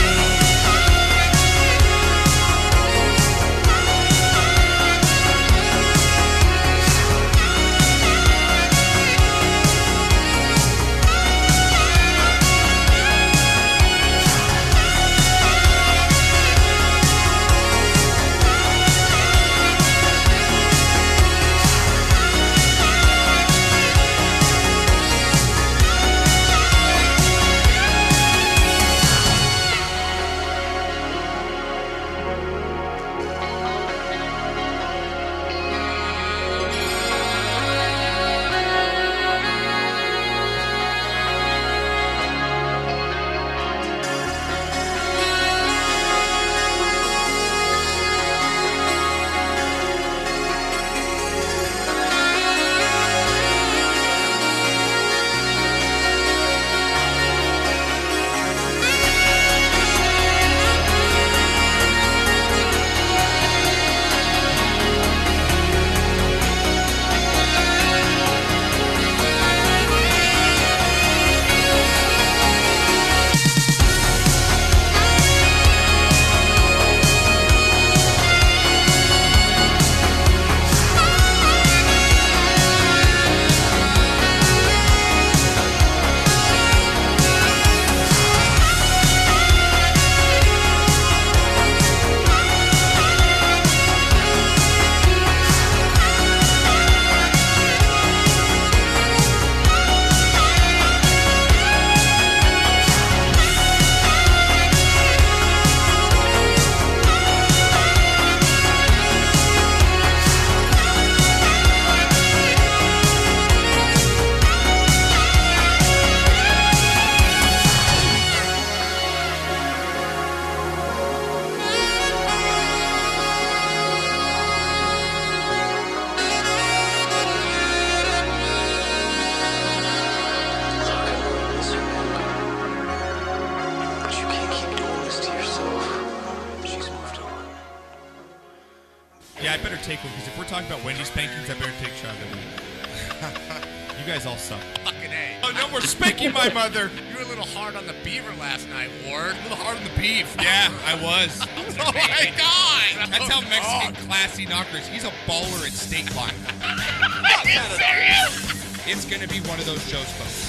V: But you can't keep doing this to yourself. She's moved on.
B: Yeah, I better take one because if we're talking about Wendy's spankings, I better take Charlie. you guys all suck.
D: Fucking A.
B: Oh no, we're spanking my mother.
D: You were a little hard on the beaver last night, Ward. A little hard on the beef.
B: Yeah, I was.
D: oh my god!
B: That's how Mexican classy knockers. He's a baller at state line.
D: Are you serious?
B: It's gonna be one of those shows, folks.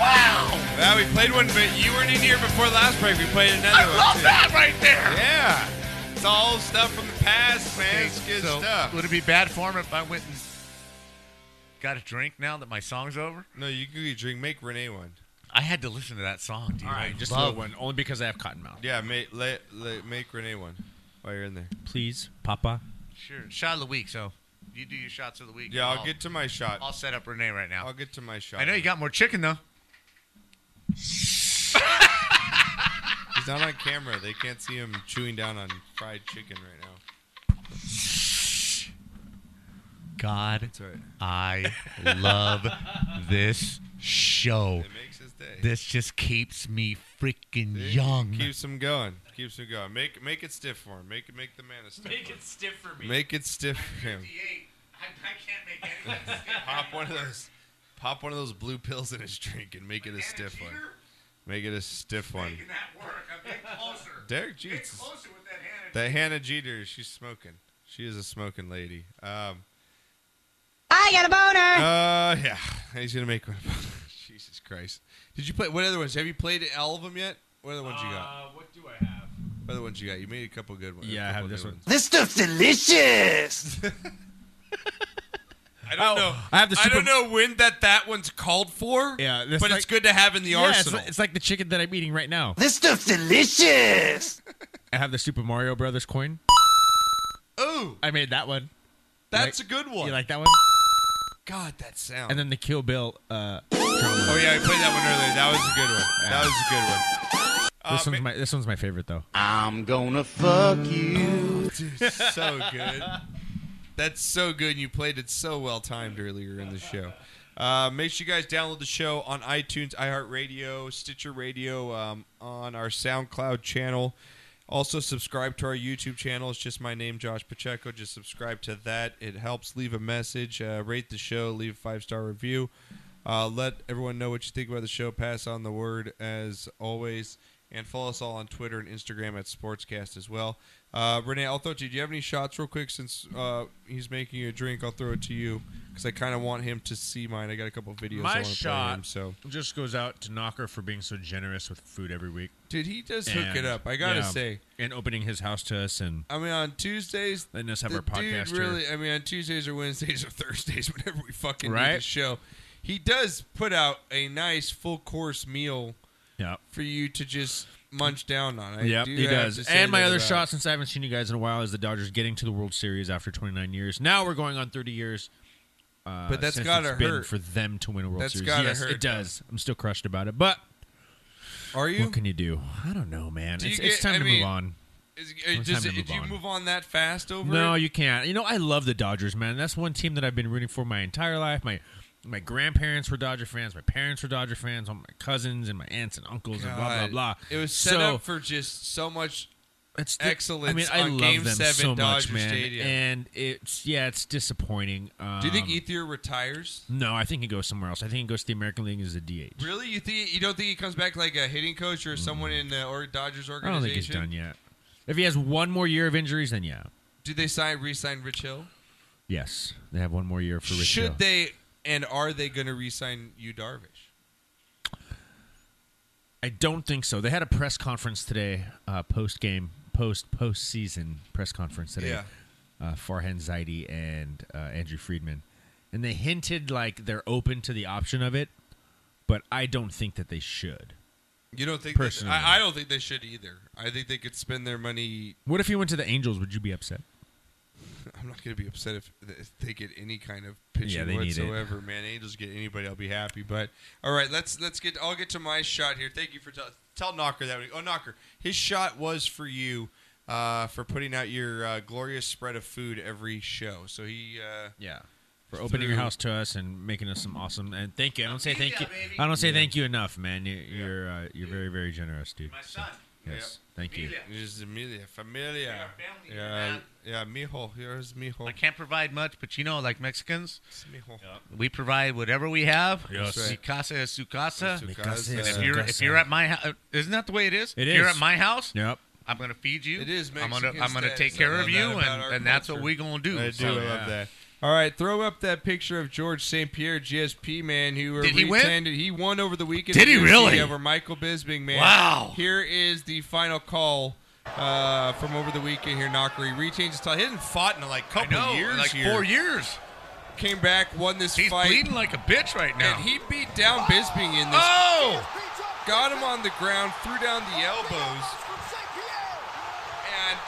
D: Wow!
B: Well, we played one, but you weren't in here before last break. We played another
D: I
B: one.
D: love
B: too.
D: that right there.
B: Yeah. It's all stuff from the past, man. it's good
D: so,
B: stuff.
D: Would it be bad form if I went and got a drink now that my song's over?
B: No, you can get a drink. Make Renee one.
D: I had to listen to that song, dude.
C: All right,
D: I
C: just
D: love
C: love one, only because I have cotton mouth.
B: Yeah, make let, let- make Renee one while you're in there.
C: Please, Papa.
D: Sure. Shot of the week, so you do your shots of the week.
B: Yeah, I'll, get to my shot.
D: I'll set up Renee right now.
B: I'll get to my shot.
D: I know you got more chicken though.
B: He's not on camera. They can't see him chewing down on fried chicken right now.
D: God,
B: right.
D: I love this show.
B: It makes his day.
D: This just keeps me freaking
B: See?
D: young.
B: Keeps him going. Keeps him going. Make make it stiff for him. Make make the man a stiff.
M: Make
B: for him.
M: it stiff for me.
B: Make it stiff for him.
D: I, can't make anything
B: Pop one of those. Pop one of those blue pills in his drink and make it a stiff one. Make it a stiff one.
D: that work. I'm getting closer.
B: Derek Jeter.
D: with that
B: That
D: hand.
B: Hannah Jeter. She's smoking. She is a smoking lady. Um.
F: I got a boner.
B: Uh. Yeah. He's gonna make one. Jeez. Jesus Christ. Did you play what other ones? Have you played all of them yet? What other ones you got?
M: Uh, what do I have?
B: What other ones you got? You made a couple good ones.
C: Yeah, I have this one.
B: This stuff's delicious. Oh, I don't know.
C: I have the super-
B: don't know when that that one's called for.
C: Yeah,
B: but it's good to have in the
C: Yeah, it's
B: arsenal.
C: li- It's, like the chicken that I'm eating right now.
B: This stuff's delicious.
C: I have the Super Mario Brothers coin.
B: Ooh,
C: I made that one.
B: that's
C: You
B: a good one.
C: You like that one?
B: God, that sound.
C: And then the Kill Bill. Uh,
B: oh yeah, I played that one earlier. That was a good one. That was a good one.
C: this one's my this one's Uh, my favorite though.
B: I'm gonna fuck you. so good. That's so good. and You played it so well timed earlier in the show. Uh, make sure you guys download the show on iTunes, iHeartRadio, Stitcher Radio, um, on our SoundCloud channel. Also, subscribe to our YouTube channel. It's just my name, Josh Pacheco. Just subscribe to that. It helps. Leave a message, uh, rate the show, leave a five star review. Uh, let everyone know what you think about the show. Pass on the word as always. And follow us all on Twitter and Instagram at Sportscast as well. Uh, Renee, I'll throw it to you. Do you have any shots, real quick, since uh, he's making you a drink? I'll throw it to you because I kind of want him to see mine. I got a couple videos I
C: My
B: want to play
C: shot
B: him. So
C: just goes out to Knocker for being so generous with food every week.
B: Dude, he does hook it up, I gotta say.
C: and opening his house to us and
B: I mean, on Tuesdays,
C: letting us have
B: the
C: our podcast.
B: Dude,
C: here.
B: really? I mean, on Tuesdays or Wednesdays or Thursdays, whenever we fucking do
C: Right?
B: the show, he does put out a nice full course meal.
C: Yep.
B: For you to just munch down on. I
C: Yep,
B: do
C: he
B: have
C: does.
B: to say
C: And my
B: that
C: other
B: about-
C: shot, since I haven't seen you guys in a while, is the Dodgers getting to the World Series after 29 years. Now we're going on 30 years. Uh,
B: But that's
C: since
B: gotta
C: it's been
B: hurt.
C: for them to win a World
B: That's
C: Series.
B: gotta
C: yes,
B: hurt,
C: it does. I'm still crushed about it, but
B: are you?
C: What can you do? I don't know, man.
B: Do you
C: It's,
B: get-
C: it's time
B: I
C: to
B: mean,
C: move on.
B: Is,
C: It's
B: does
C: time to
B: it-
C: move
B: do you
C: on.
B: move on that fast over?
C: No,
B: it?
C: you can't. You know, I love the Dodgers, man. That's one team that I've been rooting for my entire life. My my grandparents were Dodger fans. My parents were Dodger fans. All my cousins and my aunts and uncles and blah blah
B: God.
C: blah.
B: It was set
C: So-
B: up for just so much
C: It's the-
B: excellence.
C: I mean, I
B: on
C: love
B: Game
C: them
B: Seven,
C: so much,
B: Dodger
C: man.
B: Stadium.
C: And it's yeah, it's disappointing. Um,
B: do you think Ethier retires?
C: No, I think he goes somewhere else. I think he goes to the American League as a DH.
B: Really? You think you don't think he comes back like a hitting coach or someone in the or Dodgers
C: I
B: organization?
C: don't think he's done yet. If he has one more year of injuries, then yeah,
B: Do they sign re-sign Rich Hill?
C: yes, they have one more year for Rich
B: Should
C: Hill.
B: they and are they going to re-sign you Darvish?
C: I don't think so. They had a press conference today, uh, post game, post postseason press conference today.
B: Yeah.
C: Uh, Farhan Zaidi and uh, Andrew Friedman, and they hinted like they're open to the option of it, but I don't think that they should.
B: You don't think? They,
C: Personally.
B: I, I don't think they should either. I think they could spend their money.
C: What if you went to the Angels? Would you be upset?
B: I'm not going to be upset if, if they get any kind of pitching
C: Yeah, they need it.
B: whatsoever. Man, Angels get anybody, I'll be happy. But all right, let's let's get. I'll get to my shot here. Thank you for tell, tell Knocker that. Oh, Knocker, his shot was for you. Uh, for putting out your uh, glorious spread of food every show, so he uh,
C: yeah for opening your house to us and making us some awesome. And thank you. I don't say thank you. I don't say
B: Yeah.
C: thank you enough, man. You, You're uh, you're very very generous, dude. My
B: son.
C: yes, thank you.
B: Here's Amelia. Familia. Yeah, yeah, mijo. Here's mijo.
D: I can't provide much, but you know, like Mexicans,
B: mijo.
D: we provide whatever we have.
C: Yes.
D: Mi casa es su casa.
C: Mi casa
D: And
C: es
D: if
C: su
D: you're if
C: casa.
D: you're at my house, isn't that the way it is?
C: It
D: If you're
C: is.
D: at my house.
C: Yep.
D: I'm gonna feed you.
B: It is
D: I'm gonna
B: Mexican
D: I'm gonna
B: status.
D: take
B: I
D: care
B: love
D: of
B: that
D: you,
B: about our
D: and, and that's what
B: culture.
D: we gonna do.
B: I do
D: So,
B: love
D: yeah.
B: that. All right, throw up that picture of George St. Pierre, GSP man, who
D: Did he win?
B: retained- He won over the weekend.
D: Did he
B: at UFC
D: really?
B: Over Michael Bisping, man.
D: Wow.
B: Here is the final call uh, from over the weekend. Here, Knocker. He retains his title. He hasn't fought in like a couple
D: know,
B: years.
D: like
B: here.
D: four years.
B: Came back, won this
D: He's
B: fight.
D: bleeding like a bitch right now.
B: And he beat down Bisping in this.
D: Oh!
B: Got him on the ground, threw down the elbows, and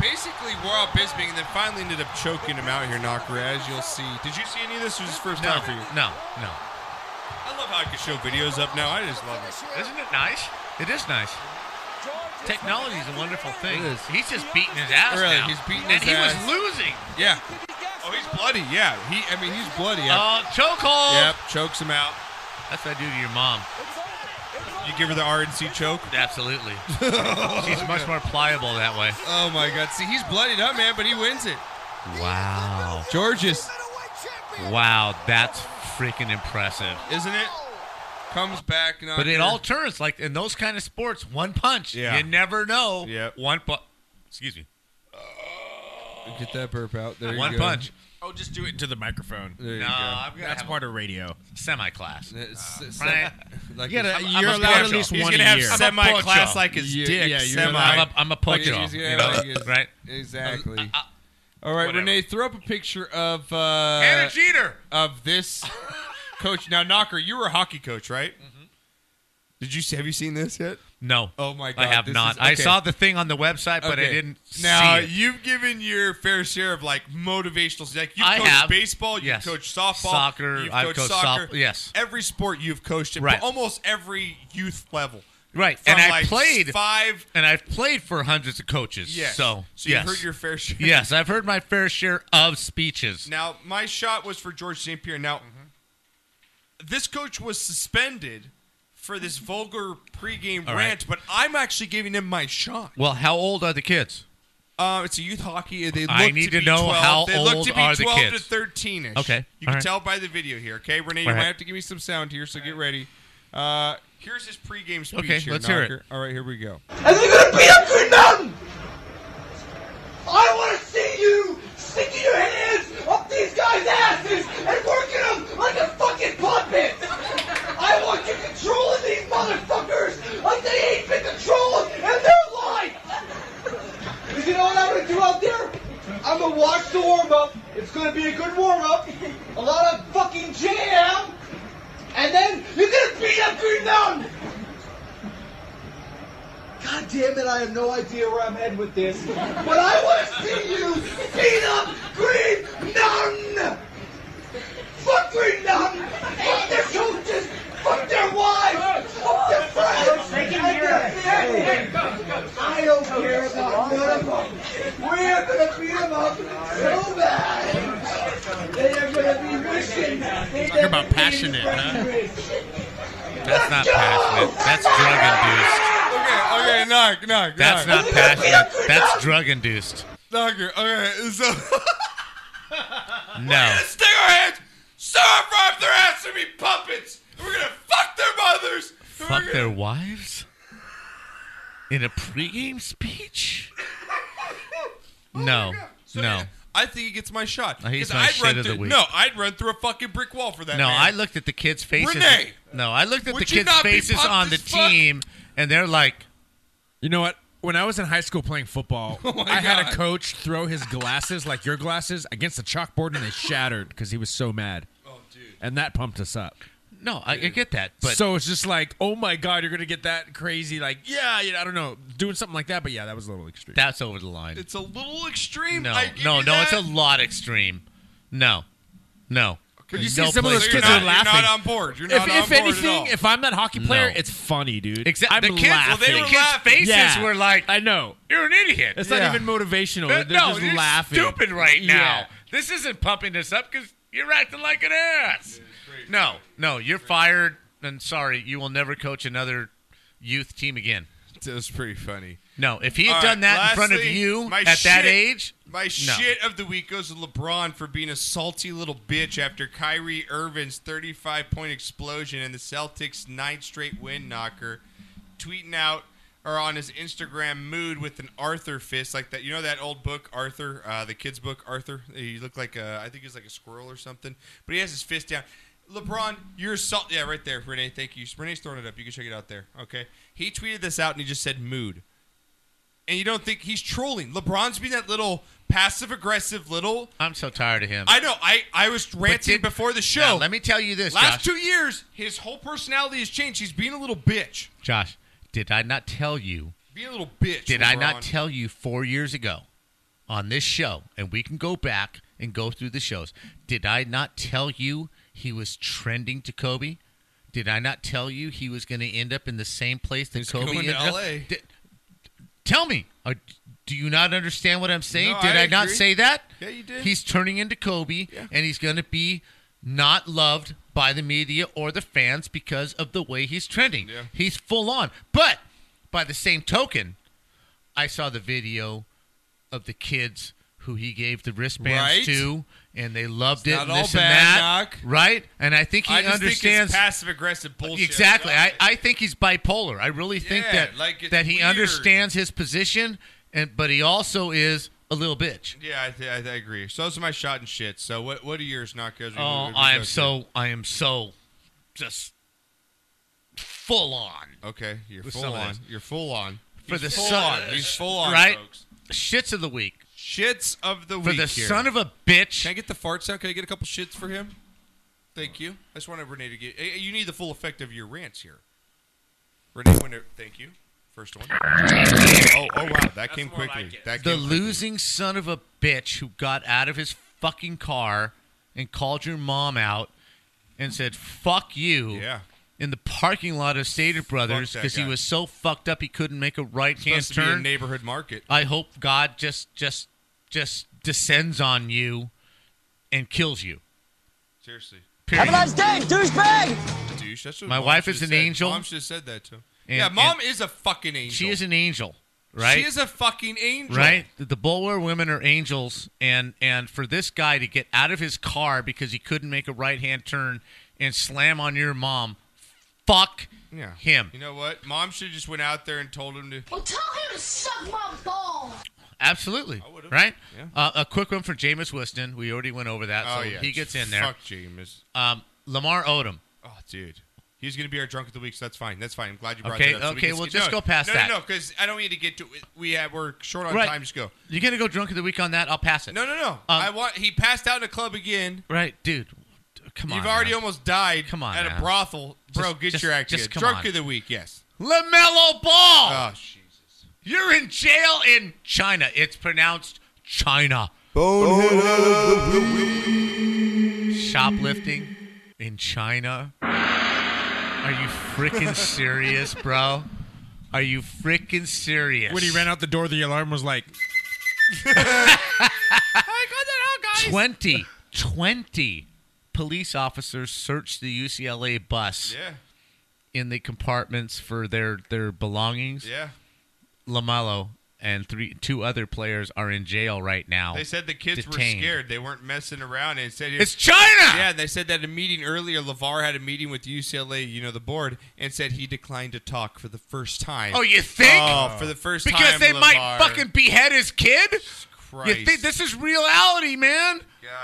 B: basically wore out Bisping, and then finally ended up choking him out here, Knocker, as you'll see. Did you see any of this? Was this first
D: No,
B: time for you?
D: no, no.
B: I love how I can show videos up now. I just love it.
D: Isn't it nice? It is nice. Technology is a wonderful thing. He's just beating his ass
B: Really,
D: now.
B: he's beating his
D: and he
B: ass.
D: was losing.
B: Yeah. Oh, he's bloody. Yeah. He. I mean, he's bloody.
D: Uh, chokehold.
B: Yep. Chokes him out.
D: That's what I do to your mom.
B: You give her the RNC choke.
D: Absolutely. She's much more pliable that way.
B: Oh my God! See, he's bloodied up, man, but he wins it.
D: Wow.
B: Georges.
D: Wow, that's freaking impressive.
B: Isn't it? Comes back.
D: But it
B: Knocker.
D: all turns like in those kind of sports, one punch.
B: Yeah.
D: You never know.
B: Yeah.
D: One punch. Excuse me.
B: Get that burp out. There you
C: One
B: go.
C: punch. Oh, just do it into the microphone.
B: There you
D: No,
B: go.
D: I'm gonna
C: That's
D: have-
C: part of radio.
D: Semi class.
B: Uh,
D: Brian,
B: like
D: you gotta-
B: his-
D: you're
B: I'm a
D: allowed at
B: pork
D: least
B: chop. He's
D: one
B: gonna
D: a
B: have
D: year. I'm a
B: semi
D: pork
B: class
D: chop.
B: like his
D: Yeah,
B: dick.
D: yeah, you're
B: semi.
D: allowed. I'm a- I'm a pork
B: Like, he's
D: chop,
B: gonna
D: you
B: have,
D: know?
B: like, his-
D: Right.
B: Exactly.
D: Uh, uh,
B: All right,
D: whatever.
B: Renee, throw up a picture of uh,
D: Hannah Jeter.
B: of this coach. Now, Knocker, you were a hockey coach, right?
D: Mm-hmm.
B: Did you see, have you seen this yet?
D: No.
B: Oh my
D: I
B: god,
D: have
B: this
D: not.
B: is-
D: I
B: okay.
D: saw the thing on the website, but I
B: Okay.
D: didn't
B: Now
D: see it.
B: you've given your fair share of like motivational. Like you
D: I
B: coached
D: have.
B: baseball, you
D: Yes.
B: have coached softball,
D: Soccer,
B: you've
D: I've
B: coached,
D: coached
B: soccer.
D: soft- yes.
B: every sport you've coached at
D: Right.
B: almost every youth level.
D: Right,
B: From,
D: and I
B: like,
D: played
B: five,
D: and I've played for hundreds of coaches.
B: Yes.
D: so
B: So you've
D: yes.
B: heard your fair share.
D: Yes, I've heard my fair share of speeches.
B: Now, my shot was for George St. Pierre. Now,
D: Mm-hmm.
B: this coach was suspended for this vulgar pregame
D: All right.
B: rant, but I'm actually giving him my shot.
D: Well, how old are the kids?
B: Uh, it's a youth hockey. They look
D: I need to
B: be
D: know
B: 12.
D: how
B: they look
D: old
B: to be
D: are the
B: 12
D: kids.
B: to 13 ish. You
D: Okay, all
B: can
D: right.
B: tell by the video here. Okay, Renee, you
D: All
B: might
D: right.
B: have to give me some sound here, so get ready. Uh, here's his pregame speech.
D: Okay,
B: here,
D: let's hear it.
B: Knocker. All right, here we go.
R: And they're gonna beat up your nun! I wanna see you sticking your hands up these guys' asses and working them like a fucking puppet! I want you controlling these motherfuckers like they ain't been controlled in their life! Because you know what I'm gonna do out there? I'm gonna watch the warm-up. It's gonna be a good warm-up. A lot of fucking jam. And then you're gonna beat up your nun! God damn it, I have no idea where I'm heading with this. But I want to see you beat up Green Nun! Fuck Green Nun! Fuck their coaches! Fuck their wives! Fuck their friends! I don't care about none of them. We're gonna beat them up so bad. They are gonna be wishing they
D: Talk about passionate, huh? That's not
R: go!
D: passionate. That's drug induced.
B: Okay, okay, knock, knock,
D: That's
B: knock.
D: not passionate. That's drug induced.
B: Knocker, okay, so.
D: No.
B: Stick our hands, serve off their ass to be puppets, and we're gonna fuck their mothers. and we're
D: Fuck
B: gonna-
D: their wives? In a pregame speech? No. No.
B: I think he gets my shot.
D: Uh, he's
B: 'Cause
D: my
B: I'd
D: shit
B: run
D: of the
B: through-
D: week.
B: No, I'd run through a fucking brick wall for that.
D: No,
B: man.
D: I looked at the kids' faces.
B: Renee!
D: No, I looked at
B: Would
D: the
B: you
D: kids'
B: not be
D: faces
B: pumped
D: on the
B: as fuck?
D: team, and they're like,
C: You know what? When I was in high school playing football,
B: Oh
D: my
C: I had
D: God.
C: a coach throw his glasses, like your glasses, against the chalkboard and they shattered because he was so mad. Oh, dude. And that pumped us up.
D: no, I, I get that. But
C: so it's just like, oh my God, you're going to get that crazy, like, yeah, yeah, I don't know, doing something like that. But yeah, that was a little extreme.
D: that's over the line.
B: It's a little extreme.
D: no,
B: I give
D: no,
B: you
D: no,
B: that.
D: it's a lot extreme. No. No.
C: But you
D: There's
C: see
D: no
C: some of those
D: place
C: kids
D: for
C: are
D: that.
C: laughing.
B: not on board. You're not
C: if,
B: on
C: if
B: board at
C: anything,
B: all.
C: if I'm that hockey player,
D: No.
C: it's funny, dude.
D: Exactly.
C: I'm
D: The kids,
C: laughing.
D: well, they were the kids' faces
C: Yeah.
D: were like,
C: I know.
D: "You're an idiot."
C: It's
D: Yeah.
C: not even motivational.
D: Uh,
C: They're
D: no,
C: just
D: you're
C: laughing.
D: stupid right now.
C: Yeah.
D: This isn't pumping this up because you're acting like an ass. No, no, you're fired, and sorry, you will never coach another youth team again.
B: That was pretty funny.
D: No, if he had
B: All
D: done
B: right,
D: that in front of
B: lastly,
D: you
B: my
D: at that
B: shit-
D: age,
B: my
D: no.
B: shit of the week goes to LeBron for being a salty little bitch after Kyrie Irvin's 35 point explosion and the Celtics' ninth straight win knocker, tweeting out or on his Instagram mood with an Arthur fist like that. You know that old book Arthur, uh, the kid's book Arthur. He looked like a, I think he was like a squirrel or something, but he has his fist down. LeBron, you're salt. Yeah, right there, Renee. Thank you. Renee's throwing it up. You can check it out there. Okay. He tweeted this out and he just said mood and you don't think he's trolling. LeBron's being that little passive aggressive little.
D: I'm so tired of him.
B: I know. I I was ranting
D: did-
B: before the show.
D: Now, let me tell you this,
B: Last
D: Josh.
B: two years, his whole personality has changed. He's being a little bitch.
D: Josh, did I not tell you?
B: Being a little bitch.
D: Did I not
B: LeBron.
D: tell you four years ago on this show, and we can go back and go through the shows? Did I not tell you he was trending to Kobe? Did I not tell you he was going to end up in the same place that Kobe
B: going to
D: ended up?
B: LA.
D: Did- tell me, uh, do you not understand what I'm saying?
B: No,
D: did I,
B: I
D: not
B: agree.
D: say that?
B: Yeah, you did.
D: He's turning into Kobe, and he's going to be not loved by the media or the fans because of the way he's trending.
B: Yeah.
D: He's full on. But by the same token, I saw the video of the kids who he gave the wristbands
B: Right.
D: to, and they loved
B: It's
D: it.
B: not
D: and
B: all
D: this and
B: bad,
D: that,
B: Doc.
D: right? And I think he
B: I just think
D: understands
B: it's passive aggressive bullshit.
D: exactly. I, I think he's bipolar. I really think
B: Yeah,
D: that
B: like, it's
D: that he
B: weird.
D: understands his position, and but he also is a little bitch.
B: Yeah, I, th- I, th- I agree. So those are my shot and shit. So what what are yours, Knockers?
D: Oh, I am so I am so just full on.
B: Okay, you're
D: with
B: full
D: some of
B: on.
D: this.
B: You're full on.
D: for
B: He's
D: the
B: full
D: son.
B: on. He's full on,
D: right?
B: folks.
D: Shits of the week.
B: Shits of the
D: for
B: week
D: the
B: here.
D: son of a bitch.
B: Can I get the farts out? Can I get a couple shits for him? Thank you. I just wanted Renee to get. eh, You need the full effect of your rants here. Renee, when thank you. First one. Oh, oh wow, that came quickly. that
D: the
B: came quickly.
D: losing son of a bitch who got out of his fucking car and called your mom out and said "fuck you"
B: Yeah.
D: in the parking lot of Stater Brothers
B: that
D: because he
B: guy.
D: was so fucked up he couldn't make a right hand
B: Supposed to be a
D: turn.
B: neighborhood market.
D: I hope God just just just descends on you and kills you.
B: Seriously.
D: Period.
M: nice day, douchebag.
B: Douche. That's what
D: My
B: Mom
D: wife
B: should've
D: is an
B: said.
D: angel.
B: Mom should have said that too.
D: And-
B: yeah, mom
D: and-
B: is a fucking angel.
D: She is an angel, right?
B: She is a fucking angel.
D: Right? The- The Bulwer women are angels, and and for this guy to get out of his car because he couldn't make a right hand turn and slam on your mom, fuck
B: Yeah.
D: him.
B: You know what? Mom should have just went out there and told him to.
E: Well, tell him to suck my ball.
D: Absolutely. Right? Uh, a quick one for Jameis Winston. We already went over that,
B: Oh,
D: so
B: yeah.
D: he gets in there.
B: Fuck Jameis.
D: Um, Lamar Odom.
B: Oh, dude. He's going to be our drunk of the week, so that's fine. That's fine. I'm glad you brought
D: Okay,
B: that up. so we
D: okay,
B: can
D: well,
B: skip-
D: just
B: no,
D: go past
B: no,
D: that.
B: No, no, because I don't need to get to it. We have, we're short on time. Just go.
D: You're going to go drunk of the week on that? I'll pass it.
B: No, no, no. I want. He passed out in a club again.
D: Right, dude. Come on.
B: You've already
D: man.
B: almost died Come
D: on
B: at
D: now.
B: a brothel. Bro,
D: Just-
B: get
D: just-
B: your act
D: just
B: together.
D: come
B: Drunk
D: on.
B: of the week, yes.
D: LaMelo Ball.
B: Oh,
D: You're in jail in China. It's pronounced China. Shoplifting in China? Are you freaking serious, bro? Are you freaking serious?
M: When he ran out the door, the alarm was like,
D: 20, 20 police officers searched the UCLA bus
B: Yeah.
D: in the compartments for their, their belongings.
B: Yeah.
D: Lamelo and three two other players are in jail right now.
B: They said the kids
D: Oh, detained.
B: were scared. They weren't messing around. And said
D: It's China!
B: Yeah, and they said that in a meeting earlier, Lavar had a meeting with UCLA, you know, the board, and said he declined to talk for the first time.
D: Oh, you think?
B: Oh, for the first
D: because
B: time,
D: they might
B: LeVar.
D: fucking behead his kid. You
B: Christ.
D: think this is reality, man?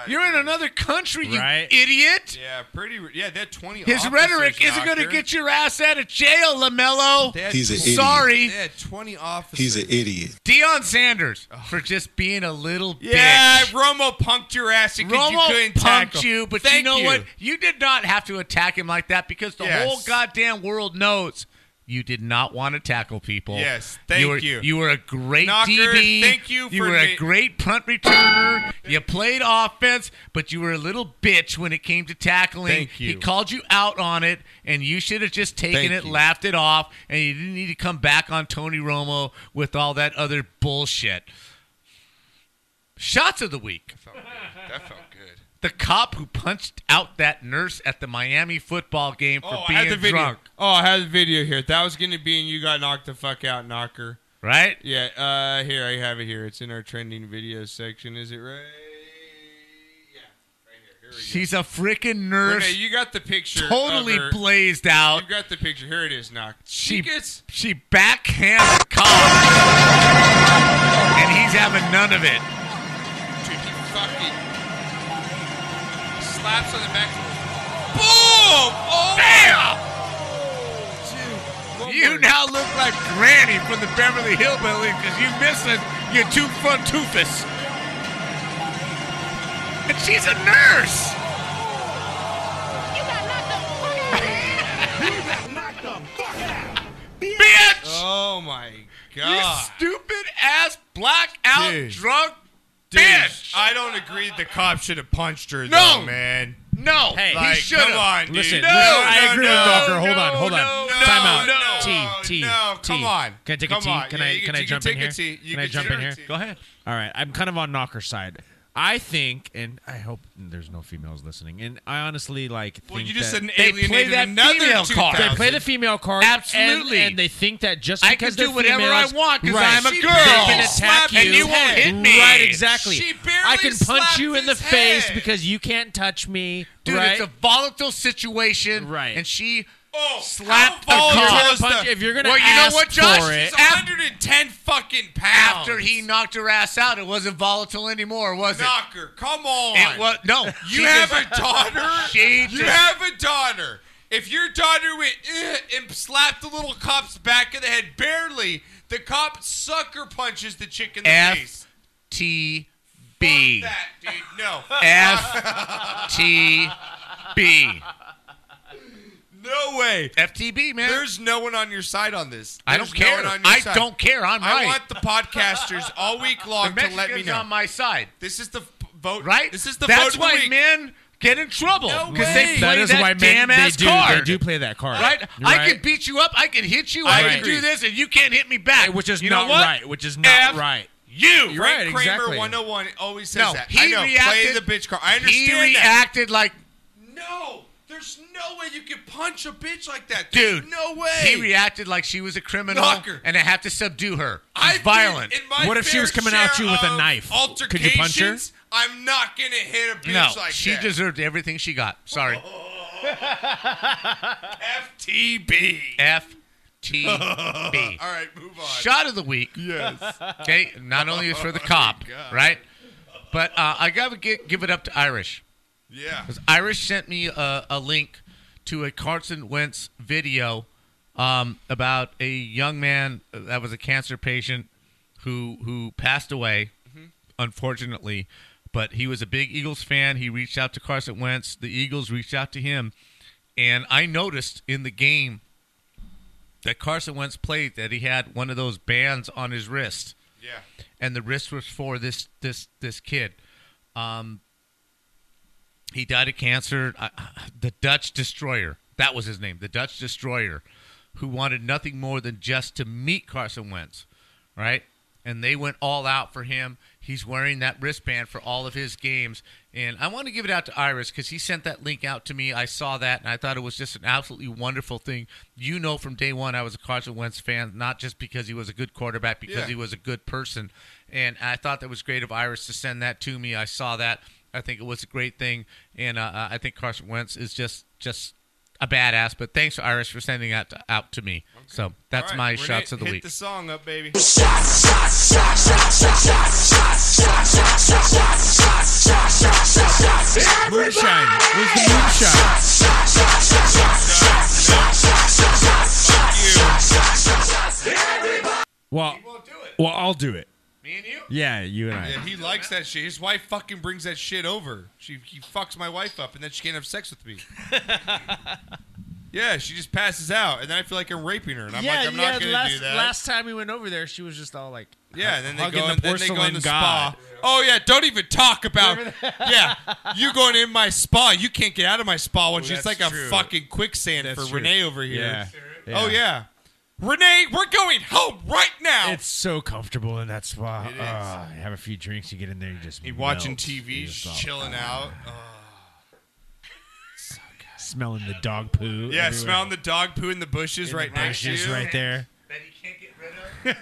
D: You're in another country, you
B: Right?
D: idiot.
B: Yeah, pretty. Yeah, that twenty.
D: His
B: officers,
D: rhetoric isn't going to
B: Knocker.
D: get your ass out of jail, Lamelo.
B: They had
P: He's an
B: 20
P: idiot.
D: Sorry.
B: They had twenty officers.
P: He's an idiot.
D: Deion Sanders for just being a little
B: Yeah,
D: bitch.
B: Romo punked your ass because you couldn't
D: Romo
B: tackle.
D: punked you, but you
B: Thank
D: know what? You did not have to attack him like that because the
B: Yes.
D: whole goddamn world knows you did not want to tackle people.
B: Yes, thank
D: were,
B: you.
D: You were a great
B: Knocker,
D: DB.
B: thank you
D: You
B: for
D: were a
B: ma-
D: great punt returner. you played offense, but you were a little bitch when it came to tackling.
B: Thank you.
D: He called you out on it, and you should have just taken
B: Thank
D: it,
B: you.
D: laughed it off, and you didn't need to come back on Tony Romo with all that other bullshit. Shots of the week.
B: That felt good.
D: The cop who punched out that nurse at the Miami football game for
B: Oh, I
D: being
B: had the video.
D: drunk.
B: Oh, I had the video here. That was going to be, and you got knocked the fuck out, knocker.
D: Right?
B: Yeah. Uh, here I have it. Here it's in our trending video section. Is it right?
D: She's a freaking nurse.
B: Renee, you got the picture. of
D: Totally
B: her.
D: blazed out.
B: You got the picture. Here it is, knock.
D: She,
B: She gets.
D: she backhands the cop, and he's having none of it.
B: Dude, he fucking slaps on the back. Boom! Oh,
D: You now look like Granny from the Beverly Hillbillies because you missing your two front toothless. And she's a nurse. Bitch!
B: Oh my
D: You
C: Ah.
B: god.
D: stupid ass blackout
B: Dude.
D: drunk
B: Dude,
D: bitch.
B: I don't agree. The cop should have punched her.
D: No.
B: though, man.
D: No,
B: Hey,
D: he
B: like,
D: should
B: come on, dude.
C: Listen,
B: No,
C: listen, I
B: no,
C: agree with
B: no,
C: Docker. Hold
B: no,
C: on, hold on.
B: no,
C: Time
B: no,
C: out.
B: no,
C: T, T,
B: no,
C: T.
B: come on.
C: Can I take
B: Come
C: a T?
B: on.
C: Can
B: Yeah,
C: I
B: you
C: can
B: can-
C: I
B: you
C: jump
B: can take
C: in
B: a
C: here?
B: T. You
C: Can I
B: can
C: jump
B: take
C: in
B: a
C: here?
B: T.
C: Go ahead. All right, I'm kind of on Knocker's side. I think, and I hope there's no females listening. And I honestly like.
B: Well,
C: think
B: you just
C: that
B: said
C: they
B: alienated
C: play that
B: another
C: female card.
B: 2,000.
C: They play the female card.
D: Absolutely.
C: and, and they think that just
D: I
C: because
D: can do
C: they're
D: whatever I
C: females-
D: want 'cause
C: Right.
D: I'm a
C: She
D: girl.
C: They can
D: Slap
C: attack
D: and you
C: you
D: won't hit me.
C: Right, exactly.
D: She
C: I
D: barely
C: can punch
D: slapped
C: you in the
D: his
C: face
D: head.
C: because you can't touch me.
D: Dude,
C: right?
D: it's a volatile situation. Right. And she
B: Oh,
D: Slap the
B: how
D: cock.
B: voluptuous the-
D: If you're gonna Well, you know ask what, Josh? for it-
B: She's 110 fucking pounds.
D: After he knocked her ass out, it wasn't volatile anymore, was it?
B: Knocker, come on.
D: It was no.
B: You
D: she
B: have
D: just-
B: a daughter.
D: She
B: you
D: just-
B: have a daughter. If your daughter went "Ugh," and slapped the little cop's back of the head barely, the cop sucker punches the chick in the face.
D: F T B.
B: That dude, no.
D: F T B.
B: No way.
D: FTB, man.
B: There's no one on your side on this.
D: I don't
B: There's no
D: care.
B: one on your
D: I
B: side.
D: don't care. I'm
B: I
D: right.
B: want the podcasters all week long to
D: the
B: let me
D: Mexicans
B: know.
D: on my side.
B: This is the f- vote.
D: Right?
B: This is the
D: That's
B: vote of the
D: why
B: week.
D: men get in trouble
B: No
D: because
B: way.
D: they play
B: That
D: that,
B: is why men-
D: damn
B: they
D: ass
B: do- they
D: card.
C: do play that card.
D: right? I
C: Right.
D: can beat you up. I can hit you.
C: I
D: I, can
C: agree.
D: do this, and you can't hit me back.
C: Which is
D: you
C: not
D: know what?
C: right. Which is not
D: F
C: right.
D: You.
C: You're
B: Frank
C: right,
B: Kramer
C: exactly.
B: 101 always says
D: No,
B: that.
D: he
B: I know. play
D: reacted-
B: the bitch card. I
D: He
B: understand that.
D: reacted like,
B: No, there's no way you can punch a bitch like that. There's
D: dude.
B: no way.
D: He reacted like she was a criminal,
B: Knock her.
D: and I have to subdue her.
B: I've
D: She's
B: been
D: violent.
B: in my fair share of altercations. I'm not gonna hit a bitch
D: No,
B: like
D: she
B: that.
D: deserved everything she got. Sorry.
B: FTB.
D: FTB.
B: All right, move on.
D: Shot of the week.
B: Yes. Oh,
D: Okay. Not only is for the cop,
B: God.
D: right? But uh, I gotta gi- give it up to Irish.
B: Yeah.
D: Because Irish sent me a, a link to a Carson Wentz video um, about a young man that was a cancer patient who who passed away, unfortunately. But he was a big Eagles fan. He reached out to Carson Wentz. The Eagles reached out to him, and I noticed in the game that Carson Wentz played that he had one of those bands on his wrist.
B: Yeah.
D: And the wrist was for this this this kid. Um, he died of cancer. I, the Dutch Destroyer. That was his name. The Dutch Destroyer, who wanted nothing more than just to meet Carson Wentz, right? And they went all out for him. He's wearing that wristband for all of his games. And I want to give it out to Iris because he sent that link out to me. I saw that and I thought it was just an absolutely wonderful thing. You know, from day one, I was a Carson Wentz fan, not just because he was a good quarterback, because
B: Yeah.
D: he was a good person. And I thought that was great of Iris to send that to me. I saw that. I think it was a great thing, and uh, I think Carson Wentz is just just a badass. But thanks, Iris, for sending that to, out to me. So that's
B: All right,
D: my
B: Renee,
D: shots of the
B: hit
D: week.
B: the song up, baby.
M: Moonshine. Where's the moonshine?
C: Well, well, I'll do it.
D: Me and you?
C: Yeah, you and I.
B: Yeah, he likes that shit. His wife fucking brings that shit over. She he fucks my wife up, and then she can't have sex with me. yeah, she just passes out, and then I feel like I'm raping her, and I'm like, I'm not gonna
C: last,
B: do that.
C: last time we went over there, she was just all like,
B: yeah, and then they
C: hugging
B: go,
C: the
B: and then they go
C: porcelain
B: in the
C: god.
B: spa. Oh yeah, don't even talk about. yeah, you going in my spa? You can't get out of my spa once. you- it's
C: that's
B: like
C: true.
B: a fucking quicksand
C: That's
B: for
C: true.
B: Renee over here.
C: Yeah.
B: Oh yeah, Renee, we're going home right now.
C: It's so comfortable in that spa.
B: It is.
C: Ah, you have a few drinks, you get in there, you just
B: He watching
C: melt.
B: TV,
C: You just all-
B: chilling out.
C: smelling the dog poo.
B: Yeah,
C: everywhere.
B: smelling the dog poo in the bushes
C: In the
B: right next to
C: bushes
B: you.
C: right there.
D: That he can't get rid of.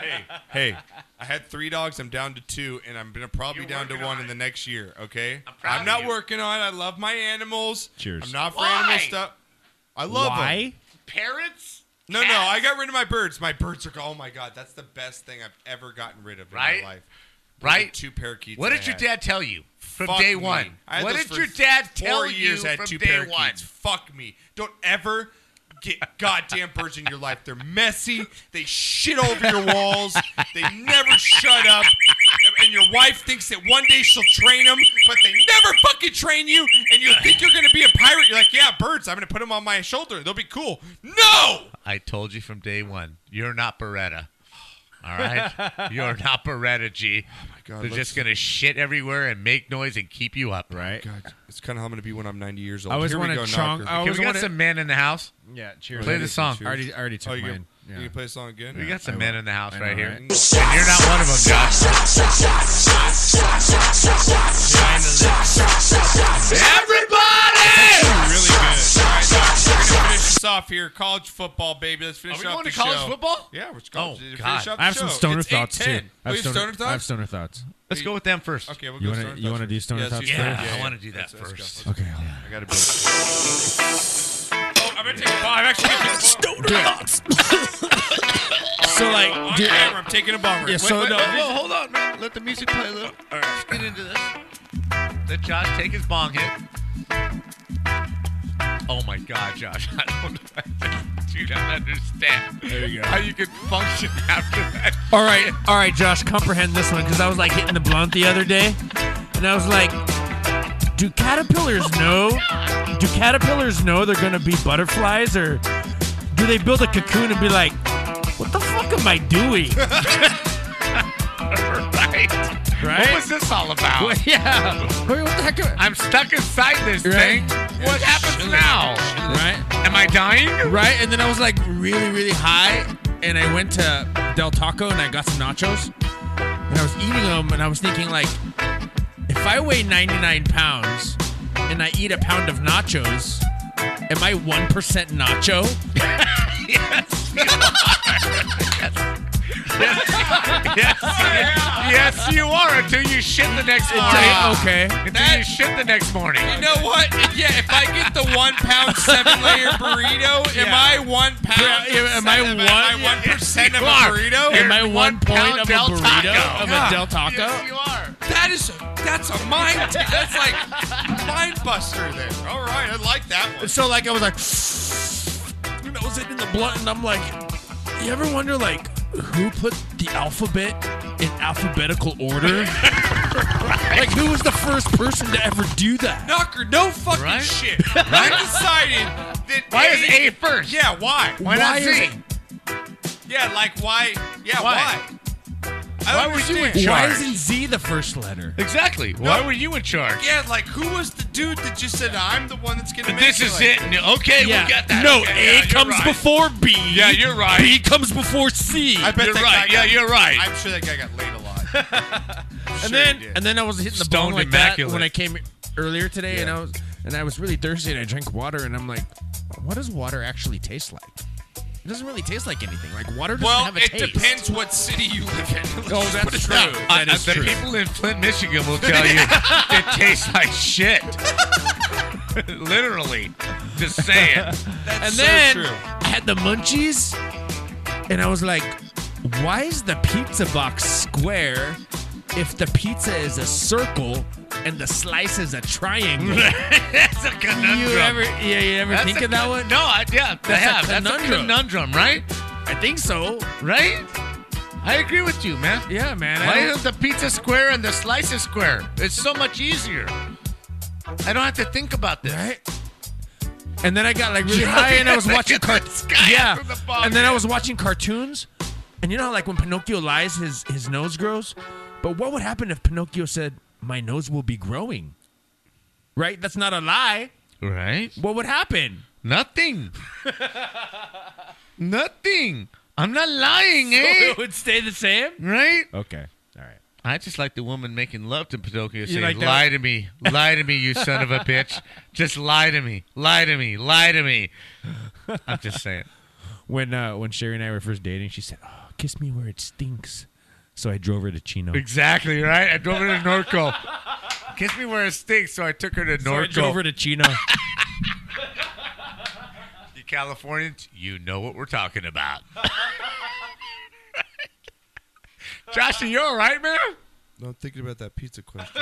B: hey, hey, I had three dogs. I'm down to two, and I'm gonna probably
D: You're
B: down to
D: working
B: one
D: on
B: in
D: it.
B: the next year. Okay, I'm,
D: proud of
B: not
D: you.
B: working on. it. I love my animals.
C: Cheers.
B: I'm not for
D: Why?
B: animal stuff. I love 'em.
C: Why?
D: Parrots.
B: No, no, I got rid of my birds. My birds are. go- Oh my god, that's the best thing I've ever gotten rid of in
D: Right?
B: my life. Those are
D: Right?
B: Two parakeets.
D: What
B: that
D: did
B: I
D: your
B: had.
D: dad tell you from
B: Fuck
D: day
B: me.
D: one?
B: I had
D: What
B: those
D: did
B: for
D: your dad
B: four
D: tell
B: years,
D: you
B: I had
D: from
B: two
D: day
B: parakeets.
D: one?
B: Fuck me. Don't ever get goddamn birds in your life. They're messy. They shit over your walls. They never shut up. And your wife thinks that one day she'll train them, but they never fucking train you. And you think you're gonna be a pirate. You're like, yeah, birds. I'm gonna put them on my shoulder. They'll be cool. No.
D: I told you from day one, you're not Beretta. All right, you're not Beretta, G. Oh my
B: God,
D: They're
B: Uh, let's-
D: just gonna shit everywhere and make noise and keep you up.
C: Right.
B: God, it's kind of how I'm gonna be when I'm 90 years old.
C: I always
B: Here we
C: wanna
B: go,
C: chong-
B: Knocker. Oh,
C: I
D: Okay,
C: always
D: we got
C: wanna-
D: some men in the house.
C: Yeah, cheers.
D: Play the song.
C: I already, I already took
B: Oh, you can-
C: mine.
B: you
C: Yeah.
B: can play a song again.
D: We got some men in the house
C: I
D: right
C: know,
D: here,
C: right?
D: and you're not one of them, Josh. Everybody!
B: Really good. All right, Knocker, we're gonna finish this off here. College football, baby. Let's finish
D: Are we
B: off
D: going
B: the
D: to college
B: show.
D: football?
B: Yeah, we're going
D: Oh,
B: to finish
D: God.
B: off the
C: I have some
B: show.
C: stoner
B: It's
C: thoughts too.
B: 8:10.
C: I have
B: Oh, you stoner,
C: I have
B: thoughts?
C: stoner thoughts.
D: Let's go with them first.
B: Okay, we'll
C: You
B: go
C: wanna-
B: stoner
C: you
B: thoughts
C: wanna do
B: first.
C: stoner
B: Yes,
C: thoughts
B: you
C: first?
B: stoner-
D: Yeah, I wanna do that
B: let's go,
D: first.
B: let's go.
C: Okay, hold on.
B: I gotta be. Oh,
N: I'm gonna take a bomb. I'm actually gonna take a Stoner
C: bombs. So like,
N: on
C: dude,
N: camera, I'm taking a bomber.
C: Yeah, so
D: wait,
C: no,
D: wait, whoa, hold on, man. Let the music play a little. All right, let's get into this. Let Josh take his bong hit. Oh my God, Josh! I don't, I do not understand. There you go. How you could function after that?
C: All right, all right, Josh, comprehend this one because I was like hitting the blunt the other day, and I was like, do caterpillars know? Do caterpillars know they're gonna be butterflies, or do they build a cocoon and be like, what the fuck am I doing?
D: right.
C: Right?
D: What was this all about?
C: Well, yeah.
D: I'm stuck inside this
C: Right.
D: thing. What happens now?
C: Right?
D: Am I dying?
C: Right? And then I was like really, really high, and I went to Del Taco and I got some nachos, and I was eating them, and I was thinking like, if I weigh 99 pounds and I eat a pound of nachos, am I one percent nacho?
D: yes. you are. Yes. Yes. Yes. yes, you are until you shit the next morning.
C: okay.
D: Until you shit the next morning.
B: You know what? Yeah, if I get the one pound seven layer burrito, am
D: Yeah.
B: I one pound?
C: Yeah, am I
B: seven-
C: one-
B: Am I one
D: Yes,
B: percent
D: you
B: of a
D: are.
B: burrito?
C: Am I
D: You're
C: one point
D: pound
C: of a
D: Del
C: burrito
D: Taco.
C: of
B: Yeah.
C: a Del Taco?
D: Yes, you are.
B: That is that's a mind. that's like mind buster there. All right, I like that one.
C: So like I was like, and I was hitting the blunt, and I'm like, you ever wonder like who put the alphabet in alphabetical order? Like who was the first person to ever do that?
B: Knocker, no fucking
D: Right?
B: shit. I decided that
D: Why is A first?
B: Yeah, why?
D: Why not
C: is
D: Z?
C: it-
B: Yeah, like why? Yeah,
D: Why?
B: why? I
D: Why were you in
B: understand.
D: charge?
C: Why isn't Z the first letter?
D: Exactly. Why were you in charge?
B: Yeah, like who was the dude that just said I'm the one that's gonna make
D: This
B: it?
D: is
B: Like,
D: it. No, Okay, we got that.
C: No,
D: Okay,
C: A
D: yeah, you're
C: comes
D: right.
C: before B.
D: Yeah, you're right.
C: B comes before C.
B: I bet
D: You're
B: that
D: right.
B: guy
D: Yeah,
B: got-
D: you're right.
B: I'm sure that guy got laid a lot.
C: and
B: sure
C: then
B: he did.
C: and then I was hitting the
D: Stoned
C: bone like
D: immaculate.
C: that when I came earlier today, and I was and I was really thirsty, and I drank water, and I'm like, what does water actually taste like? It doesn't really taste like anything. Like water doesn't
B: well,
C: have a
B: it
C: taste.
B: depends what city you live in.
C: Oh, that's true.
D: I-
C: That is
D: I- the
C: true.
D: people in Flint, Michigan will tell you it tastes like shit. Literally. Just saying.
C: and
B: so
C: then
B: true.
C: I had the munchies, and I was like, why is the pizza box square if the pizza is a circle and the slice is a triangle?
D: That's a conundrum.
C: You ever, yeah, you ever
D: That's
C: think
D: a
C: of that
D: con-
C: one?
D: No, I, yeah, I
C: That's a
D: have. That's a
C: conundrum.
D: conundrum, right?
C: I think so.
D: Right? I agree with you, man.
C: Yeah, man. I
D: Why
C: don't-
D: isn't the pizza square and the slice is square? It's so much easier. I don't have to think about this.
C: Right? And then I got like really high, and I was watching cartoons. Yeah, and then I was watching cartoons, and you know, how, like when Pinocchio lies, his his nose grows. But what would happen if Pinocchio said, "My nose will be growing"? Right? That's not a lie.
D: Right?
C: What would happen?
D: Nothing. Nothing. I'm not lying, eh?
C: it would stay the same.
D: Right?
C: Okay. All right.
D: I just like the woman making love to Pinocchio saying,
C: like that?
D: lie to me, lie to me, you son of a bitch. Just lie to me, lie to me, lie to me. I'm just saying.
C: When uh, when Sherry and I were first dating, she said, "Oh, kiss me where it stinks." So I drove her to Chino.
D: Exactly, right? I drove her to Norco. Kiss me where it stinks, so I took her to
C: So I
D: Norco.
C: drove her to Chino.
D: You Californians, you know what we're talking about. Josh, are you all right, man?
B: No, I'm thinking about that pizza question.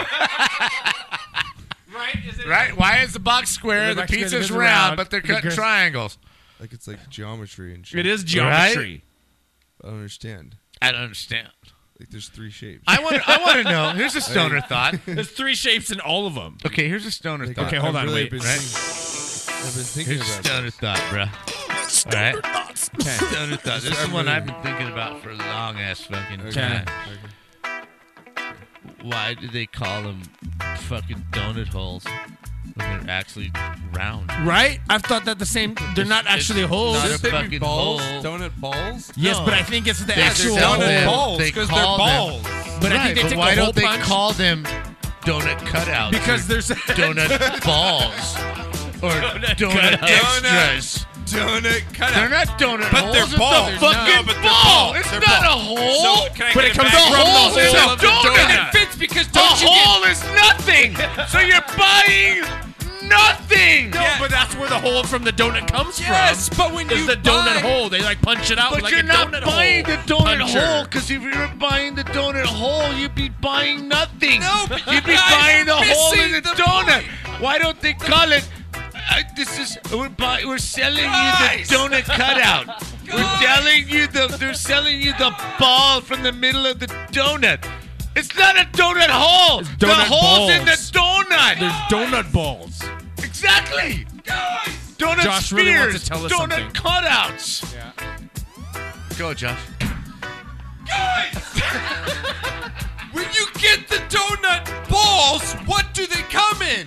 C: right? Is it
D: Right? Why is the box square,
C: The box square,
D: the,
C: the
D: pizza's
C: pizza
D: round,
C: round,
D: but they're cutting
C: because-
D: triangles?
B: Like it's like geometry and shit.
C: It is geometry.
B: I don't understand.
D: I don't understand.
B: Like there's three shapes.
D: I want. I want to know. Here's a stoner thought.
C: There's three shapes in all of them.
D: Okay, here's a stoner
B: Like,
D: thought.
C: Okay, hold
B: I've
C: on,
B: really
C: wait,
B: Been
D: right?
B: thinking, I've been thinking
D: Here's a
B: about.
D: stoner thought, bro. All right. Stoner thought. This is one I've been thinking about for a long ass fucking
C: Okay.
D: time. Why do they call them fucking donut holes when they're actually round?
C: Right? I've thought that the same. They're not
D: It's-
C: actually
D: it's
C: holes.
D: not
B: Does
D: a
B: they be
D: fucking
B: balls?
D: hole.
B: Donut balls?
C: yes,
D: no.
C: but I think it's the
D: They
C: actual
D: sell
C: hole.
B: Donut
D: them.
B: balls
D: They
B: because
D: call
B: they're
D: them-
B: balls.
C: But I
D: Right,
C: think they
D: but
C: take
D: why
C: a hole
D: don't they
C: punch
D: call them donut cutouts?
C: because
D: or
C: there's
D: donut balls or donut,
C: cutouts.
D: extras.
B: Donut
D: They're
B: cutout.
D: not donut
B: But
D: holes.
B: they're
D: it's
B: balls.
D: A fucking
B: No, but they're
D: ball.
B: balls.
D: It's
B: They're
D: not
B: balls.
D: a hole.
B: So, can I
C: But
B: get
C: it comes
B: back?
C: from the
D: hole
C: hole
D: is a
C: of the
D: donut.
C: donut.
B: It fits because
D: a
B: don't you
D: hole is nothing. so you're buying nothing.
C: No, but that's where the hole from the donut comes from.
D: Yes, but when
C: is
D: you
C: the donut
D: buy-
C: hole, they like punch it out.
D: But
C: like
D: you're
C: a
D: not
C: donut
D: buying
C: hole.
D: the donut
C: puncher.
D: hole because if you were buying the donut hole, you'd be buying nothing.
M: No, but you
D: you'd be
M: guys
D: buying the
M: are
D: hole in
M: missing
D: the,
M: the
D: donut. Why don't they call it? I, this is we're buy, we're selling
M: Guys!
D: you the donut cutout. We're telling you the they're selling you the ball from the middle of the donut. It's not a donut hole. the
C: donut
D: hole's in the
C: balls.
D: donut.
C: There's donut balls.
D: Exactly. Donut
C: Josh
D: spears.
C: really wants to tell us
D: donut
C: something.
D: cutouts.
M: Yeah.
D: Go, Josh.
M: When you get the donut balls, what do they come in?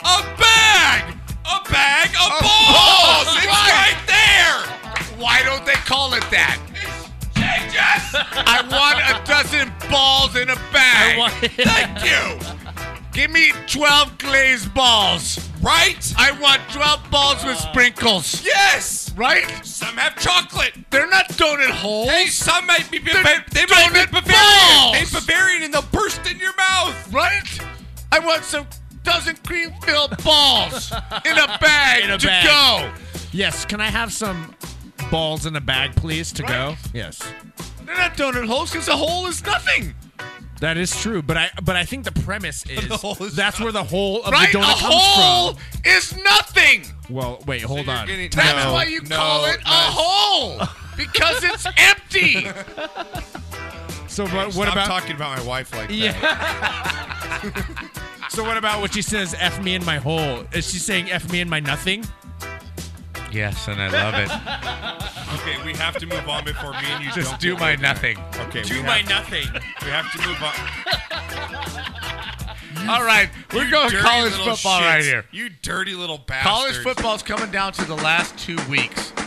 M: A bag! A bag of balls!
D: balls,
M: It's
D: right.
M: right there!
D: Why don't they call it that? I want a dozen balls in a bag.
M: I want-
D: Thank you. Give me 12 glazed balls.
M: Right?
D: I want 12 balls with sprinkles.
M: Yes!
D: Right?
M: Some have chocolate.
D: They're not donut holes.
M: Hey, some might be
D: They're
M: they might be
D: donut
M: Bavarian. They
D: balls.
M: Bavarian and they'll burst in your mouth.
D: Right? I want some dozen cream filled balls in a bag
C: In a
D: to
C: bag.
D: go.
C: Yes, can I have some balls in a bag, please, to go? Yes.
D: They're not donut holes because a hole is nothing.
C: That is true, but I but I think the premise is,
M: hole is
C: that's where the whole of
D: right?
C: the
D: a
C: donut comes
D: hole is nothing.
C: from. Well, wait, hold on.
M: getting-
C: Time
D: That's
C: out.
D: why you
M: no,
D: call it a
M: no.
D: hole because it's empty.
C: so but what
B: Stop
C: about
B: talking about my wife like that?
C: Yeah. so what about what she says F me in my hole? Is she saying F me in my nothing?
D: Yes, and I love it.
B: Okay, we have to move on before me and you
D: Just
B: don't
D: do
B: get
D: my
B: old, man.
D: nothing.
B: Okay,
C: Do
B: we
C: my
B: have,
C: nothing.
B: we have to move on.
D: All right, we're going
B: dirty
D: college
B: little
D: football right
B: shits.
D: here.
B: You dirty little bastard.
D: College football's coming down to the last two weeks,
B: Oh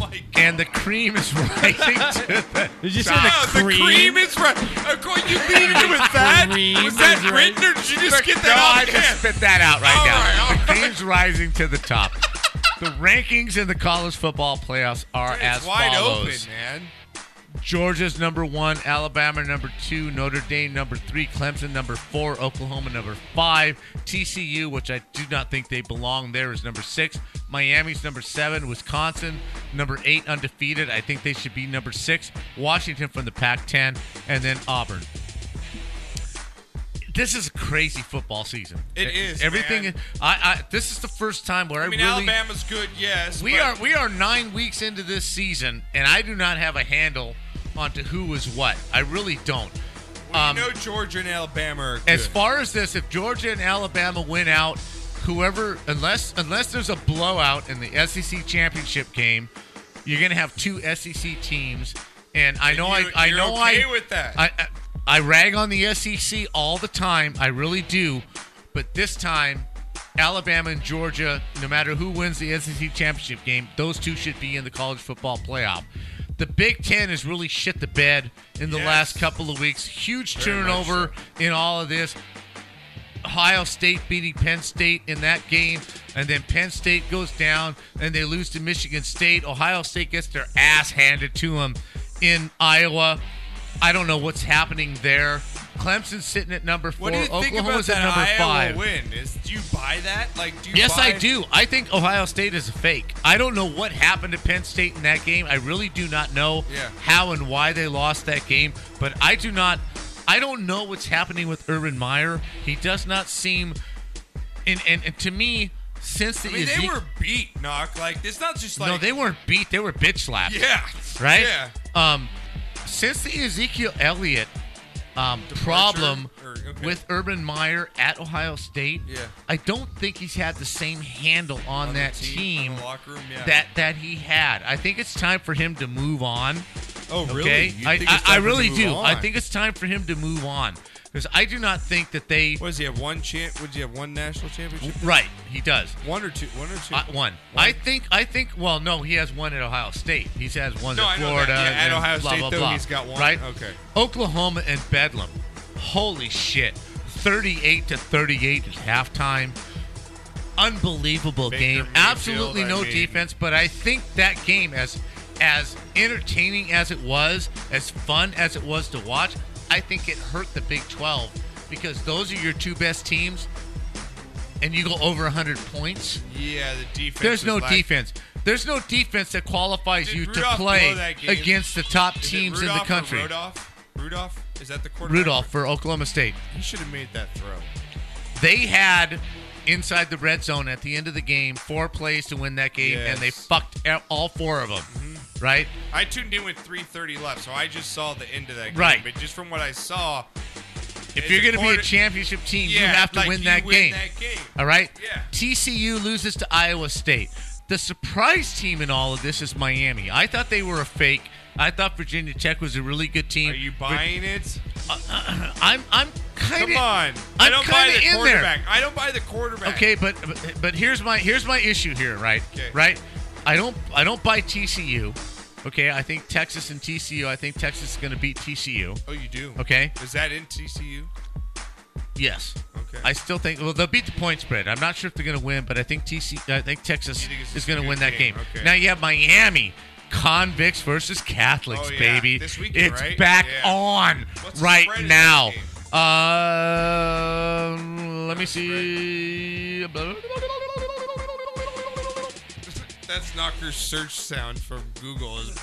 B: My God. Ah,
D: and the cream is rising to the
C: Did you say
D: top.
C: the
B: The
C: cream?
B: cream is right. Of course, you leaded with that.
C: Cream
B: Was that
C: is right.
B: written or did you just get
D: no,
B: that
D: I
B: off?
D: just spit that out right
B: All
D: now.
B: right, all
D: the
B: right.
D: cream's rising to the top. The rankings in the college football playoffs are
B: It's
D: as
B: wide
D: follows.
B: open, man.
D: Georgia's number one, Alabama number two, Notre Dame number three, Clemson number four, Oklahoma number five, TCU, which I do not think they belong there, is number six, Miami's number seven, Wisconsin number eight, undefeated. I think they should be number six, Washington from the Pac 10, and then Auburn. This is a crazy football season.
B: It is,
D: Everything.
B: man.
D: I, I. This is the first time where I,
B: I mean,
D: really.
B: Alabama's good, yes.
D: We
B: but
D: are we are nine weeks into this season, and I do not have a handle onto who is what. I really don't.
B: You
D: Um,
B: know Georgia and Alabama are good.
D: as far as this, if Georgia and Alabama win out, whoever unless unless there's a blowout in the SEC championship game, you're gonna have two SEC teams. And I know
B: You-
D: I I
B: you're
D: know
B: okay
D: I
B: with that.
D: I, I I rag on the SEC all the time. I really do, but this time, Alabama and Georgia, no matter who wins the SEC championship game, those two should be in the college football playoff. The Big Ten has really shit the bed in the
B: Yes.
D: last couple of weeks. Huge
B: Very much
D: turnover in all of this. Ohio State beating Penn State in that game, and then Penn State goes down and they lose to Michigan State. Ohio State gets their ass handed to them in Iowa. I don't know what's happening there. Clemson's sitting at number four.
B: what do you think about
D: Oklahoma's
B: that
D: at number
B: Iowa
D: five.
B: win? Is, do you buy that? Like, do you
D: Yes, I
B: buy-
D: do. I think Ohio State is a fake. I don't know what happened to Penn State in that game. I really do not know
B: Yeah.
D: how and why they lost that game, but I do not I don't know what's happening with Urban Meyer. He does not seem and and, and to me since the
B: I mean, they
D: Ezek-
B: were beat, knock. Like, it's not just like
D: No, they weren't beat. They were bitch slapped.
B: Yeah.
D: Right?
B: Yeah.
D: Um, since the Ezekiel Elliott um, problem
B: or- okay.
D: with Urban Meyer at Ohio State,
B: Yeah.
D: I don't think he's had the same handle on,
B: On the
D: that
B: team,
D: team,
B: on the locker room, yeah.
D: that that he had. I think it's time for him to move on.
B: Oh, really?
D: Okay,
B: You
D: I,
B: think
D: I,
B: it's
D: I
B: time for
D: really
B: him to
D: do.
B: move
D: I
B: on?
D: think it's time for him to move on because I do not think that they.
B: What does he have? One champ? Would he have one national championship?
D: Right, he does.
B: One or two? One or two?
D: Uh, one. I think. I think. Well, no, he has one at Ohio State. He has one
B: No, I
D: at
B: know that.
D: Florida.
B: Yeah, at
D: and
B: Ohio
D: blah,
B: State,
D: blah,
B: though,
D: blah.
B: he's got one.
D: Right.
B: Okay.
D: Oklahoma and Bedlam. Holy shit! Thirty-eight to thirty-eight at halftime. Unbelievable
B: Baker
D: game.
B: Mayfield,
D: Absolutely no
B: I mean-
D: defense, but I think that game, as as entertaining as it was, as fun as it was to watch, I think it hurt the Big Twelve because those are your two best teams and you go over 100 points.
B: Yeah, the defense.
D: There's no
B: was like-
D: defense. There's no defense that qualifies
B: Did
D: you
B: Rudolph
D: to
B: blow
D: play
B: that game?
D: against the top
B: Is it
D: teams in the
B: Rudolph or
D: country.
B: Rudolph? Rudolph? Is that the quarterback?
D: Rudolph for Oklahoma State.
B: He should have made that throw.
D: They had inside the red zone at the end of the game four plays to win that game, and they
B: Yes. Mm-hmm.
D: fucked out all four of them. Right?
B: I tuned in with 3:30 left, so I just saw the end of that game.
D: Right.
B: But just from what I saw,
D: If
B: it's
D: you're going to be
B: quarter-
D: a championship team, you
B: Yeah,
D: have to
B: like,
D: win,
B: you
D: that,
B: win
D: game.
B: that game.
D: All right?
B: Yeah.
D: TCU loses to Iowa State. The surprise team in all of this is Miami. I thought they were a fake. I thought Virginia Tech was a really good team. Are you
B: buying it?
D: Uh, I'm I'm kind of
B: Come on. I
D: I'm
B: don't buy
D: kinda
B: the
D: in there.
B: quarterback. I don't buy the quarterback.
D: Okay, but but- but here's my here's my issue here, right?
B: Okay.
D: Right? I don't I don't buy TCU. Okay, I think Texas and TCU. I think Texas is going to beat TCU.
B: Oh, you do.
D: Okay.
B: Is that in TCU?
D: Yes.
B: Okay.
D: I still think well they'll beat the point spread. I'm not sure if they're going to win, but I think TC I think Texas
B: think it's
D: is
B: a
D: going to
B: good
D: win that
B: game.
D: game.
B: Okay.
D: Now you have Miami convicts versus Catholics,
B: Oh, yeah.
D: baby.
B: This weekend,
D: it's
B: right?
D: back
B: Yeah.
D: on
B: What's the
D: right
B: spread in
D: now.
B: that
D: Um, let me see.
B: That's Knocker's search sound from Google. Is- Do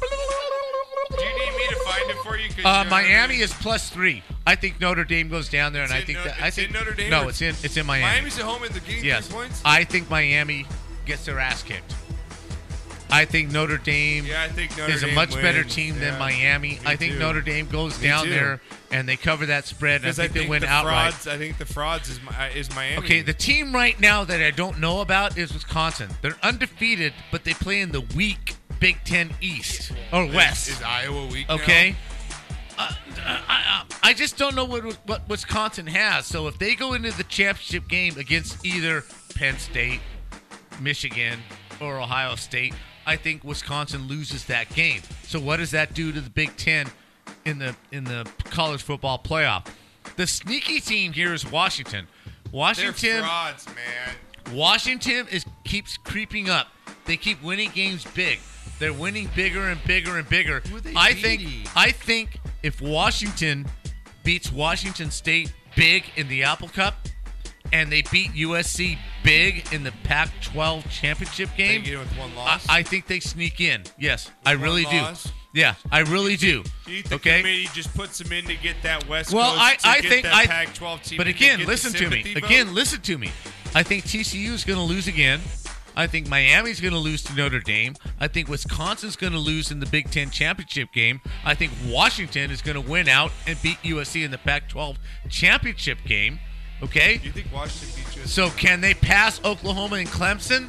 B: you need me to find it for you? 'Cause
D: Uh,
B: you don't
D: Miami
B: really-
D: is plus three. I think Notre Dame goes down there, and I think
B: No-
D: that I
B: it's
D: think
B: in Notre Dame.
D: no,
B: or-
D: it's in it's in Miami.
B: Miami's at home and they're getting
D: yes,
B: three points.
D: I think Miami gets their ass kicked. I think Notre Dame
B: Yeah, I think Notre
D: is a
B: Dame
D: much better
B: wins.
D: team
B: Yeah.
D: than Miami.
B: Me
D: I think
B: too.
D: Notre Dame goes
B: Me
D: down
B: too.
D: there and they cover that spread. And I
B: Because
D: think, they win
B: the
D: outright.
B: frauds. I think the frauds is Mi- is Miami.
D: Okay, the team right now that I don't know about is Wisconsin. They're undefeated, but they play in the weak Big Ten East or
B: Is-
D: West.
B: is Iowa weak now?
D: Okay. Uh, I, I- I just don't know what what Wisconsin has. So if they go into the championship game against either Penn State, Michigan, or Ohio State, I think Wisconsin loses that game. So what does that do to the Big Ten in the in the college football playoff? The sneaky team here is Washington.
B: They're
D: Washington
B: frauds, man.
D: Washington is keeps creeping up. They keep winning games big. They're winning bigger and bigger and bigger.
B: they
D: I think
B: beating?
D: I think if Washington beats Washington State big in the Apple Cup and they beat USC big in the Pac-12 championship game,
B: get in with one
D: I-
B: loss?
D: I, think they sneak in. Yes, I
B: one
D: really
B: loss?
D: do. Yeah, I really do.
B: Do you think
D: okay.
B: the committee just puts them in to get that West
D: Well,
B: Coast
D: I,
B: to
D: I
B: get
D: think
B: that
D: I.
B: Pac-12 team?
D: but
B: to
D: again,
B: get the
D: listen to me.
B: sympathy vote?
D: Again, listen to me. I think TCU is going to lose again. I think Miami's going to lose to Notre Dame. I think Wisconsin's going to lose in the Big Ten championship game. I think Washington is going to win out and beat USC in the Pac-12 championship game. Okay.
B: Do you think Washington beat you?
D: So can they pass Oklahoma and Clemson?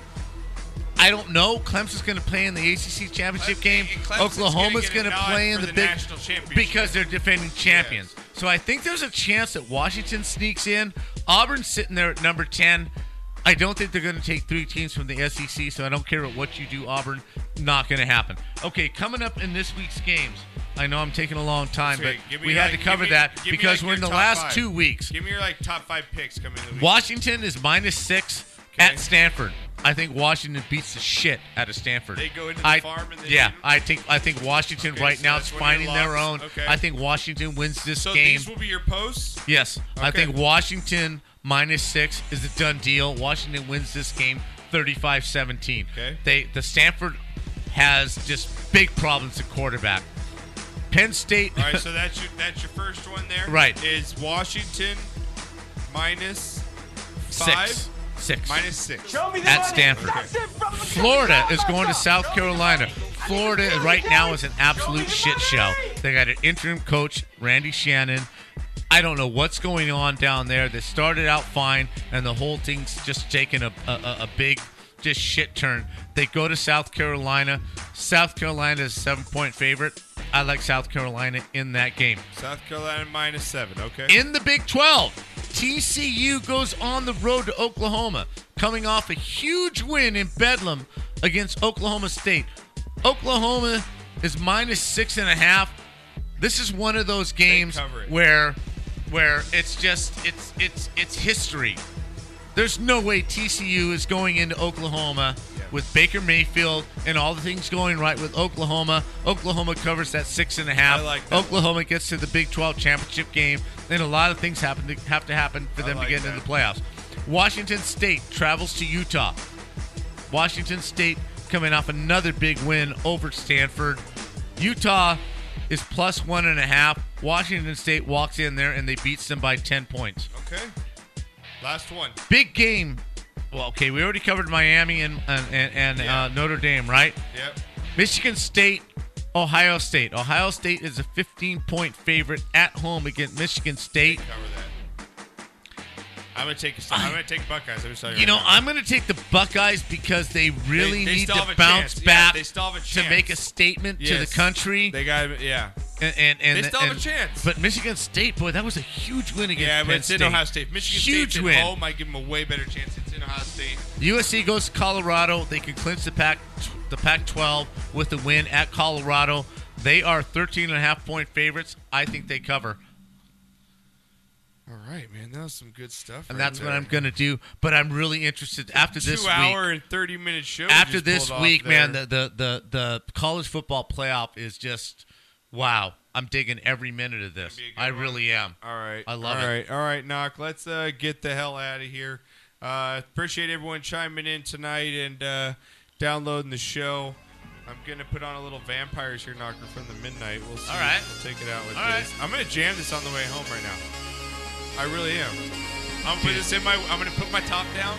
D: I don't know. Clemson's going to play in the ACC championship game.
B: Clemson's
D: Oklahoma's
B: gonna get a
D: going to
B: nod
D: play in
B: for
D: the,
B: the
D: big
B: national championship.
D: because they're defending champions. So I think there's a chance that Washington sneaks in. Auburn's sitting there at number ten. I don't think they're going to take three teams from the SEC. So I don't care what you do, Auburn. Not going to happen. Okay, coming up in this week's games. I know I'm taking a long time,
B: Okay,
D: but
B: give me,
D: we had
B: like-
D: to cover
B: give me-
D: that
B: give me,
D: because
B: like,
D: we're in
B: your
D: the
B: top
D: last
B: five.
D: two weeks.
B: Give me your like top five picks coming in the week.
D: Washington is minus six at Stanford. I think Washington beats the shit out of Stanford.
B: They go into the
D: I,
B: farm and they
D: yeah.
B: beat 'em?
D: I think I think Washington
B: Okay,
D: right
B: so
D: now
B: that's
D: is
B: one of
D: finding
B: your
D: their own.
B: locks. Okay.
D: I think Washington wins this
B: So
D: game.
B: these will be your posts.
D: yes, I
B: Okay.
D: think Washington minus six is a done deal. Washington wins this game 35-17.
B: Okay.
D: They the Stanford has just big problems at quarterback. Penn State.
B: All right, so that's your that's your first one there.
D: Right.
B: Is Washington minus
D: Six.
B: five?
D: Six.
B: Minus six.
D: at Stanford. Florida is going to South Carolina. Florida right now is an absolute shit show. They got an interim coach, Randy Shannon. I don't know what's going on down there. They started out fine, and the whole thing's just taking a, a, a- a big just shit turn. They go to South Carolina. South Carolina is a seven point favorite. I like South Carolina in that game.
B: South Carolina minus seven. Okay.
D: In the Big 12, TCU goes on the road to Oklahoma, coming off a huge win in Bedlam against Oklahoma State. Oklahoma is minus six and a half. This is one of those games
B: cover it.
D: where where it's just it's it's it's history. There's no way TCU is going into Oklahoma with Baker Mayfield and all the things going right with Oklahoma. Oklahoma covers that six and a half.
B: I like that.
D: Oklahoma gets to the Big 12 championship game, and a lot of things happen to have to happen for
B: I
D: them
B: like
D: to get into the playoffs. Washington State travels to Utah. Washington State coming off another big win over Stanford. Utah is plus one and a half. Washington State walks in there and they beats them by 10 points.
B: Okay. Last one.
D: Big game. Well, okay, we already covered Miami and and, and uh, Notre Dame, right?
B: Yep.
D: Michigan State, Ohio State. Ohio State is a 15 point favorite at home against Michigan State.
B: Cover that. I'm gonna take. I'm gonna take Buckeyes. Let me tell you.
D: You
B: right
D: know,
B: now.
D: I'm going to take the Buckeyes because they really
B: They- they
D: need
B: still
D: to
B: have a
D: bounce
B: chance. Yeah,
D: back
B: they still have a
D: to make a
B: chance.
D: statement to the
B: Yes.
D: country.
B: They got. Yeah.
D: And, and, and
B: They still have a
D: and-
B: chance.
D: But Michigan State, boy, that was a huge win against
B: Yeah,
D: Penn
B: but it's
D: State.
B: in Ohio State. If Michigan
D: huge
B: State's at
D: win.
B: home. I give them a way better chance. It's in Ohio State.
D: USC goes to Colorado. They can clinch the Pac the Pac-12 with the win at Colorado. They are 13 and a half point favorites. I think they cover.
B: All right, man. That was some good stuff.
D: And
B: right
D: that's what
B: there.
D: I'm going to do, but I'm really interested after this
B: Two
D: week.
B: hour and thirty minute show. we
D: after
B: just
D: this
B: pulled off
D: week, man,
B: there.
D: the, the the the college football playoff is just wow. I'm digging every minute of this. I really am.
B: All right.
D: I love
B: All
D: it.
B: right. All right, Knock. Let's uh, get the hell out of here. Uh, appreciate everyone chiming in tonight and uh, downloading the show. I'm gonna put on a little vampires here, Knocker, from the midnight. We'll see.
D: All right.
B: We'll take it out with
D: All right.
B: this. I'm gonna jam this on the way home right now. I really am. I'm gonna put this in my. I'm gonna put my top down.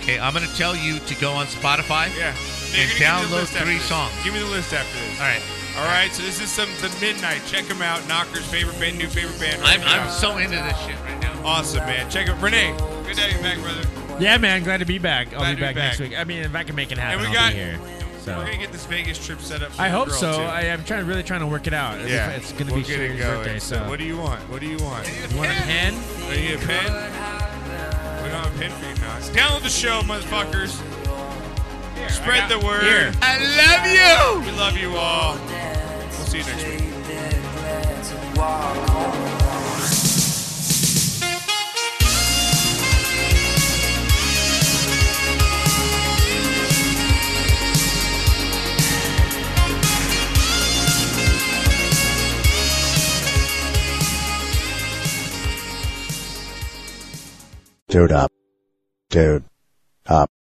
D: Okay, I'm going to tell you to go on Spotify
B: Yeah. You're gonna give
D: and
B: me the
D: download
B: list after
D: three
B: this.
D: songs.
B: Give me the list after this.
D: All right.
B: All right. So this is some the midnight. Check them out. Knocker's favorite band, new favorite band.
D: I'm,
B: right
D: I'm
B: now.
D: so into this shit right now.
B: awesome, man. Check out Renee. Good day, back, brother.
C: Yeah, man. Glad to be back. I'll
B: Glad to
C: be
B: be
C: back, next
B: back.
C: week. I mean, if I can make it happen,
B: And we
C: I'll
B: got-
C: be here.
B: We're
C: So
B: gonna get this Vegas trip set up. For
C: I
B: your
C: hope
B: girl,
C: so.
B: Too.
C: I, am trying really trying to work it out. It's- it's gonna
B: We'll
C: be
B: get it
C: Sherry's
B: going.
C: birthday. So
B: what do you want? What do you want?
C: You want a pen?
B: Oh, you need a pen? We don't have a pen for you, Knox. Download the show, motherfuckers. Spread the word.
W: Here.
D: I love
B: you. We love you all. We'll see you next week.
I: Dude up. Dude up.